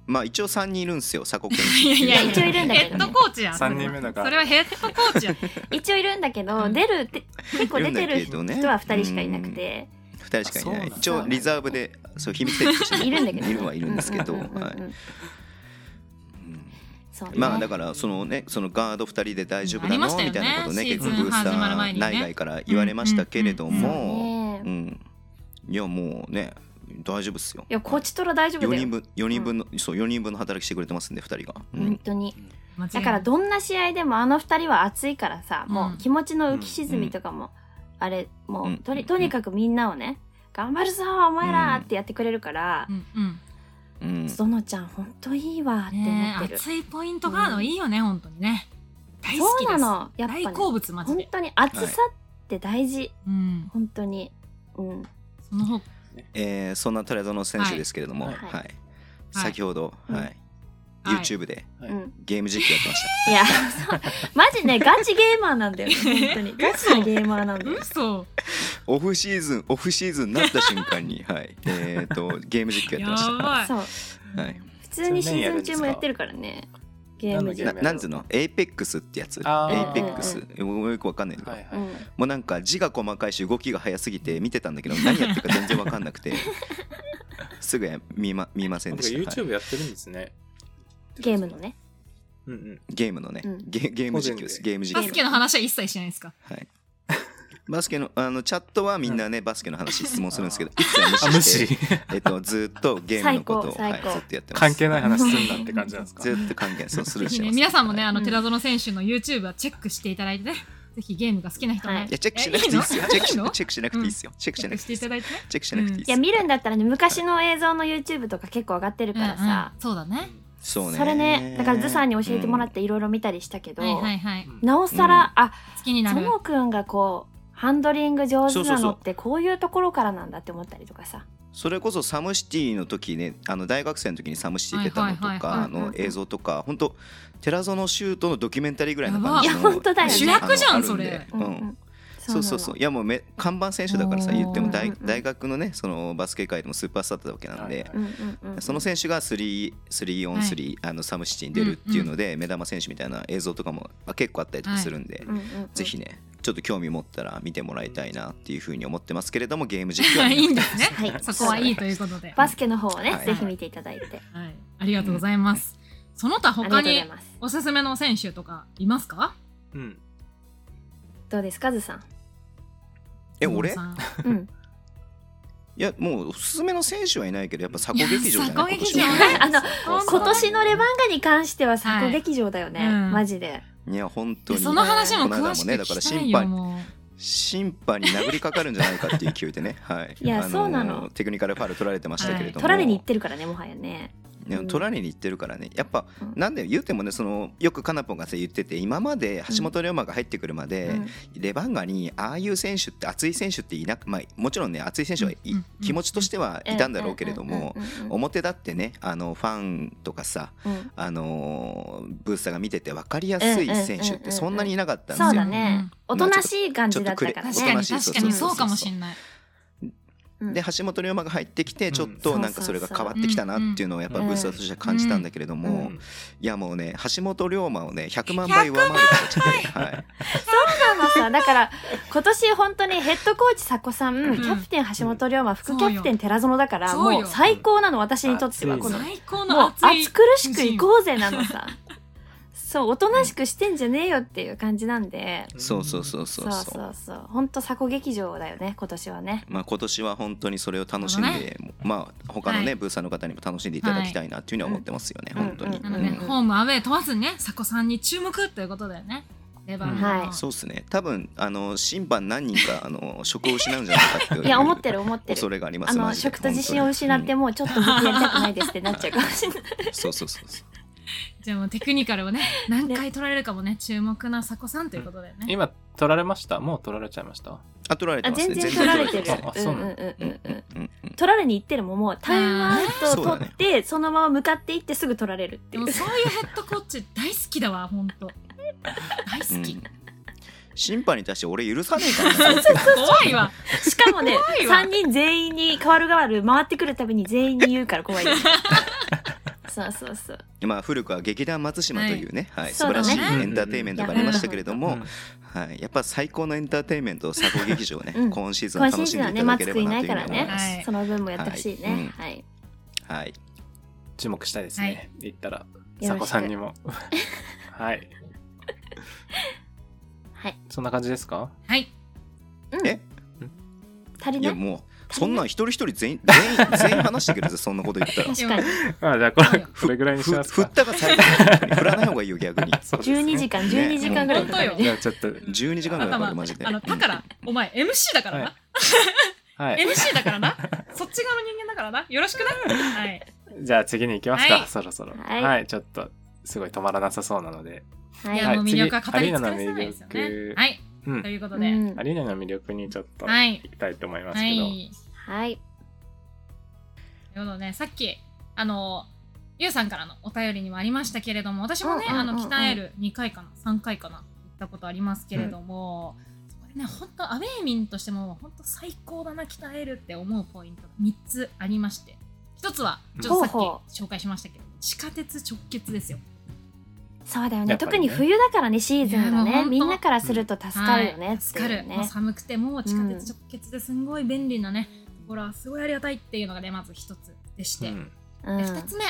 Speaker 5: まあ一応3人いるんですよ鎖国に
Speaker 2: いやいやいや
Speaker 4: 一応いるんだけ
Speaker 2: ヘ
Speaker 4: ど
Speaker 2: ッ
Speaker 4: ね
Speaker 2: ドコーチや。
Speaker 3: 三人目だから
Speaker 2: それはヘッドコーチや。
Speaker 4: 一応いるんだけど、
Speaker 2: うん
Speaker 4: 出るって結構出てる
Speaker 5: いるんだけどね
Speaker 4: 人は2人しかいなくて、
Speaker 5: 2人しかい
Speaker 3: あそう
Speaker 5: な
Speaker 3: なん
Speaker 5: い
Speaker 3: だ
Speaker 5: 一応リザーブでそう秘密兵器としてね
Speaker 4: いるんだけどね、
Speaker 5: いるはいるんですけど、
Speaker 4: うううんうん
Speaker 5: はい
Speaker 4: そうね
Speaker 5: まあだからそのねそのガード2人で大丈夫
Speaker 2: あ
Speaker 5: な
Speaker 2: り
Speaker 5: の
Speaker 2: ましたよ
Speaker 5: み
Speaker 2: ね
Speaker 5: たいなことね
Speaker 2: シー
Speaker 5: 結
Speaker 2: ズン
Speaker 5: 構ブースタ
Speaker 2: 始まる前
Speaker 5: ー
Speaker 2: にね
Speaker 5: 内外から言われましたけれども
Speaker 4: ね
Speaker 5: う
Speaker 4: え
Speaker 5: んいやもうね大丈夫っすよ
Speaker 4: いやこっちとら大丈夫
Speaker 5: 4
Speaker 4: だよ
Speaker 5: 人分4人分のそう4人分の働きしてくれてますんで2人がう
Speaker 4: 本
Speaker 5: ん
Speaker 4: 当に
Speaker 2: 間違いな
Speaker 4: だ
Speaker 2: い
Speaker 4: からどんな試合でもあの2人は熱いからさ、もう気持ちの浮き沈みとかも、あれもう、
Speaker 5: うん
Speaker 4: とりとにかくみんなをね頑張るぞお前らってやってくれるから
Speaker 2: う、んうん。
Speaker 5: うん
Speaker 4: ゾノちゃん本当いいわって
Speaker 2: ね
Speaker 4: 思って
Speaker 2: え
Speaker 4: る、
Speaker 2: 熱いポイントガードいいよね本当にね。大好
Speaker 4: そ
Speaker 2: き
Speaker 4: う
Speaker 2: で
Speaker 4: な
Speaker 2: す。
Speaker 4: のやっぱ、ね、
Speaker 2: 大好物マジ
Speaker 4: 本
Speaker 2: で。
Speaker 4: 当に熱さって大事、
Speaker 2: うん。
Speaker 4: 本当にうん
Speaker 2: その方
Speaker 5: えーそんなトレードの選手ですけれども
Speaker 3: は
Speaker 5: はいい
Speaker 4: はい
Speaker 5: 先ほど
Speaker 4: うん
Speaker 5: はい
Speaker 2: はい
Speaker 5: YouTube で
Speaker 3: はい
Speaker 4: うん
Speaker 5: ゲーム実況やってました
Speaker 4: いや、そうマジね、ガチゲーマーなんだよね、本当に。ガチなゲーマーなんだよ。
Speaker 2: 嘘。
Speaker 5: オフシーズンオフシーズンになった瞬間に はいえーとゲーム実況やってました
Speaker 2: やばい
Speaker 4: そう、
Speaker 5: はい。
Speaker 4: 普通にシーズン中もやってるからね。ゲーム
Speaker 3: 何
Speaker 4: で
Speaker 5: な
Speaker 3: の。
Speaker 5: なんつうのエイペックスってやつエイペ
Speaker 3: あ
Speaker 4: ー
Speaker 5: ックスよくわかんないんだけど
Speaker 3: はいは
Speaker 4: うん、
Speaker 3: い
Speaker 5: もうなんか字が細かいし動きが速すぎて見てたんだけど何やってるか全然わかんなくてすぐや見ま見ませんでした、はい
Speaker 3: YouTube やってるんですね
Speaker 4: ゲームのね。
Speaker 3: うんうん
Speaker 5: ゲームのね、
Speaker 4: うん
Speaker 5: ゲゲーム実況です
Speaker 3: 個人
Speaker 5: ゲーム実
Speaker 2: バスケ
Speaker 5: 況
Speaker 2: の話は一切しないですか。
Speaker 5: はいバスケのあのチャットはみんなね、バスケの話質問するんですけど一切無
Speaker 3: あ
Speaker 5: 視
Speaker 3: 無
Speaker 5: して
Speaker 3: 視
Speaker 5: えっとずっとゲームのことを、
Speaker 4: 最
Speaker 5: は
Speaker 4: 高
Speaker 5: い、
Speaker 4: 最高
Speaker 5: ずっとやってます
Speaker 3: 関係ない話すんだって感じなんですか
Speaker 5: ずっと関係ないそうす
Speaker 2: ぜ
Speaker 5: る
Speaker 2: ひ
Speaker 5: し
Speaker 2: ね
Speaker 5: ます
Speaker 2: 皆さんもねあの
Speaker 4: うん
Speaker 2: 寺園選手の YouTube はチェックしていただいてね。ぜひゲームが好きな人はね。
Speaker 4: はい
Speaker 5: いやチェックしなくていいですよ
Speaker 2: え
Speaker 5: チェック
Speaker 2: いい
Speaker 5: し
Speaker 2: の
Speaker 5: チェックしなくていいですよ、チェック
Speaker 2: チ
Speaker 5: し
Speaker 2: ェック
Speaker 5: なく
Speaker 2: して
Speaker 5: い
Speaker 2: て
Speaker 5: い
Speaker 2: いた
Speaker 5: です
Speaker 2: だいてね。
Speaker 5: チェックしなくていいで
Speaker 4: い
Speaker 5: す
Speaker 4: や、見るんだったらね、昔の映像の YouTube とか結構上がってるからさ
Speaker 2: うん。うんそうだね。
Speaker 5: そうね
Speaker 4: それね、だからズさんに教えてもらっていろいろ見たりしたけど、
Speaker 2: はいはいはい。
Speaker 4: なおさら、あ、
Speaker 2: 好きにな
Speaker 4: ゾ
Speaker 2: る。
Speaker 4: ノくんがこう、ハンドリング上手
Speaker 5: そうそ
Speaker 4: な
Speaker 5: うそ
Speaker 4: の
Speaker 5: う
Speaker 4: ってこういうところからなんだって思ったりとかさ。
Speaker 5: それこそサムシティの時ねあの大学生の時にサムシティ出たのと
Speaker 2: はいはい
Speaker 5: か
Speaker 2: はい
Speaker 5: あの映像とか本当寺園シュートのドキュメンタリーぐらいの
Speaker 2: やば
Speaker 5: 感じの
Speaker 4: いや本当だよね
Speaker 5: あの
Speaker 2: 主役じゃん
Speaker 5: あるで
Speaker 2: それ
Speaker 5: うん、そうそうそういやもうめ看板選手だからさ
Speaker 2: おー
Speaker 5: 言っても大
Speaker 4: うんうんうん
Speaker 5: 大学のねそのバスケ界でもスーパースターだったわけなん
Speaker 3: はい
Speaker 5: で
Speaker 3: は、
Speaker 4: うんうんうん
Speaker 5: その選手が 3on3、3あのサムシティに出るっていうので、目玉選手みたいな映像とかもまあ結構あったりとかするんで、
Speaker 4: うんうんうん
Speaker 5: ぜひねちょっと興味持ったら見てもらいたいなっていうふうに思ってますけれどもゲーム実況は
Speaker 2: いいんですね。
Speaker 4: はい
Speaker 2: そこはいいということで。
Speaker 4: バスケの方をね、
Speaker 5: はい
Speaker 4: ぜひ見ていただいて
Speaker 2: はい、ありがとうございます。その他
Speaker 4: ありがとう
Speaker 2: 他
Speaker 4: ござ
Speaker 2: に
Speaker 4: います
Speaker 2: おすすめの選手とかいますか？
Speaker 3: うん。
Speaker 4: どうですかずさん
Speaker 5: え俺
Speaker 2: 小野さん
Speaker 4: うん
Speaker 5: いやもうおすすめの選手はいないけどやっぱ佐古劇場じ ゃない
Speaker 2: いや
Speaker 5: 今
Speaker 2: 佐古劇
Speaker 5: 年
Speaker 2: 場
Speaker 5: は
Speaker 2: ね
Speaker 4: あの
Speaker 5: そうそう
Speaker 4: 今年のレバンガに関しては佐
Speaker 2: はい
Speaker 4: 古劇場だよね、
Speaker 2: うん
Speaker 4: マジで
Speaker 5: いや本当に
Speaker 2: その話も
Speaker 5: この
Speaker 2: 詳
Speaker 5: 間も
Speaker 2: しく
Speaker 5: ねだか
Speaker 2: 聞
Speaker 5: ら
Speaker 2: きたい
Speaker 5: 審
Speaker 2: よ。
Speaker 5: 判
Speaker 2: も
Speaker 5: 審判に殴りかかるんじゃないかっていう勢いでね、はい、
Speaker 4: いや
Speaker 5: あ
Speaker 4: そうなの
Speaker 5: テクニカルファウル取られてましたけれども、
Speaker 4: 取られに行ってるからねもはやね
Speaker 5: いや
Speaker 4: うん
Speaker 5: 取られに行ってるからねやっぱ、
Speaker 4: うん
Speaker 5: なんで言うてもねそのよくカナポンがさ言ってて今まで橋本龍馬が入ってくるまで、
Speaker 4: うん
Speaker 5: レバンガにああいう選手って熱い選手っていなく、まあ、もちろんね熱い選手はい、
Speaker 2: うんうん
Speaker 5: 気持ちとしてはいたんだろうけれども、
Speaker 4: うんうんうん
Speaker 5: 表だってねあのファンとかさ、
Speaker 4: うんうん
Speaker 5: あのーブースターが見てて分かりやすい選手ってそんなにいなかったんですよ。
Speaker 4: そうだね、
Speaker 5: う
Speaker 4: お
Speaker 5: ん
Speaker 4: となしい感じだったから
Speaker 5: う
Speaker 4: ね
Speaker 5: ん
Speaker 2: う
Speaker 5: ちょ
Speaker 2: 確
Speaker 5: っと
Speaker 2: か
Speaker 5: くれ
Speaker 2: に
Speaker 5: そ
Speaker 2: 確かにそ
Speaker 5: うそうそう
Speaker 2: うかもしん
Speaker 4: う
Speaker 2: ない。
Speaker 4: ん
Speaker 5: で橋本龍馬が入ってきて
Speaker 3: ん
Speaker 5: ちょっとなんかそれが変わってきたなっていうのをやっぱブースターとしては感じたんだけれども、
Speaker 3: うん
Speaker 5: いやもうね橋本龍馬をね100万倍上回る形 で、はい、
Speaker 4: そうなのさだから今年本当にヘッドコーチ佐古さん、キャプテン橋本龍馬副キャプテン寺園だから
Speaker 2: そうよ
Speaker 4: もう最高なの私にとっては
Speaker 3: うん
Speaker 4: この
Speaker 2: 最高の
Speaker 4: もう
Speaker 2: 熱い
Speaker 4: 暑苦しく行こうぜなのさそうおとなしくしてんじゃねえよっていう感じなんで
Speaker 5: そうそうそうそうそう
Speaker 4: そうそう本当佐古劇場だよね今年はね
Speaker 5: まあ、今年は本当にそれを楽しんで、
Speaker 2: なる
Speaker 5: まあ他のね、
Speaker 2: はい
Speaker 5: ブースターの方にも楽しんでいただきたいなっていうふうには思ってますよね、
Speaker 4: うん
Speaker 5: 本当に、
Speaker 4: うん
Speaker 2: なので、
Speaker 5: うん
Speaker 4: うん
Speaker 2: ホームアウェー問わずにね、佐古さんに注目ということだよね。レバンガの
Speaker 4: はい
Speaker 5: そうですね多分あの審判何人かあの職を失うんじゃないかっていう
Speaker 4: いや思ってる思って
Speaker 5: 恐
Speaker 4: る
Speaker 5: れがありま
Speaker 4: あ
Speaker 5: す
Speaker 4: の
Speaker 5: マジで
Speaker 4: 食と自信を失って
Speaker 5: 本
Speaker 4: もうちょっと僕やりたくないですってなっちゃうかもしれない
Speaker 5: 当にうんそうそうそうそう
Speaker 2: じゃあもうテクニカルを ね、何回取られるかもね、注目な佐古さんということだよね。
Speaker 3: 今、取られましたもう取られちゃいました
Speaker 5: あ取られて
Speaker 4: あ
Speaker 5: ます
Speaker 4: 全
Speaker 5: ね
Speaker 4: 然取られて
Speaker 5: 全
Speaker 4: る
Speaker 3: あ
Speaker 5: 然取られてま
Speaker 4: うん
Speaker 3: そう
Speaker 4: う
Speaker 3: うんな
Speaker 4: ん
Speaker 3: の
Speaker 4: うんうん
Speaker 5: すねうんうん
Speaker 4: 取られに行ってるももうタイムアウトを取ってそのまま向かっていってすぐ取られるって
Speaker 2: で
Speaker 4: いう
Speaker 2: もそういうヘッドコーチ大好きだわ、ほんと。大好き。
Speaker 5: 審判に対して俺許さねえからな
Speaker 2: 怖い わ。
Speaker 4: しかもね
Speaker 2: 怖いわ
Speaker 4: 3人全員に代わる代わる回ってくるたびに全員に言うから怖いよそうそうそう
Speaker 5: まあ古くは劇団松島というね、はい素
Speaker 4: そう
Speaker 5: 晴
Speaker 4: だ
Speaker 5: ら
Speaker 4: ね
Speaker 5: しいエンターテインメントがありましたけれども、
Speaker 3: うん
Speaker 5: はい、やっぱ最高のエンターテインメントを佐古劇場をね、
Speaker 4: うん
Speaker 5: 今シーズン
Speaker 4: 今
Speaker 5: は
Speaker 4: シ
Speaker 5: 楽
Speaker 4: ー
Speaker 5: し
Speaker 4: ズ
Speaker 5: ん
Speaker 4: ンはい
Speaker 5: で
Speaker 4: ね
Speaker 5: ただ
Speaker 4: マ
Speaker 5: け
Speaker 4: ス
Speaker 5: れ
Speaker 4: ク
Speaker 5: ば
Speaker 4: い
Speaker 5: な
Speaker 4: な
Speaker 5: とい
Speaker 4: いう
Speaker 5: ふ
Speaker 4: からね、そ
Speaker 2: はい
Speaker 5: うに思います。
Speaker 4: の分もやってほしいねはい、
Speaker 5: はい、
Speaker 3: 注目したいですね。行ったら、
Speaker 4: よろしく
Speaker 3: さこさんにも。 はい。
Speaker 4: はい
Speaker 3: そんな感じですか
Speaker 2: はい。
Speaker 4: うん
Speaker 5: え
Speaker 4: 足り
Speaker 5: い
Speaker 4: な
Speaker 5: や
Speaker 4: い
Speaker 5: もうそんなん一人一人全員全員全員話してくれるそんなこと言ったら
Speaker 4: 確かに
Speaker 3: あじゃあ、こ
Speaker 2: そう
Speaker 3: れ、
Speaker 2: よ
Speaker 3: これぐらいにし
Speaker 5: ふ
Speaker 3: ます
Speaker 5: 振
Speaker 3: か
Speaker 5: っ。たが最後振らない方がいいよ逆に
Speaker 3: あそうですね
Speaker 4: 12時間12時間ぐらい
Speaker 2: 本当よ
Speaker 3: じゃあ、ちょっと、
Speaker 5: 12時間ぐらいかかるマジで
Speaker 2: あの、だから、お前 MC だからな。
Speaker 3: はい。
Speaker 2: MC だからな。そっち側の人間だからな。よろしくな。はい。
Speaker 3: じゃあ、次に行きますか、
Speaker 2: はい
Speaker 3: そろそろ。
Speaker 4: はい
Speaker 3: はい、ちょっと、すごい止まらなさそうなので。
Speaker 4: はいい
Speaker 2: や、
Speaker 3: はい
Speaker 2: もう魅力は語り尽くせないですよ
Speaker 3: 次アリー
Speaker 2: ね。
Speaker 3: ナの魅力
Speaker 2: はい。
Speaker 3: う
Speaker 2: と
Speaker 3: ん。
Speaker 2: いうこと
Speaker 4: う
Speaker 2: で。
Speaker 4: ん
Speaker 3: アリーナの魅力にちょっと、
Speaker 2: はいい。
Speaker 3: きたいと思います
Speaker 2: は
Speaker 3: けど。
Speaker 2: い。
Speaker 4: はい
Speaker 2: ということで、さっき、あの、ゆうさんからのお便りにもありましたけれども、私もね、
Speaker 4: うんうん
Speaker 2: あ
Speaker 4: うんうん
Speaker 2: の、鍛える2回かな、3回かな、行ったことありますけれども、そこでね、本当アウェイミンとしても、本当最高だな、鍛えるって思うポイントが3つありまして、1つは、ちょっと
Speaker 4: ほうほ
Speaker 2: さっき紹介しましたけど、地下鉄直結ですよ。
Speaker 4: そうだよね
Speaker 3: やっぱ
Speaker 4: 特
Speaker 3: りね
Speaker 4: に冬だからねシーズンが
Speaker 2: いやもう
Speaker 4: ね
Speaker 2: ほんと
Speaker 4: みんなからすると助かるよ
Speaker 2: は
Speaker 4: ね
Speaker 2: い
Speaker 4: って
Speaker 2: 助
Speaker 4: い
Speaker 2: か
Speaker 4: うね
Speaker 2: る、もう寒くても地下鉄直結ですんごい便利なね、ところはすごいありがたいっていうのがねまず一つでして、
Speaker 3: うん
Speaker 4: うん
Speaker 2: で二つ目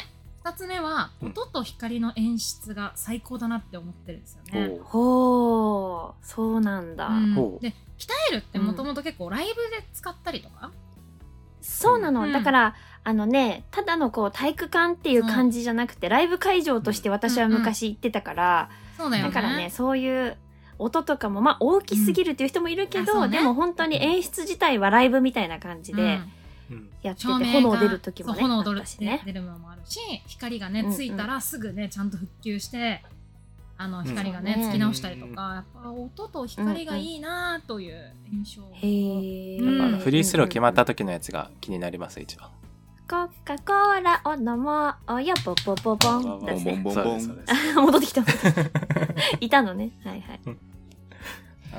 Speaker 2: 二つ目は
Speaker 3: うん
Speaker 2: 音と光の演出が最高だなって思ってるんですよね。
Speaker 3: おう
Speaker 4: ほうそうなんだ、
Speaker 2: うん
Speaker 3: ほう
Speaker 2: で鍛えるってもともと結構ライブで使ったりとか、
Speaker 4: そうなの、
Speaker 2: うん
Speaker 4: だからあのねただのこう体育館っていう感じじゃなくて、ライブ会場として私は昔行ってたから、
Speaker 2: そうだよね
Speaker 4: だからねそういう音とかもまあ大きすぎるっていう人もいるけ
Speaker 2: うんあ
Speaker 4: ど、
Speaker 2: そうね
Speaker 4: でも本当に演出自体はライブみたいな感じ
Speaker 2: う
Speaker 4: で
Speaker 2: ん
Speaker 3: うん
Speaker 4: やってて、
Speaker 2: 照明が
Speaker 4: 炎出る時もね
Speaker 2: そう炎
Speaker 4: あっ
Speaker 2: 出
Speaker 4: た
Speaker 2: る
Speaker 4: しね
Speaker 2: 出るのもあるし光がね
Speaker 4: うんうん
Speaker 2: ついたらすぐねちゃんと復旧してあの光がね、
Speaker 4: そうね
Speaker 2: つき直したりとかやっぱ音と光がいいなという印象、
Speaker 4: へえ、
Speaker 2: うん
Speaker 3: あのフリースロー決まった時のやつが気になります、一番。
Speaker 4: コカ・コーラを飲もうよポポポポンだ
Speaker 5: ボンボ
Speaker 4: ね
Speaker 5: ンボンボ ン
Speaker 3: そうですそうです
Speaker 4: 戻ってきた戻ってきたいたのねはいはい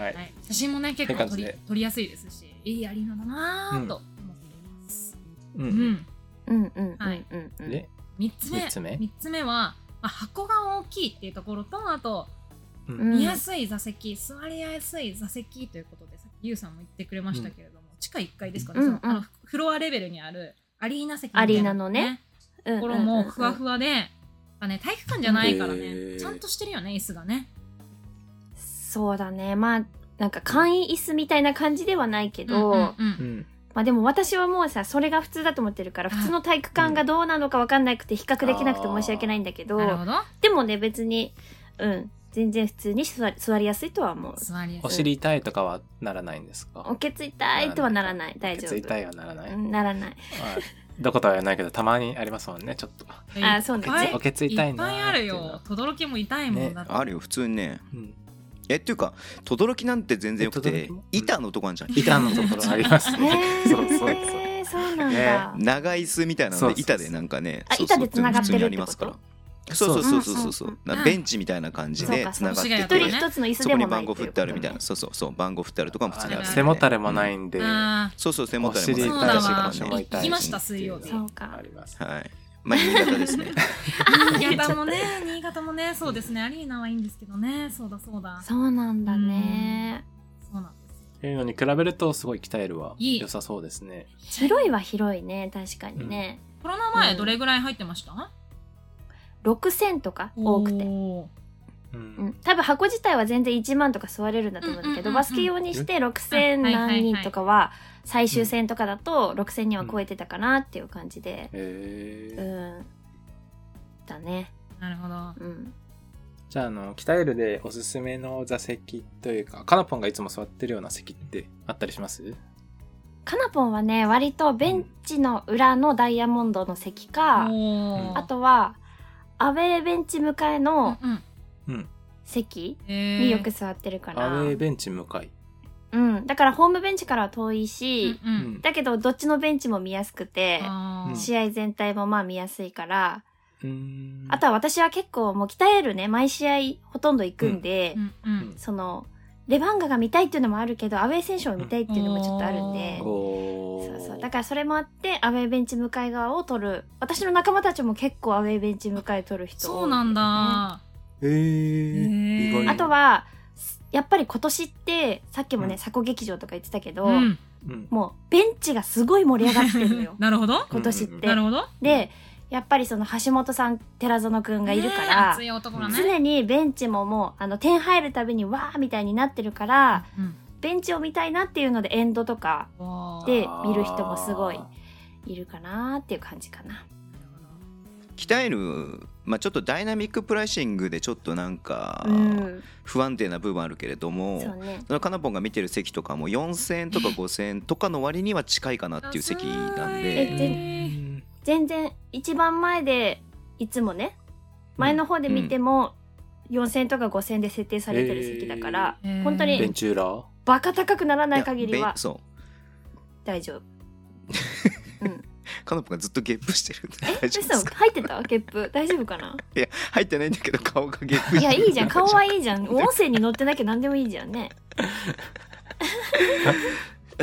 Speaker 3: はい
Speaker 2: は。い、写真もね結構撮り
Speaker 3: って感じで
Speaker 2: 撮りやすいですしいいアリーナだなぁと思ってます、
Speaker 3: う
Speaker 2: うん
Speaker 3: ん。
Speaker 4: うんうんうん
Speaker 2: はい
Speaker 4: うんうん
Speaker 3: で、
Speaker 2: 3つ目
Speaker 3: 三つ目
Speaker 2: 三つ目は、まあ、箱が大きいっていうところとあと
Speaker 3: う。
Speaker 4: うん
Speaker 2: 見やすい座席、座りやすい座席ということでさっきゆうさんも言ってくれましたけれども、地下1階ですかね、
Speaker 4: うん
Speaker 2: そのあ
Speaker 4: う
Speaker 2: の
Speaker 4: ん
Speaker 2: フロアレベルにあるアリーナ席
Speaker 4: アリーナのねうん
Speaker 2: とこ
Speaker 4: うん
Speaker 2: ろ
Speaker 4: うん
Speaker 2: もふわふわで、やっぱね、体育館じゃないからね、
Speaker 3: へー
Speaker 2: ちゃんとしてるよね椅子がね、
Speaker 4: そうだねまあなんか簡易椅子みたいな感じではないけど、
Speaker 2: うんうん
Speaker 3: う
Speaker 2: うん
Speaker 3: ん。
Speaker 4: まあでも私はもうさそれが普通だと思ってるから
Speaker 2: はい
Speaker 4: 普通の体育館がどうなのかわかんなくて比較できなくて申し訳ないんだけど
Speaker 2: なるほど
Speaker 4: でもね別にうん全然普通に座り座りやすいとは思う
Speaker 2: 座りや
Speaker 3: お
Speaker 2: すい
Speaker 3: 尻痛いとかはならないんです
Speaker 4: お
Speaker 3: か
Speaker 4: けつ痛いとはならない大丈
Speaker 3: お
Speaker 4: 夫
Speaker 3: けつ痛いはならない。
Speaker 4: う
Speaker 3: はい
Speaker 4: んならない
Speaker 3: どことは言わないけど、たまにありますもんね、ちょっと。
Speaker 4: あそうね
Speaker 2: いっぱい
Speaker 3: おけつ痛いなー
Speaker 2: いっぱい
Speaker 3: っ
Speaker 2: あ
Speaker 3: て
Speaker 2: る
Speaker 3: いうのは
Speaker 2: よ轟も痛いもんだ
Speaker 3: ね
Speaker 2: って
Speaker 5: あるよ普通にね
Speaker 3: うん。
Speaker 5: えっていうか轟なんて全然よく
Speaker 3: え
Speaker 5: て
Speaker 3: 轟も
Speaker 5: 板のとこあんじゃん
Speaker 3: 板のところありますね。 そうそうそう。
Speaker 4: へえそうなんだ、
Speaker 5: 長い椅子みたいな
Speaker 3: そう
Speaker 5: の
Speaker 3: そうそ
Speaker 5: で
Speaker 3: う
Speaker 5: 板でなんかね
Speaker 4: あ
Speaker 5: そうそう
Speaker 4: 板で繋がってる
Speaker 5: 普通にありますから
Speaker 4: って
Speaker 5: そうそうそうそうそう
Speaker 4: うんうん
Speaker 5: なベンチみたいな感じ
Speaker 4: そ
Speaker 5: で
Speaker 4: うか
Speaker 5: つながって
Speaker 2: そうか
Speaker 5: て
Speaker 4: 一人一つの椅子
Speaker 5: そ
Speaker 4: で
Speaker 5: こに
Speaker 4: もない
Speaker 5: 番号振ってあるみたいなそうそうそう番号振ってあるとかも普通にある
Speaker 2: あ
Speaker 3: 背もたれ
Speaker 5: れ
Speaker 3: もない
Speaker 5: うん
Speaker 3: んで、
Speaker 2: あ
Speaker 5: そうそう背も
Speaker 3: お
Speaker 5: たれも
Speaker 3: 尻
Speaker 5: ない
Speaker 2: そう
Speaker 3: 痛
Speaker 2: だ
Speaker 3: いし
Speaker 2: わ
Speaker 3: 腰も痛い
Speaker 2: 行
Speaker 3: し。
Speaker 2: きました水曜日
Speaker 3: っていの
Speaker 4: そうか
Speaker 3: あります。
Speaker 5: はいまあ新潟ですね
Speaker 2: ー新潟もね新潟もねそうですねアリーナはいいんですけどねそうだそうだ
Speaker 4: そうなんだね
Speaker 2: そうなんです
Speaker 3: というのに比べるとすごい鍛えるはい
Speaker 2: い
Speaker 3: 良さそうですね。
Speaker 4: 広いは広いね確かにね、
Speaker 2: コロナ前どれぐらい入ってました、
Speaker 4: 6000とか多くて、
Speaker 2: お
Speaker 3: う
Speaker 4: うん、多分箱自体は全然1万とか座れるんだと思うんだけど、
Speaker 2: うんうんうんうん
Speaker 4: バスケ用にして6000
Speaker 2: あはいはいはい
Speaker 4: 何人とかは最終戦とかだと6000人は超えてたかなっていう感じで
Speaker 3: へ
Speaker 4: う
Speaker 3: え。
Speaker 4: んだね
Speaker 2: ーなるほど
Speaker 4: うん
Speaker 3: じゃあ、あの、鍛えるでおすすめの座席というか、カナポンがいつも座ってるような席ってあったりします
Speaker 4: カナポンはね割とベンチの裏のダイヤモンドの席か、
Speaker 2: おー
Speaker 4: あとはアウェーベンチ向かいの
Speaker 2: うんうん
Speaker 3: うん。
Speaker 4: 席
Speaker 2: え
Speaker 4: によく座ってるか
Speaker 3: ア
Speaker 4: ら、
Speaker 3: ウェーベンチ向かい。
Speaker 4: うん、だからホームベンチからは遠いし、
Speaker 2: うんうん
Speaker 4: だけどどっちのベンチも見やすくて、
Speaker 2: あー
Speaker 3: うん
Speaker 4: 試合全体もまあ見やすいから、
Speaker 3: うん。
Speaker 4: あとは私は結構もう鍛えるね、毎試合ほとんど行くんで、
Speaker 2: うんうん
Speaker 4: その、レバンガが見たいっていうのもあるけど、アウェー選手を見たいっていうのもちょっとあるんで、
Speaker 3: お
Speaker 4: そ
Speaker 3: ー
Speaker 4: うそう。だからそれもあって、アウェーベンチ向かい側を取る。私の仲間たちも結構アウェーベンチ向かい取る人
Speaker 2: そうなんだ
Speaker 3: へえ
Speaker 2: へー
Speaker 3: 意外
Speaker 4: あとは、やっぱり今年って、さっきもね、佐古劇場とか言ってたけど、
Speaker 2: うん
Speaker 3: うん
Speaker 4: もうベンチがすごい盛り上がってるのよ。
Speaker 2: なるほど
Speaker 4: 今年っ
Speaker 3: うん
Speaker 4: て
Speaker 2: な。るほど
Speaker 4: で、やっぱりその橋本さん、寺園くんがいるか
Speaker 2: ね
Speaker 4: ら、
Speaker 2: 熱い男がね
Speaker 4: 常にベンチももうあの点入るたびにわーみたいになってるから
Speaker 2: うん
Speaker 4: ベンチを見たいなっていうのでエンドとか
Speaker 2: おー
Speaker 4: で見る人もすごいいるかなっていう感じかな。
Speaker 5: 鍛えるまあちょっとダイナミックプライシングでちょっとなんか
Speaker 4: うん、
Speaker 5: 不安定な部分あるけれども
Speaker 4: そうね。
Speaker 5: そのカナポンが見てる席とかも4000円とか5000円とかの割には近いかなっていう席なん
Speaker 2: え
Speaker 5: で
Speaker 4: 安い全然一番前でいつもね前の方で見ても4,000とか5,000で設定されてる席だから、
Speaker 2: えー
Speaker 4: 本当
Speaker 2: えー
Speaker 3: ベ
Speaker 4: に
Speaker 3: ンチューラー
Speaker 4: バカ高くならないい
Speaker 5: や
Speaker 4: 限りは
Speaker 5: べそう
Speaker 4: 大丈夫。
Speaker 5: カナポンがずっとゲップしてるんで
Speaker 4: え、
Speaker 5: 大丈夫です
Speaker 4: 嘘
Speaker 5: か
Speaker 4: 入ってたゲップ大丈夫かな
Speaker 5: 入って ないんだけど顔がゲップ
Speaker 4: いや、いいじゃん。顔はいいいじゃん。音声に乗ってなきゃ何でもいいじゃんね。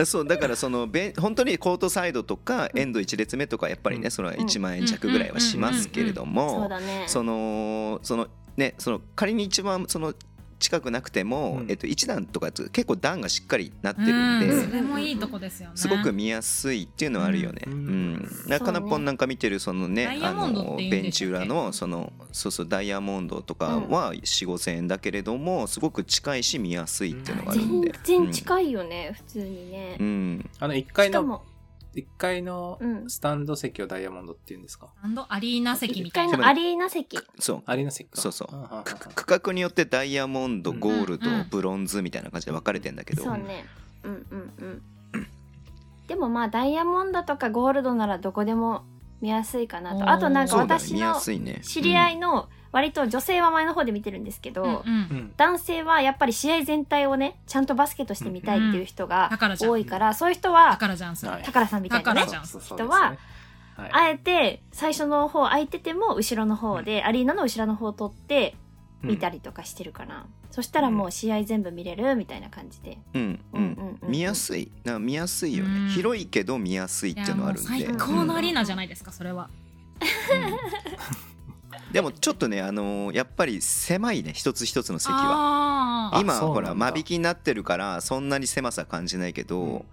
Speaker 5: そうだからそのべん本当にコートサイドとかエンド1列目とかやっぱりねその1万円弱ぐらいはしますけれど
Speaker 4: そう
Speaker 5: も
Speaker 4: だね。
Speaker 5: そのそのねその仮に一番その近くなくても、
Speaker 3: うん
Speaker 5: えっと、1段とかって結構段がしっかりなってるんで、
Speaker 2: うんそれもいいとこですよね
Speaker 5: すごく見やすいっていうのはあるよね。
Speaker 3: う
Speaker 5: うんん。なかなかなんか見てるそのね
Speaker 2: ダイヤ
Speaker 5: あ
Speaker 2: モンドって
Speaker 5: の
Speaker 2: 言うんでしたっけ
Speaker 5: ベンチ裏のそのそうそうダイヤモンドとかは4 5千円だけれどもすごく近いし見やすいっていうのがあるんで
Speaker 4: 全。然近いよね、普通にね
Speaker 5: う。ん。
Speaker 3: あの1
Speaker 4: し
Speaker 3: 階
Speaker 4: か
Speaker 3: の
Speaker 4: も、
Speaker 3: 一階の
Speaker 4: うん
Speaker 3: スタンド席をダイヤモンドっていうんですか
Speaker 2: アンドアリーナ席
Speaker 4: 1
Speaker 2: みたい
Speaker 4: 階
Speaker 2: な
Speaker 4: のアリーナ席。
Speaker 5: そう。
Speaker 3: アリーナ席か
Speaker 5: そうそう
Speaker 3: あははは
Speaker 5: く区画によってダイヤモンド、
Speaker 3: うん
Speaker 5: ゴールド
Speaker 2: うんうん、
Speaker 5: ブロンズみたいな感じで分かれてんだけど、
Speaker 4: そうね。うんうんうん。でもまあ、ダイヤモンドとかゴールドならどこでも見やすいかな
Speaker 2: お
Speaker 4: と。
Speaker 2: ー
Speaker 4: あとなんか
Speaker 5: そうだね
Speaker 4: 私
Speaker 5: 見や
Speaker 4: の
Speaker 5: すいね。
Speaker 4: 知り合
Speaker 5: い、
Speaker 4: いの、割と女性は前の方で見てるんですけ
Speaker 2: うん
Speaker 4: ど
Speaker 2: う、
Speaker 3: うんん
Speaker 4: 男性はやっぱり試合全体をね、ちゃんとバスケとして見たいっていう人が
Speaker 2: だからじゃん
Speaker 4: 多いから、そういう人は、
Speaker 2: 宝じゃんする
Speaker 3: はい
Speaker 4: 宝さんみたいな
Speaker 2: だ
Speaker 4: ね
Speaker 2: から。じゃん
Speaker 3: そうそうそ
Speaker 4: 人
Speaker 3: うです
Speaker 4: は
Speaker 3: ねはい
Speaker 4: あえて最初の方空いてても後ろの方で、アリーナの後ろの方を取って見たりとかしてるかな、そしたらもう試合全部見れるみたいな感じで、
Speaker 5: うんう
Speaker 4: うんうんんうん
Speaker 5: 見やすいな見やすいよね、
Speaker 2: うん
Speaker 5: 広いけど見やすいっていうのはあるんで
Speaker 2: いやもう最高のアリーナじゃないですか、それは。
Speaker 5: うんでもちょっとねあのーやっぱり狭いね一つ一つの席
Speaker 2: あ
Speaker 5: は
Speaker 2: ー
Speaker 3: あ
Speaker 5: 今
Speaker 3: そう
Speaker 5: ほ
Speaker 3: な
Speaker 5: ら
Speaker 3: んだ
Speaker 5: 間引きになってるからそんなに狭さ感じないけど、
Speaker 3: うん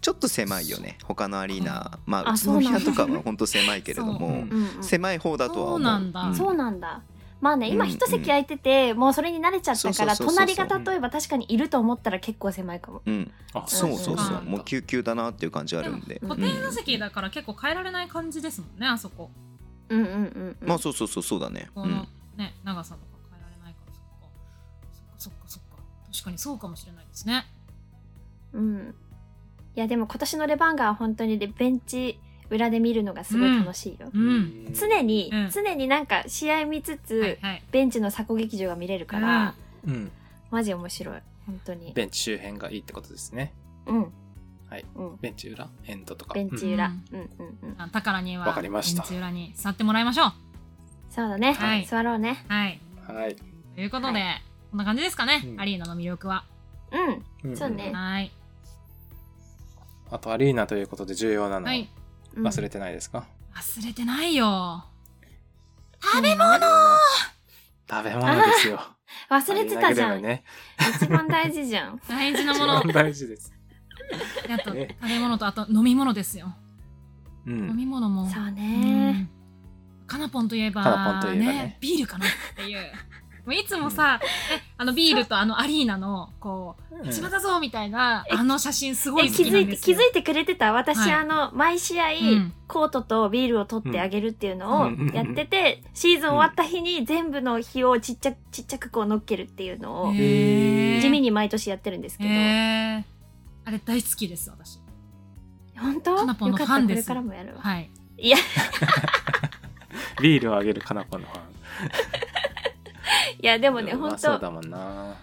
Speaker 5: ちょっと狭いよね他のアリーナまあ
Speaker 4: あ
Speaker 5: 宇
Speaker 4: そうな
Speaker 5: 都
Speaker 4: んだ
Speaker 5: 宮とかは本当狭いけれど
Speaker 3: そう
Speaker 5: も
Speaker 3: うん
Speaker 4: うんうん
Speaker 5: 狭い方だとは思う
Speaker 2: そうなんだ
Speaker 4: そうなんだまあね今
Speaker 5: うんうん
Speaker 4: 一席空いてて、もうそれに慣れちゃったから
Speaker 5: そうそうそうそ
Speaker 4: 隣
Speaker 5: う
Speaker 4: が例えば確かにいると思ったら結構狭いかも、
Speaker 5: うん、
Speaker 3: あ
Speaker 5: そうそう
Speaker 2: そう
Speaker 5: そ
Speaker 2: な
Speaker 5: うんもう救急だなっていう感じあるんで
Speaker 2: 固定座席だから結構変えられない感じですもんね、あそこ。
Speaker 4: うん、うんうんう
Speaker 5: うん
Speaker 4: ん
Speaker 5: まあそうそうそうそうだね
Speaker 2: こ
Speaker 5: う
Speaker 2: の
Speaker 5: ん、
Speaker 2: ね、長さとか変えられないから、そっか。そっかそっかそっか。確かにそうかもしれないですね。
Speaker 4: うんいやでも今年のレバンガは本当にねベンチ裏で見るのがすごい楽しいよ、
Speaker 2: うん。
Speaker 4: 常に、
Speaker 2: うん
Speaker 4: 常になんか試合見つつ、
Speaker 2: はいはい。
Speaker 4: ベンチの鎖骨劇場が見れるから、
Speaker 2: うん
Speaker 3: うん
Speaker 4: マジ面白い本当に
Speaker 3: ベンチ周辺がいいってことですね
Speaker 4: うん
Speaker 3: はい
Speaker 4: うん、
Speaker 3: ベンチ裏エンドとか
Speaker 4: ベンチ裏、
Speaker 2: う
Speaker 4: うんん、うんうんうん
Speaker 2: あ宝には、
Speaker 3: わかりました
Speaker 2: ベンチ裏に座ってもらいましょう。
Speaker 4: そうだね、
Speaker 2: はい
Speaker 4: 座ろうね
Speaker 2: はい。
Speaker 3: うんはい
Speaker 2: ということで、こんな感じですかね、
Speaker 3: うん
Speaker 2: アリーナの魅力は。
Speaker 4: うん
Speaker 3: うん
Speaker 4: そうね
Speaker 2: はい。
Speaker 3: あとアリーナということで重要なの
Speaker 2: はい。
Speaker 4: うん
Speaker 3: 忘れてないですか、
Speaker 2: 忘れてないよ。
Speaker 4: 食べ物
Speaker 3: 食べ物ですよ
Speaker 4: 忘れてたじ
Speaker 3: ア
Speaker 4: ゃ
Speaker 3: リーナグルメ
Speaker 4: ん、
Speaker 3: ね
Speaker 4: 一番大事じゃ ん
Speaker 2: 大事な
Speaker 3: 一
Speaker 2: もの
Speaker 3: 番。大事です
Speaker 2: あと、
Speaker 3: ね
Speaker 2: 食べ物と、あと飲み物ですよ。
Speaker 3: う
Speaker 2: 飲
Speaker 3: ん
Speaker 2: み物も。
Speaker 4: そう
Speaker 2: う
Speaker 4: ね
Speaker 2: んカナポンといえば
Speaker 3: カナポンといえばね
Speaker 2: ビールかなっていうもういつもさ、えあのビールとあのアリーナのこう
Speaker 3: うん
Speaker 2: 一番だぞみたいな、あの写真すご
Speaker 4: え
Speaker 2: い好
Speaker 4: 気
Speaker 2: きな
Speaker 4: づ
Speaker 2: ん
Speaker 4: い
Speaker 2: で
Speaker 4: て
Speaker 2: す
Speaker 4: 気
Speaker 2: よ
Speaker 4: づいてくれてた私、
Speaker 2: はい
Speaker 4: あの毎試合、
Speaker 2: うん
Speaker 4: コートとビールを取ってあげるっていうのを
Speaker 3: うん
Speaker 4: やってて、シーズン終わった日に全部の日をちっちゃちっちゃくこう乗っけるっていうのを
Speaker 3: え
Speaker 2: へー
Speaker 4: 地味に毎年やってるんですけど、
Speaker 2: へーあれ大好きです私
Speaker 4: 本当
Speaker 2: かなぽん
Speaker 4: よ
Speaker 2: の
Speaker 4: かっ
Speaker 2: ファ
Speaker 4: た
Speaker 2: ン
Speaker 4: こ
Speaker 2: で
Speaker 4: れ
Speaker 2: す
Speaker 4: からもやるわ、
Speaker 2: はい
Speaker 4: いや
Speaker 3: ビールをあげるかなこのファン
Speaker 4: いやでもね
Speaker 3: うま
Speaker 4: 本
Speaker 3: そう
Speaker 4: 当
Speaker 3: だもんな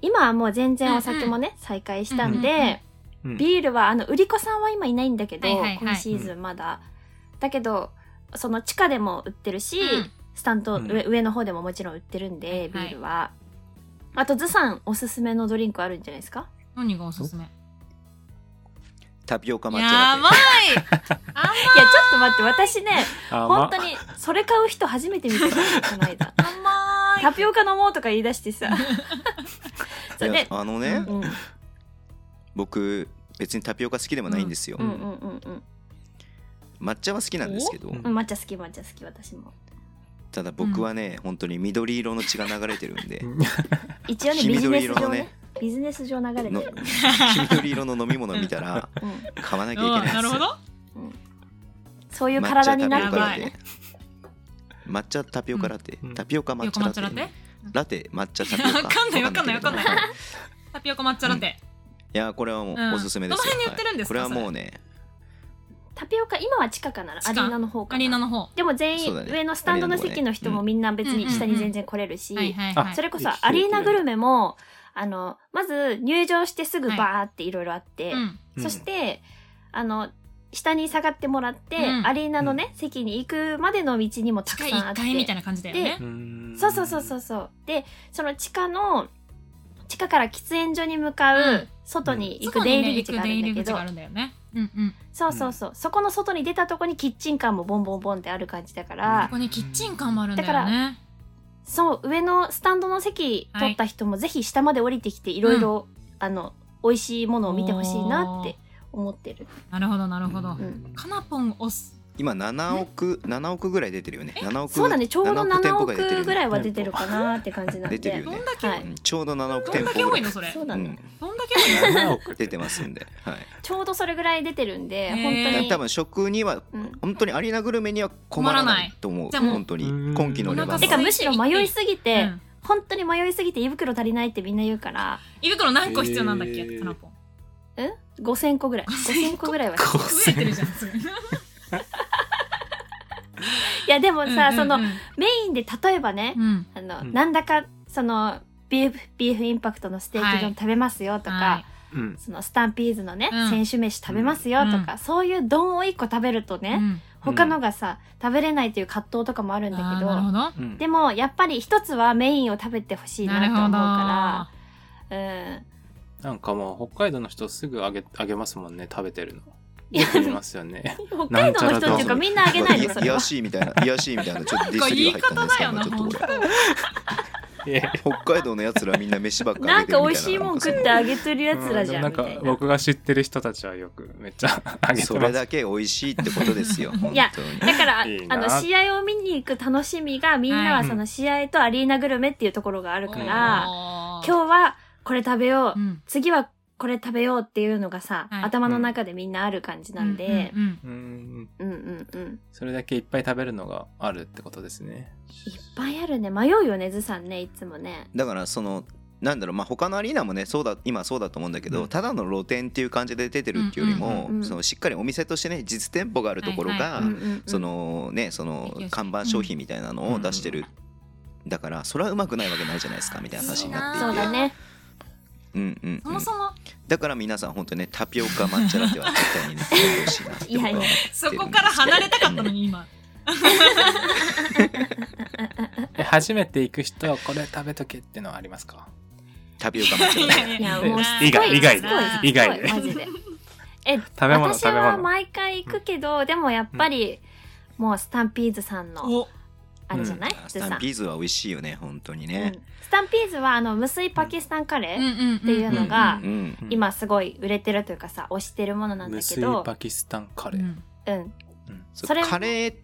Speaker 4: 今はもう全然お酒もね、再開したんで、
Speaker 3: うんうん
Speaker 4: ビールはあの売り子さんは今いないんだけど、
Speaker 2: はいはいはい
Speaker 4: 今シーズンまだ、だけどその地下でも売ってるし、
Speaker 2: うん
Speaker 4: スタンド
Speaker 3: うん
Speaker 4: 上,、上の方でももちろん売ってるんで、
Speaker 2: はい
Speaker 4: ビールはあとズさんおすすめのドリンクあるんじゃないですか
Speaker 2: 何がおすすめや
Speaker 5: タピオカ抹
Speaker 2: ばい
Speaker 5: 茶ラ
Speaker 2: 甘
Speaker 4: いやちょっと待って私ね
Speaker 3: あ
Speaker 4: 本
Speaker 3: ま
Speaker 4: 当にそれ買う人初めて 見たこの間
Speaker 2: 甘い
Speaker 4: タピオカ飲もうとか言い出して さそ
Speaker 5: テ
Speaker 4: れ
Speaker 5: いや
Speaker 4: で
Speaker 5: あのね、
Speaker 4: うんうん
Speaker 5: 僕別にタピオカ好きでもないんですよ、
Speaker 4: うんうんうん
Speaker 5: 抹茶は好きなんですけど、
Speaker 3: お
Speaker 4: うん抹茶好き抹茶好き私も
Speaker 5: ただ僕はね、本当に緑色の血が流れてるんで
Speaker 3: うん
Speaker 4: 一応ね
Speaker 5: 黄
Speaker 4: ビジネ
Speaker 5: 緑
Speaker 4: ス
Speaker 5: 色
Speaker 4: 上
Speaker 5: の
Speaker 4: ね
Speaker 5: ね
Speaker 4: ビジネス上流れて
Speaker 5: の
Speaker 4: る、
Speaker 5: 黄緑色の飲み物見たら
Speaker 4: うん、
Speaker 5: 買わなきゃいけない
Speaker 2: うん
Speaker 5: です
Speaker 2: なるほど
Speaker 4: そういう
Speaker 5: 抹
Speaker 4: 体
Speaker 5: 茶
Speaker 4: に
Speaker 5: タピ
Speaker 4: な
Speaker 5: オ
Speaker 4: っ
Speaker 5: カ
Speaker 4: て
Speaker 5: ラ
Speaker 4: る
Speaker 5: テ
Speaker 4: ね
Speaker 5: 抹茶タピオカラテ、
Speaker 3: うん
Speaker 5: タピオカ抹
Speaker 2: タピオカ
Speaker 5: 茶
Speaker 2: 抹
Speaker 5: ラ
Speaker 2: 茶
Speaker 5: テ
Speaker 2: ラテ
Speaker 5: ラテ抹茶タピオカ
Speaker 2: わかんないわかんないわかんない
Speaker 5: わけど
Speaker 2: タピオカ抹茶ラテ
Speaker 5: いやこれはも
Speaker 2: うん
Speaker 5: うおすすめです
Speaker 2: どの辺で売ってるんですか
Speaker 5: はいこれはもうね
Speaker 4: タピオカ今は地下かな
Speaker 2: 地下
Speaker 4: アリーナの方
Speaker 2: ア
Speaker 4: か
Speaker 2: リーナ
Speaker 4: な
Speaker 2: の方
Speaker 4: でも全
Speaker 5: そう
Speaker 4: 員、
Speaker 5: だね
Speaker 4: 上のスタンドの席の人も
Speaker 5: ア
Speaker 4: みんな別
Speaker 2: うん
Speaker 4: に下に全然来れるし、
Speaker 2: はいはいはい
Speaker 4: それこそ
Speaker 3: できて
Speaker 4: アリーナグルメもあのまず入場してすぐバーっていろいろあって、
Speaker 2: うん
Speaker 4: そしてあの下に下がってもらって、
Speaker 2: うん
Speaker 4: アリーナのね、席に行くまでの道にもたく
Speaker 2: 地下
Speaker 4: さんあっ
Speaker 2: 1
Speaker 4: て
Speaker 2: 階みたいな感じだよね
Speaker 3: うん
Speaker 4: そうそうそうそうそうでその地下の地下から喫煙所に向か
Speaker 2: う
Speaker 4: うん外に行
Speaker 2: 外
Speaker 4: く
Speaker 2: に
Speaker 4: 出
Speaker 2: ね
Speaker 4: 入り口があるんだ
Speaker 2: 行く出入
Speaker 4: け
Speaker 2: り口
Speaker 4: ど、
Speaker 2: があるんだよねうんうん
Speaker 4: そうそうそう、そこの外に出たとこにキッチンカーもボンボンボンってある感じだか
Speaker 3: う
Speaker 4: ら
Speaker 2: こ、こにキッチンカーもあるんだよね。
Speaker 4: そう上のスタンドの席取った人もぜひ下まで降りてきていろいろあの美味しいものを見てほしいなって思ってる
Speaker 2: なるほどなるほど。
Speaker 4: ん
Speaker 2: かなぽん押す。
Speaker 5: 今7億7億ぐらい出てるよね7億
Speaker 4: そうだねちょうど7
Speaker 5: が出てるよ
Speaker 4: 億
Speaker 5: ね
Speaker 4: ぐらいは出てるかなって感じなんで
Speaker 5: 出てるよ
Speaker 2: ど
Speaker 5: ね
Speaker 2: んだけ、
Speaker 4: はい
Speaker 5: うんちょうど7億
Speaker 2: どん
Speaker 5: 店
Speaker 2: だ
Speaker 5: 舗
Speaker 2: け
Speaker 5: ぐ
Speaker 2: 多
Speaker 5: ら
Speaker 2: い
Speaker 5: い
Speaker 2: のそれ。
Speaker 4: そう
Speaker 5: う
Speaker 4: だね
Speaker 5: ん、
Speaker 2: どんだけ多いの。
Speaker 3: 7億
Speaker 5: 出てますんで、はい、
Speaker 4: ちょうどそれぐらい出てるんで
Speaker 2: へー
Speaker 4: 本当に
Speaker 5: 多分食には
Speaker 4: うん
Speaker 5: 本当にアリーナグルメには困
Speaker 2: 困
Speaker 5: ら
Speaker 2: らな
Speaker 5: ないいと思う
Speaker 2: じゃあもう
Speaker 5: 本当に
Speaker 3: うん
Speaker 5: 今期のレ
Speaker 2: お
Speaker 5: バ
Speaker 2: 腹
Speaker 5: ー
Speaker 4: て
Speaker 2: 空い
Speaker 4: か
Speaker 2: て
Speaker 4: むしろ迷いすぎて、
Speaker 2: うん
Speaker 4: 本当に迷いすぎて胃袋足りないってみんな言うから
Speaker 2: 胃袋何個必要なんだっけ、
Speaker 3: えー
Speaker 2: かなぽん。
Speaker 4: 5000個ぐらい5000個ぐらいは
Speaker 2: 増えてるじゃん。すごい
Speaker 4: いやでもさ、
Speaker 2: うん
Speaker 4: その
Speaker 2: うん
Speaker 4: メインで例えばね
Speaker 2: う、ん
Speaker 4: あの、
Speaker 3: うん
Speaker 4: なんだかそのビーフビーフインパクトのステーキ
Speaker 2: はい
Speaker 4: 丼食べますよとか、
Speaker 2: はい
Speaker 3: うん
Speaker 4: そのスタンピーズのね、
Speaker 2: うん
Speaker 4: 選手飯食べますよとか、そういう丼を一個食べると
Speaker 2: う
Speaker 4: ね、
Speaker 2: ん
Speaker 4: 他のがさ、食べれないっていう葛藤とかもあるんだ
Speaker 2: あー
Speaker 4: けど
Speaker 2: なるほど。
Speaker 3: うん
Speaker 4: でもやっぱり一つはメインを食べてほしいなと思う
Speaker 2: な
Speaker 4: か
Speaker 2: る
Speaker 4: らうん
Speaker 3: なんかもう北海道の人すぐあげあげますもんね食べてるの。
Speaker 4: いや
Speaker 3: よく言いますよね。
Speaker 4: 北海道の人っていうかみんなあげないのそ
Speaker 5: い
Speaker 4: れ
Speaker 5: や
Speaker 4: は
Speaker 5: らしいみたいな、いやらしいみたいな、ちょっとディスりが入ったんですけど、
Speaker 2: なんか
Speaker 5: ちょっ
Speaker 2: 言い
Speaker 5: と
Speaker 2: 方
Speaker 5: こ
Speaker 2: だよな
Speaker 3: いやいや
Speaker 5: れ。北海道のやつらみんな飯ばっかり
Speaker 4: なんか美味
Speaker 5: あげて
Speaker 4: しい
Speaker 5: るみたな
Speaker 4: もん食ってあげてるやつらじゃん
Speaker 3: う
Speaker 4: み
Speaker 3: でも
Speaker 4: た
Speaker 3: なん
Speaker 4: い
Speaker 3: か
Speaker 4: な
Speaker 3: 僕が知ってる人たちはよくめっちゃあげて
Speaker 5: そ
Speaker 3: ま
Speaker 5: れ
Speaker 3: す。
Speaker 5: だけ美味しいってことですよ、本
Speaker 4: いや
Speaker 5: 当に。
Speaker 4: だから
Speaker 3: いいな
Speaker 4: あの試合を見に行く楽しみがみんなはその試合とアリーナグルメっていうところがあるから、
Speaker 2: 今
Speaker 4: 今日はこれ食べよう、
Speaker 2: 日
Speaker 4: 次はこれ食べようっていうのがさ、
Speaker 2: はい
Speaker 4: 頭の中でみんなある感じなんで、
Speaker 2: うん
Speaker 3: う
Speaker 4: う
Speaker 3: ーん
Speaker 4: ん、うんうんうん
Speaker 3: それだけいっぱい食べるのがあるってことですね。
Speaker 4: いっぱいあるね迷うよねずさんねいつもね
Speaker 5: だからそのなんだろうまあ他のアリーナもねそうだ今そうだと思うんだけど、
Speaker 3: うん
Speaker 5: ただの露店っていう感じで出てるっていうよりも、
Speaker 4: うんうんうん
Speaker 5: そのしっかりお店としてね実店舗があるところが、
Speaker 2: は
Speaker 4: うんうんうん
Speaker 5: そのねその看板商品みたいなのを出してる、だからそれはうまくないわけないじゃないですかみたいな話になっていて
Speaker 4: そうだね
Speaker 5: うんうんうん
Speaker 2: そもそも
Speaker 5: だから皆さん本当ねタピオカ抹茶ラテは絶対にね食べてほしいなって僕は思ってるんですけ
Speaker 2: そ
Speaker 5: ど
Speaker 2: こから離れたかったのに今
Speaker 3: え初めて行く人はこれ食べとけってのはありますか
Speaker 5: タピオカ抹茶ラ テ
Speaker 4: いやもうし
Speaker 3: 以
Speaker 4: つこい
Speaker 3: 外以外
Speaker 4: しつ
Speaker 3: で
Speaker 4: こい
Speaker 3: 以
Speaker 4: し
Speaker 3: 外
Speaker 4: つこいマジでえ
Speaker 3: 食べ物
Speaker 4: 私
Speaker 3: 食べ
Speaker 4: は
Speaker 3: 物。
Speaker 4: 毎回行くけど、でもやっぱり、もうスタンピーズさんの
Speaker 2: お
Speaker 4: あれじゃない、
Speaker 5: ス
Speaker 4: ずさん
Speaker 5: タンピーズは美味しいよね本当に
Speaker 4: うん
Speaker 5: ね、
Speaker 4: スタンピーズはあの無水パキスタンカレー、
Speaker 2: って
Speaker 4: いう
Speaker 5: の
Speaker 4: が
Speaker 5: うん
Speaker 3: うん
Speaker 4: 今すごい売れてるというかさ推してるものなんだけ
Speaker 3: 無水
Speaker 4: ど
Speaker 3: パキスタンカレー。
Speaker 4: うん
Speaker 3: うん
Speaker 5: そう
Speaker 4: それも
Speaker 5: カレーっ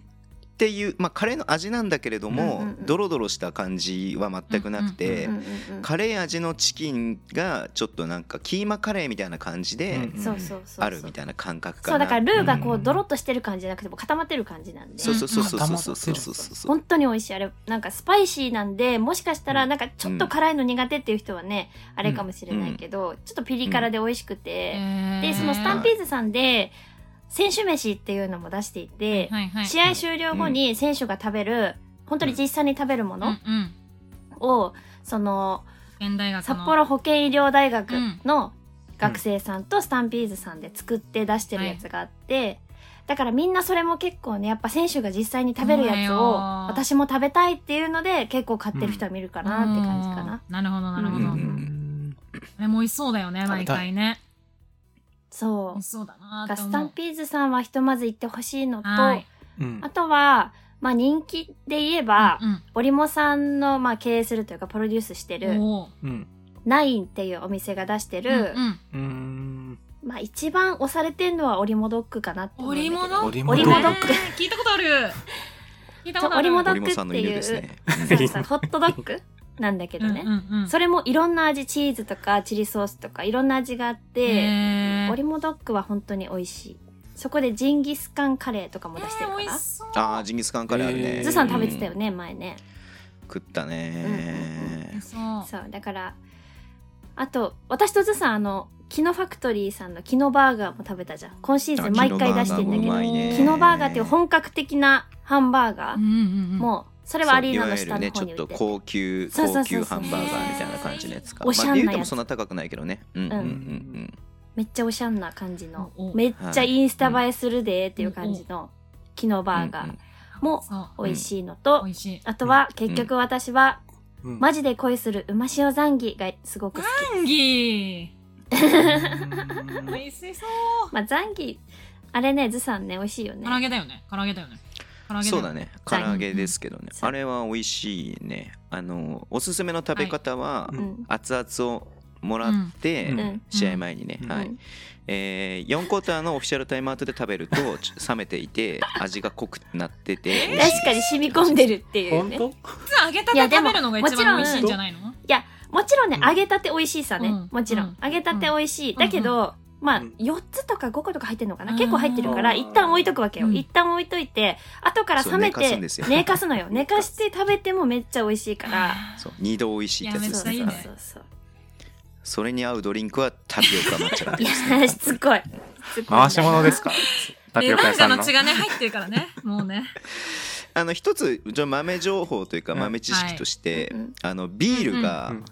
Speaker 5: ていう、まあ、カレーの味なんだけれども、
Speaker 4: うんうんうん
Speaker 5: ドロドロした感じは全くなくて、
Speaker 4: うんうんうん
Speaker 5: カレー味のチキンがちょっとなんかキーマカレーみたいな感じで、
Speaker 3: うん
Speaker 4: そうそうそうそう
Speaker 5: あるみたいな感覚か
Speaker 4: そう
Speaker 5: な
Speaker 4: だからルーがこ
Speaker 3: う
Speaker 4: うんドロッとしてる感じじゃなくてもう固まってる感じなんで
Speaker 5: そうそうそうそう
Speaker 3: うん
Speaker 5: そうそうそうそうそう
Speaker 4: 本当に美味しいあれなんかスパイシーなんでもしかしたらなんかちょっと辛いの苦手っていう人はね、あれかもしれないけど、ちょっとピリ辛で美味しくて、でそのスタンピーズさんで選手飯っていうのも出していて、試合終了後に選手が食べる本当に実際に食べるものを、その
Speaker 2: 現代学
Speaker 4: 札幌保健医療大学の学生さんとスタンピーズさんで作って出してるやつがあって、だからみんなそれも結構ねやっぱ選手が実際に食べるやつ
Speaker 2: そう
Speaker 4: を
Speaker 2: よ
Speaker 4: 私も食べたいっていうので結構買ってる人は見るかなって感じかな、
Speaker 2: なるほどなるほ
Speaker 5: う
Speaker 2: ど
Speaker 5: ん
Speaker 2: あれも美味しそうだよね毎回ね美
Speaker 4: そ
Speaker 2: 味
Speaker 4: う
Speaker 2: しそうだな
Speaker 4: だから
Speaker 2: と
Speaker 4: スタ
Speaker 2: 思
Speaker 4: ン
Speaker 2: う
Speaker 4: ピーズさんはひとまず行ってほしいのと、
Speaker 2: はい
Speaker 3: うん
Speaker 4: あとはまあ人気で言えば、
Speaker 2: うん
Speaker 4: 織茂さんのまあ経営するというかプロデュースしてる
Speaker 2: おー
Speaker 3: うん
Speaker 4: ナインっていうお店が出してる、
Speaker 2: うんうん
Speaker 3: うん
Speaker 4: まあ一番押されてんのは織茂ドッグかなって思うんだけ
Speaker 2: 織
Speaker 4: ど
Speaker 2: 物
Speaker 3: 織
Speaker 4: 織
Speaker 3: 物
Speaker 4: 物ドッグ
Speaker 2: えー聞いたことある聞いたことある
Speaker 4: 織物ドッ
Speaker 5: 森本さんの犬ですね
Speaker 4: そうそうホットドッグなんだけどね、
Speaker 2: うんうんうん
Speaker 4: それもいろんな味チーズとかチリソースとかいろんな味があって、
Speaker 2: へー
Speaker 4: オリモドッグは本当に美味しいそこでジンギスカンカレーとかも出してるか
Speaker 2: えー美
Speaker 4: ら
Speaker 2: 味し、そう
Speaker 5: ああジンギスカンカレーあるね、
Speaker 3: えー
Speaker 4: ズさん食べてたよね、前ね
Speaker 5: うん食ったね、
Speaker 2: そう
Speaker 4: そうだからあと私とズさんあのキノファクトリーさんのキノバーガーも食べたじゃん今シーズン毎回出してんだけ
Speaker 5: う
Speaker 4: ど
Speaker 5: まいね
Speaker 4: キノバーガーっていう本格的なハンバーガー、
Speaker 2: うんうんうん
Speaker 4: もうそれ
Speaker 5: そう
Speaker 4: はアリーナの
Speaker 5: いわ
Speaker 4: 下
Speaker 5: ゆる
Speaker 4: の
Speaker 5: ねち
Speaker 4: 方
Speaker 5: ょ
Speaker 4: に
Speaker 5: っ
Speaker 4: 売っ
Speaker 5: と
Speaker 4: てる
Speaker 5: 高級
Speaker 4: そうそうそうそう
Speaker 5: 高級ハンバーガーみたいな感じのやつか
Speaker 4: おしゃんな
Speaker 5: まあ
Speaker 4: やつ
Speaker 5: ビュートもそんな高くないけどねうんうんうんうん
Speaker 4: めっちゃおしゃんな感じの
Speaker 2: おお
Speaker 4: めっちゃインスタ映えするでーっていう感じのキノバーガーも
Speaker 2: そう
Speaker 4: 美味しいのと
Speaker 2: 美味しい
Speaker 4: あとは結局私は
Speaker 3: うん
Speaker 4: マジで恋するうま塩ザンギがすごく好き。
Speaker 2: ザンギ
Speaker 3: うん
Speaker 2: 美味しそう
Speaker 4: まあザンギあれねずさんね美味しいよ
Speaker 2: 唐揚
Speaker 4: ね。
Speaker 2: げだよね唐揚げだよね唐揚げ
Speaker 5: そうだ
Speaker 2: ね
Speaker 5: ね唐揚げですけどね
Speaker 4: そう
Speaker 5: あれは美味しいねあのおすすめの食べ方は、
Speaker 3: はいううん
Speaker 5: 熱々をもらって、
Speaker 3: うん
Speaker 4: うん
Speaker 5: 試合前にね、
Speaker 3: うん
Speaker 5: はい
Speaker 4: うん
Speaker 5: えー、4クォーターのオフィシャルタイムアウトで食べるとちょ冷めていて味が濃くなってて美味しい
Speaker 4: 確かに染み込んでるっていう
Speaker 3: 本
Speaker 4: ね。
Speaker 3: 当
Speaker 2: 普通揚げたて食べるのが一番美味しいんじゃないの
Speaker 4: もちろんね
Speaker 3: うん
Speaker 4: 揚げたて美味しいさ
Speaker 2: う
Speaker 4: ね
Speaker 2: ん。
Speaker 4: もちろ
Speaker 2: うん
Speaker 4: ん揚げたて美味しいだけど。まあ
Speaker 3: うん、
Speaker 4: 4つとか5個とか入ってるのかな
Speaker 2: うん
Speaker 4: 結構入ってるから、
Speaker 3: うん
Speaker 4: 一旦置いとくわけよ。
Speaker 2: うん
Speaker 4: 一旦置いといて、後から冷め
Speaker 5: そう寝かす
Speaker 4: て
Speaker 5: んですよ、
Speaker 4: 寝かすのよ。寝かして食べてもめっちゃ美味しいから。
Speaker 5: そう二度美味しいってやつ
Speaker 2: め
Speaker 5: で
Speaker 2: っ
Speaker 5: す
Speaker 2: ちゃ
Speaker 5: ね
Speaker 2: いいね
Speaker 4: そうそう
Speaker 5: それに合うドリンクはタピオカ抹茶ラ
Speaker 4: そ
Speaker 5: テ
Speaker 4: う
Speaker 5: です
Speaker 4: いや
Speaker 5: ね
Speaker 4: しつこい。しつこいな
Speaker 3: 回し物ですかタピ
Speaker 2: で
Speaker 3: オカ
Speaker 2: な
Speaker 3: 屋
Speaker 2: ん
Speaker 3: さ
Speaker 2: か
Speaker 3: ん
Speaker 2: の
Speaker 3: の
Speaker 2: 血がね入ってるからねもうね
Speaker 5: あの一つちょ豆情報というか
Speaker 3: うん
Speaker 5: 豆知識として、
Speaker 4: うん
Speaker 5: あのビールが、
Speaker 3: うんうん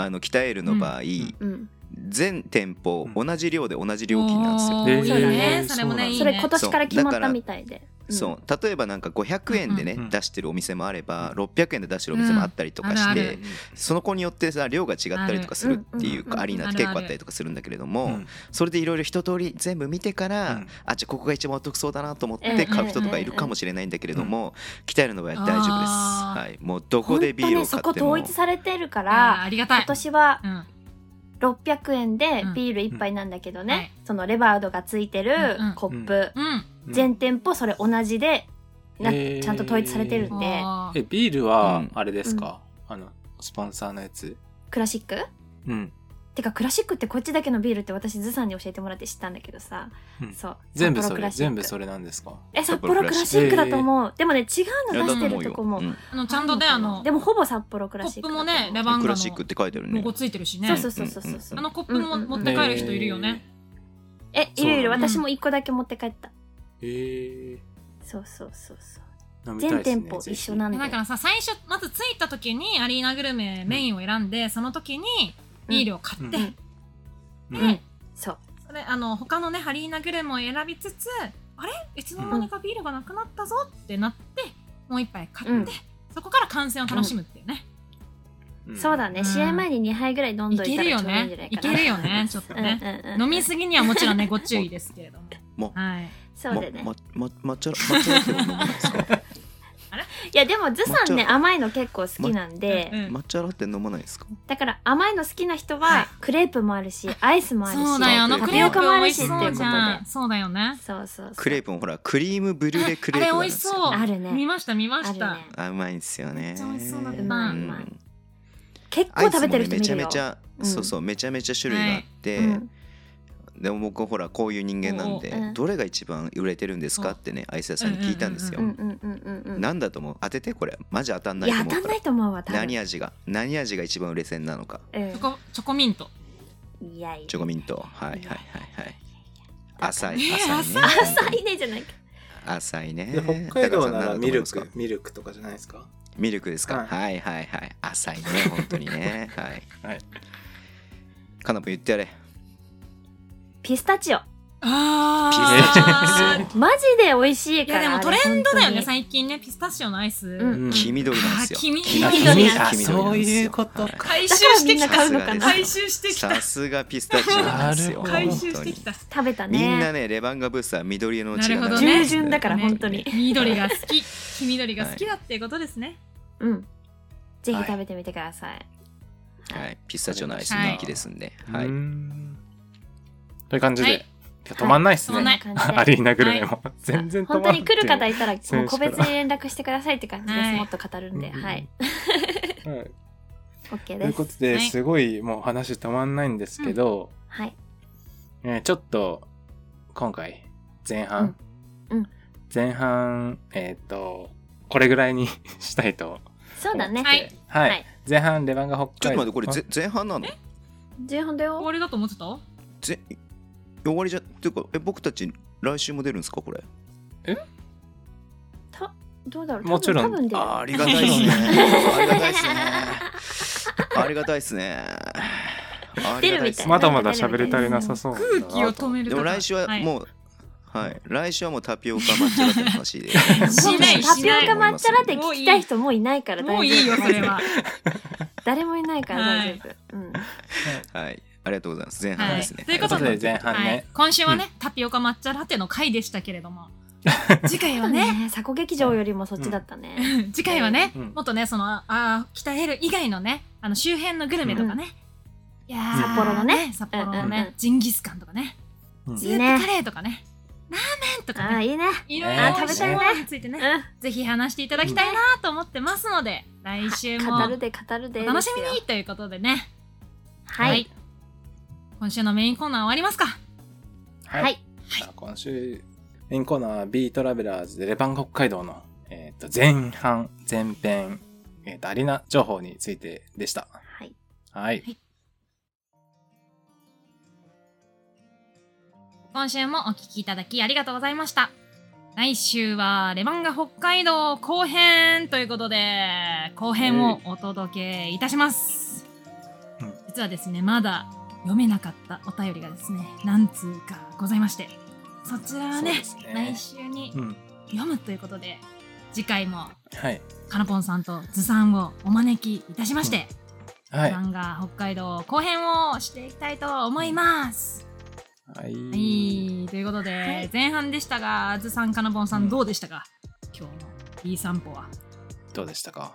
Speaker 5: あの北エルの場合、
Speaker 4: うん。
Speaker 5: 全店舗
Speaker 3: うん
Speaker 5: 同じ量で同じ料金なんですよ。
Speaker 2: おー
Speaker 3: えー
Speaker 2: いいね
Speaker 3: そうだね
Speaker 2: それもねいいね
Speaker 4: それ今年から決まったみたいで。うん
Speaker 5: そう例えばなんか500円でね、
Speaker 3: うんうん
Speaker 5: 出してるお店もあれば600円で出してるお店もあったりとか
Speaker 2: うん
Speaker 5: し
Speaker 2: あ
Speaker 5: て、
Speaker 2: るある
Speaker 5: その子によってさ量が違ったりとかするっていう
Speaker 4: ある
Speaker 5: アリーナって結構あったりとかするんだけれども、
Speaker 3: うん
Speaker 5: それでいろいろ一通り全部見てか
Speaker 3: う
Speaker 5: ら、
Speaker 3: ん
Speaker 5: あじゃあここが一番お得そうだなと思っ
Speaker 4: うん
Speaker 5: て買う人と
Speaker 4: う
Speaker 5: か
Speaker 4: ん
Speaker 5: いるかもしれないんだけれども、北エルの場合は大丈夫です、
Speaker 2: あー
Speaker 5: はい、もうどこ
Speaker 4: 本
Speaker 5: でビ
Speaker 4: 当
Speaker 5: ール
Speaker 4: に
Speaker 5: を
Speaker 4: そ
Speaker 5: 買
Speaker 4: こ
Speaker 5: っても
Speaker 4: 統一されてるか
Speaker 2: あー
Speaker 4: ら、
Speaker 2: ありがたい
Speaker 4: 今。年は
Speaker 2: うん
Speaker 4: 600円で
Speaker 2: うん
Speaker 4: ビール1杯なんだけどね、
Speaker 2: うんはい
Speaker 4: そのレバードがついてる
Speaker 2: うん
Speaker 4: コップ、
Speaker 2: うん。
Speaker 3: うん
Speaker 4: 全店舗それ同じでな
Speaker 3: へー
Speaker 4: ちゃんと統一されてるんで
Speaker 2: あー
Speaker 3: えビールは
Speaker 5: うん
Speaker 3: あれですか、あのスポンサーのやつ
Speaker 4: クラシック
Speaker 3: うん、
Speaker 4: てかクラシックってこっちだけのビールって私ズさんに教えてもらって知ったんだけどさ、
Speaker 3: うん
Speaker 4: そう
Speaker 3: 全部
Speaker 4: 札幌
Speaker 3: そ
Speaker 4: ク
Speaker 3: れ
Speaker 4: ラシック
Speaker 3: 全部それなんですか
Speaker 4: え札幌クラシックだと思う、でもね違うの出してるとこも、
Speaker 5: うん
Speaker 2: あのちゃんとね、あの、
Speaker 4: でもほぼ札幌ク
Speaker 2: コ
Speaker 4: ラシッ
Speaker 2: ッ
Speaker 4: ク
Speaker 2: プ
Speaker 4: だと
Speaker 2: も
Speaker 4: 思う
Speaker 2: ね、レバン
Speaker 5: ク
Speaker 2: ガ
Speaker 5: ラシック
Speaker 2: の
Speaker 5: って書いてある
Speaker 2: ロ
Speaker 5: ね
Speaker 2: ゴついてるし
Speaker 4: そう
Speaker 2: ね。
Speaker 4: そうそうそうそうそう
Speaker 2: あのコップも
Speaker 4: うんうんうん
Speaker 2: 持って帰る人いるよね。
Speaker 4: えいるいる
Speaker 3: そうなんだ
Speaker 4: 私も1個だけ持って帰った、
Speaker 3: えー、
Speaker 4: そうそうそうそう
Speaker 3: 飲みた
Speaker 4: 全
Speaker 3: いですね
Speaker 4: 店舗一緒なん
Speaker 2: で
Speaker 4: で
Speaker 2: だからさ、最初、まず着いた時にアリーナグルメメインを選んで、その時にビールを買って
Speaker 3: うん、
Speaker 2: で
Speaker 3: うん
Speaker 4: そう
Speaker 2: それあの他のねハリーナグルメを選びつつあれいつの間にかビールがなくなったぞってなって、もう一杯買って、
Speaker 4: うん
Speaker 2: そこから観戦を楽しむっていうね、
Speaker 3: ん
Speaker 4: そうだね、
Speaker 2: うん
Speaker 4: 試合前に2杯ぐらい飲ん
Speaker 2: い
Speaker 4: どい
Speaker 2: け
Speaker 4: たら
Speaker 2: る
Speaker 4: ちょう
Speaker 2: よ
Speaker 4: どいいんじゃ
Speaker 2: ね
Speaker 4: ない
Speaker 2: い
Speaker 4: か
Speaker 2: け
Speaker 4: な。
Speaker 2: るよね ちょっとね、
Speaker 4: うんうんうん、
Speaker 2: 飲みすぎにはもちろんねご注意ですけれども
Speaker 5: も
Speaker 2: はい
Speaker 4: そうだよね。
Speaker 5: ももも抹茶抹茶ラテは飲まないですか
Speaker 4: いやでもズさんね
Speaker 5: もちろん
Speaker 4: 甘いの結構好きなんで、
Speaker 2: うん
Speaker 5: 抹茶ラテ飲まないですか
Speaker 4: だから甘いの好きな人
Speaker 2: は
Speaker 4: はいクレープもあるし、アイスもあるし、
Speaker 2: そうだよあの
Speaker 4: タ
Speaker 2: ク
Speaker 4: ピ
Speaker 2: レ
Speaker 4: オ
Speaker 2: ープ
Speaker 4: カもあ
Speaker 2: 美
Speaker 4: る
Speaker 2: 味
Speaker 4: し
Speaker 2: し
Speaker 4: って
Speaker 2: そ
Speaker 4: いう
Speaker 2: う
Speaker 4: こ
Speaker 2: じ
Speaker 4: と
Speaker 2: ゃん
Speaker 4: で。
Speaker 2: そうだよね
Speaker 4: そうそうそう。
Speaker 5: クレープもほらクリームブリュレクレ
Speaker 2: あれ
Speaker 5: ープなん
Speaker 2: 美味
Speaker 5: で
Speaker 2: し
Speaker 5: す
Speaker 2: そ
Speaker 5: よ
Speaker 2: う
Speaker 4: あるね
Speaker 2: 見ました見ま
Speaker 4: あ
Speaker 2: し
Speaker 4: る
Speaker 2: た
Speaker 4: ね。
Speaker 5: あうまいんですよね
Speaker 2: めっちゃ美味しそうだった
Speaker 5: ん
Speaker 4: うまいう結
Speaker 5: ア
Speaker 4: 構
Speaker 5: イス
Speaker 4: 食
Speaker 5: も
Speaker 4: べて
Speaker 5: ね
Speaker 4: る人
Speaker 5: め
Speaker 4: 見
Speaker 5: ちゃ
Speaker 4: る
Speaker 5: め
Speaker 4: よ。
Speaker 5: ちゃ
Speaker 4: うん
Speaker 5: そうそうめちゃめちゃ種類があって、
Speaker 4: うん
Speaker 5: でも僕ほらこういう人間なんで
Speaker 4: おうおう
Speaker 5: どれが一番売れてるんですかってねアイス屋さんに聞いたんですよ、
Speaker 4: うんうんうんうんうん。
Speaker 5: なんだと思う当ててこれマジ当たんないい
Speaker 4: や当
Speaker 5: と
Speaker 4: た
Speaker 5: 思うんか
Speaker 4: な
Speaker 5: ら
Speaker 4: いと思うわ多分。
Speaker 5: 何味が何味が一番売れ線なのか
Speaker 4: うん
Speaker 2: チョコチョコミント
Speaker 4: いやいや。
Speaker 5: チョコミントはいはいはいはい浅い
Speaker 2: ね
Speaker 5: 浅いね
Speaker 4: 浅いねじゃないか。
Speaker 5: 浅いね
Speaker 3: で北海道なら
Speaker 5: 高橋さん何だと思
Speaker 3: ミ
Speaker 5: い
Speaker 3: ル
Speaker 5: ますか
Speaker 3: クミルクとかじゃないですか
Speaker 5: ミルクですか、
Speaker 3: はい
Speaker 5: はい、はいはい浅いね本当に ねはい
Speaker 3: はい
Speaker 5: かなぽん言ってやれ
Speaker 4: ピスタチオ。
Speaker 2: あ
Speaker 5: ー
Speaker 4: マジで美味しい
Speaker 2: い
Speaker 4: か
Speaker 2: や
Speaker 4: ら。
Speaker 2: でもトレンドだよ
Speaker 4: あれ本
Speaker 2: ね
Speaker 4: 当に
Speaker 2: 最近ねピスタチオのアイス、
Speaker 4: うん
Speaker 5: 黄緑なんですよ
Speaker 2: あ黄緑
Speaker 4: あ黄緑
Speaker 5: 黄緑なんですよ
Speaker 3: あそういうこと
Speaker 5: はい
Speaker 2: 回収
Speaker 4: だから
Speaker 2: し
Speaker 4: み
Speaker 2: て
Speaker 4: ん
Speaker 2: き
Speaker 4: な
Speaker 2: た
Speaker 4: 買うのかな。
Speaker 5: さすがで
Speaker 2: 回収してきた
Speaker 5: さすがピスタチオなんです よ。
Speaker 3: な
Speaker 2: 回
Speaker 3: るほど
Speaker 2: 収してきた
Speaker 4: 食べた
Speaker 5: 本当にみんな
Speaker 4: ね。
Speaker 5: ね、レバンガブースは緑色の血が
Speaker 2: なるほど
Speaker 5: 流れてる
Speaker 4: 従
Speaker 2: ね
Speaker 5: んですね
Speaker 4: 順だから
Speaker 2: ね
Speaker 4: 本当に。
Speaker 2: 緑が好き黄緑が好きだっていうことですね、
Speaker 4: うん。ぜひ食べてみてください。
Speaker 5: はい、ピスタチオのアイス人気ですんで。はいう
Speaker 3: ー。んという感じで、
Speaker 2: はい
Speaker 3: いや止まんないっす
Speaker 2: 止まんな
Speaker 3: ね、
Speaker 2: い
Speaker 4: 感じで
Speaker 3: アリーナグルメも、 全然止ま
Speaker 4: 本
Speaker 3: んな
Speaker 4: 当
Speaker 3: い
Speaker 4: に来る方
Speaker 3: い
Speaker 4: いたら、もう個別に連絡してくださいって感じで
Speaker 2: は
Speaker 4: す。
Speaker 2: い
Speaker 4: もっと語るんで、
Speaker 3: うんうん
Speaker 4: はい。
Speaker 3: う、はい
Speaker 4: OK
Speaker 3: とい
Speaker 4: で
Speaker 3: うこと
Speaker 4: す。
Speaker 3: で、
Speaker 2: はい
Speaker 3: すごいもう話止まんないんですけど、
Speaker 4: はい。
Speaker 3: えーちょっと今回前半、
Speaker 4: うんうん
Speaker 3: 前半えっ、とこれぐらいに したいと
Speaker 4: そうだね。
Speaker 2: は
Speaker 3: はいい、
Speaker 4: はい
Speaker 3: 前半レバンガ北海道
Speaker 5: ちょっと待って、これぜ前半なの
Speaker 4: 前半だ
Speaker 2: 終
Speaker 4: よ。
Speaker 2: わりだと思ってた
Speaker 5: ぜ終わりじゃ、っていうか、え、僕たち来週も出るんですか、これ。
Speaker 4: どうだろう。
Speaker 3: もちろん
Speaker 4: 多分多分出る
Speaker 5: ありがたいですね。 ありがたいですね。ありがたいです ね。ありがたい
Speaker 4: 出る
Speaker 5: っす
Speaker 4: みたい
Speaker 5: ね
Speaker 3: まだまだ喋り足りなさそう
Speaker 2: 空気を止める
Speaker 5: で
Speaker 2: と
Speaker 5: も
Speaker 2: か
Speaker 5: 来週は
Speaker 2: う
Speaker 5: もう、はい、来週はもうタピオカ抹茶ラテの話で。
Speaker 2: しない
Speaker 4: タ
Speaker 2: し
Speaker 4: ピオ
Speaker 2: ない
Speaker 4: カ抹茶ラテ聞きたい人もういないから大丈夫。
Speaker 2: もういいよそれは
Speaker 4: 誰もいないから大丈夫。うん。
Speaker 5: はい、ありがとうございます。前半ですね。
Speaker 2: はいということ
Speaker 3: で前半ね、
Speaker 2: はい、今週はね、タピオカ抹茶ラテの回でしたけれども次回
Speaker 4: そ
Speaker 2: は
Speaker 4: う
Speaker 2: ね
Speaker 4: ね。鎖古劇場よりもそっちだったね。
Speaker 2: 次回はね、
Speaker 3: うん
Speaker 2: もっとねそのああー北エル以外のねあの周辺のグルメとかね、いやー
Speaker 4: 札幌のね
Speaker 2: 札幌のね、
Speaker 4: うんうんうん
Speaker 2: ジンギスカンとかね、
Speaker 3: うん
Speaker 2: スープカレーとかねラーメンとか
Speaker 4: ああ、
Speaker 2: ね
Speaker 4: いいね。
Speaker 2: いろいろ
Speaker 3: ね
Speaker 2: 美味しいものについて
Speaker 4: う
Speaker 2: ね
Speaker 4: ん。
Speaker 2: ぜひ話していただきたいなと思ってますので、来週も
Speaker 4: 語
Speaker 2: お
Speaker 4: るで語るで。
Speaker 2: 楽しみにということでね。
Speaker 4: はい。
Speaker 2: 今週のメインコーナー終わりますか
Speaker 3: はい
Speaker 4: はい
Speaker 3: じゃあ今週メインコーナーは B トラベラーズでレバンガ北海道の、えー、と前半前編、えー、とアリーナ情報についてでした
Speaker 4: はい。
Speaker 3: はい
Speaker 2: 今週もお聞きいただきありがとうございました。来週はレバンガ北海道後編ということで、後編をお届けいたします。
Speaker 3: うん
Speaker 2: 実はですね、まだ読めなかったお便りがですね、何通かございまして、そちらは
Speaker 3: そう
Speaker 2: ね
Speaker 3: です、ね
Speaker 2: 来週に
Speaker 3: うん
Speaker 2: 読むということで次回も
Speaker 3: はい。
Speaker 2: かなぽんさんとずさんをお招きいたしまして、
Speaker 3: はい。
Speaker 2: 漫画北海道後編をしていきたいと思います。
Speaker 3: はい。
Speaker 2: はい、ということで、
Speaker 4: はい
Speaker 2: 前半でしたが、あずさん、かなぼんさ、
Speaker 3: うんん
Speaker 2: どうでしたか、今日のいい散歩は。
Speaker 3: どうでしたか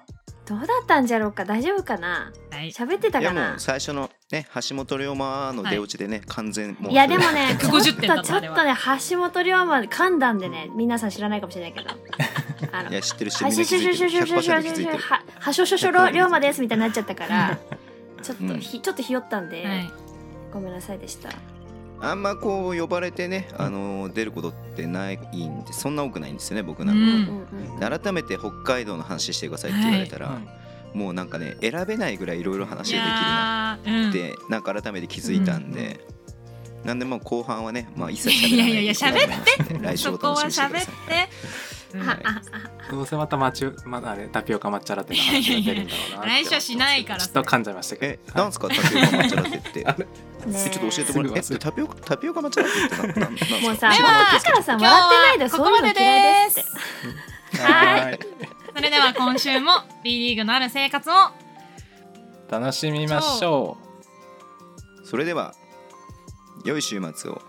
Speaker 4: どうだったんじゃろうか大丈夫かな
Speaker 2: はい、
Speaker 4: 喋ってた
Speaker 5: いや
Speaker 4: か
Speaker 5: も
Speaker 4: な
Speaker 5: う最初のね橋本龍馬の出落ちでね、完全もう
Speaker 4: いやでもねちょっ
Speaker 2: 150点だ
Speaker 4: と
Speaker 2: った
Speaker 4: ちょっ
Speaker 2: あれ
Speaker 4: と
Speaker 2: は
Speaker 4: ね橋本龍馬噛んだんでね皆さん知らないかもしれないけどあの
Speaker 5: いや知ってる知って
Speaker 4: は
Speaker 5: る
Speaker 4: しょしょしょしょしょしょしょ
Speaker 5: 100%気づいてる
Speaker 4: ははしょしょしょろ龍馬ですみたいになっちゃったからちょっとひちょっとひよったんで、
Speaker 2: はい、
Speaker 4: ごめんなさいでした
Speaker 5: あんまこう呼ばれてねあの出ることってないんでそんな多くないんですよね僕
Speaker 2: う
Speaker 5: なんか
Speaker 4: うん
Speaker 2: ん、
Speaker 4: うん
Speaker 5: で改めて北海道の話してくださいって言われたら、もうなんかね選べないぐらいいろいろ話
Speaker 2: い
Speaker 5: ができるな
Speaker 2: やー、う
Speaker 5: っ
Speaker 2: ん、い
Speaker 5: てなんか改めて気づいたんで、なんでもう後半はね、まあ、一切喋
Speaker 2: いや
Speaker 5: らない
Speaker 2: いやいや喋
Speaker 5: って来週
Speaker 2: そ
Speaker 5: お
Speaker 2: こ
Speaker 5: 楽
Speaker 2: は
Speaker 5: しみに
Speaker 2: 喋っ
Speaker 5: してください
Speaker 2: て。うん
Speaker 5: はい
Speaker 3: どうせまたマチュ、まあ、あれ、タピオカ抹茶ラテの話が出るんだろうなって。
Speaker 2: 来週はしないから
Speaker 3: ちょっと噛んじゃいましたけ
Speaker 5: え
Speaker 3: ど。
Speaker 5: なんすかタピオカ抹茶ラテって
Speaker 3: あれ
Speaker 4: ねえ
Speaker 5: ちょっと教えてもらって
Speaker 3: すぐ忘れ
Speaker 5: えタピオカタピオカ抹茶ラテってなんなんなんすか
Speaker 4: もうさ
Speaker 2: では
Speaker 4: だからさ
Speaker 2: 今日
Speaker 4: 笑ってないで
Speaker 2: はこ
Speaker 4: そう
Speaker 2: こ
Speaker 4: いう
Speaker 2: ま
Speaker 4: の
Speaker 2: で
Speaker 4: 嫌
Speaker 2: で
Speaker 4: いです
Speaker 2: す
Speaker 4: って。
Speaker 3: はい。
Speaker 2: それでは今週も B リーグのある生活を
Speaker 3: 楽しみましょう。
Speaker 5: それでは良い週末を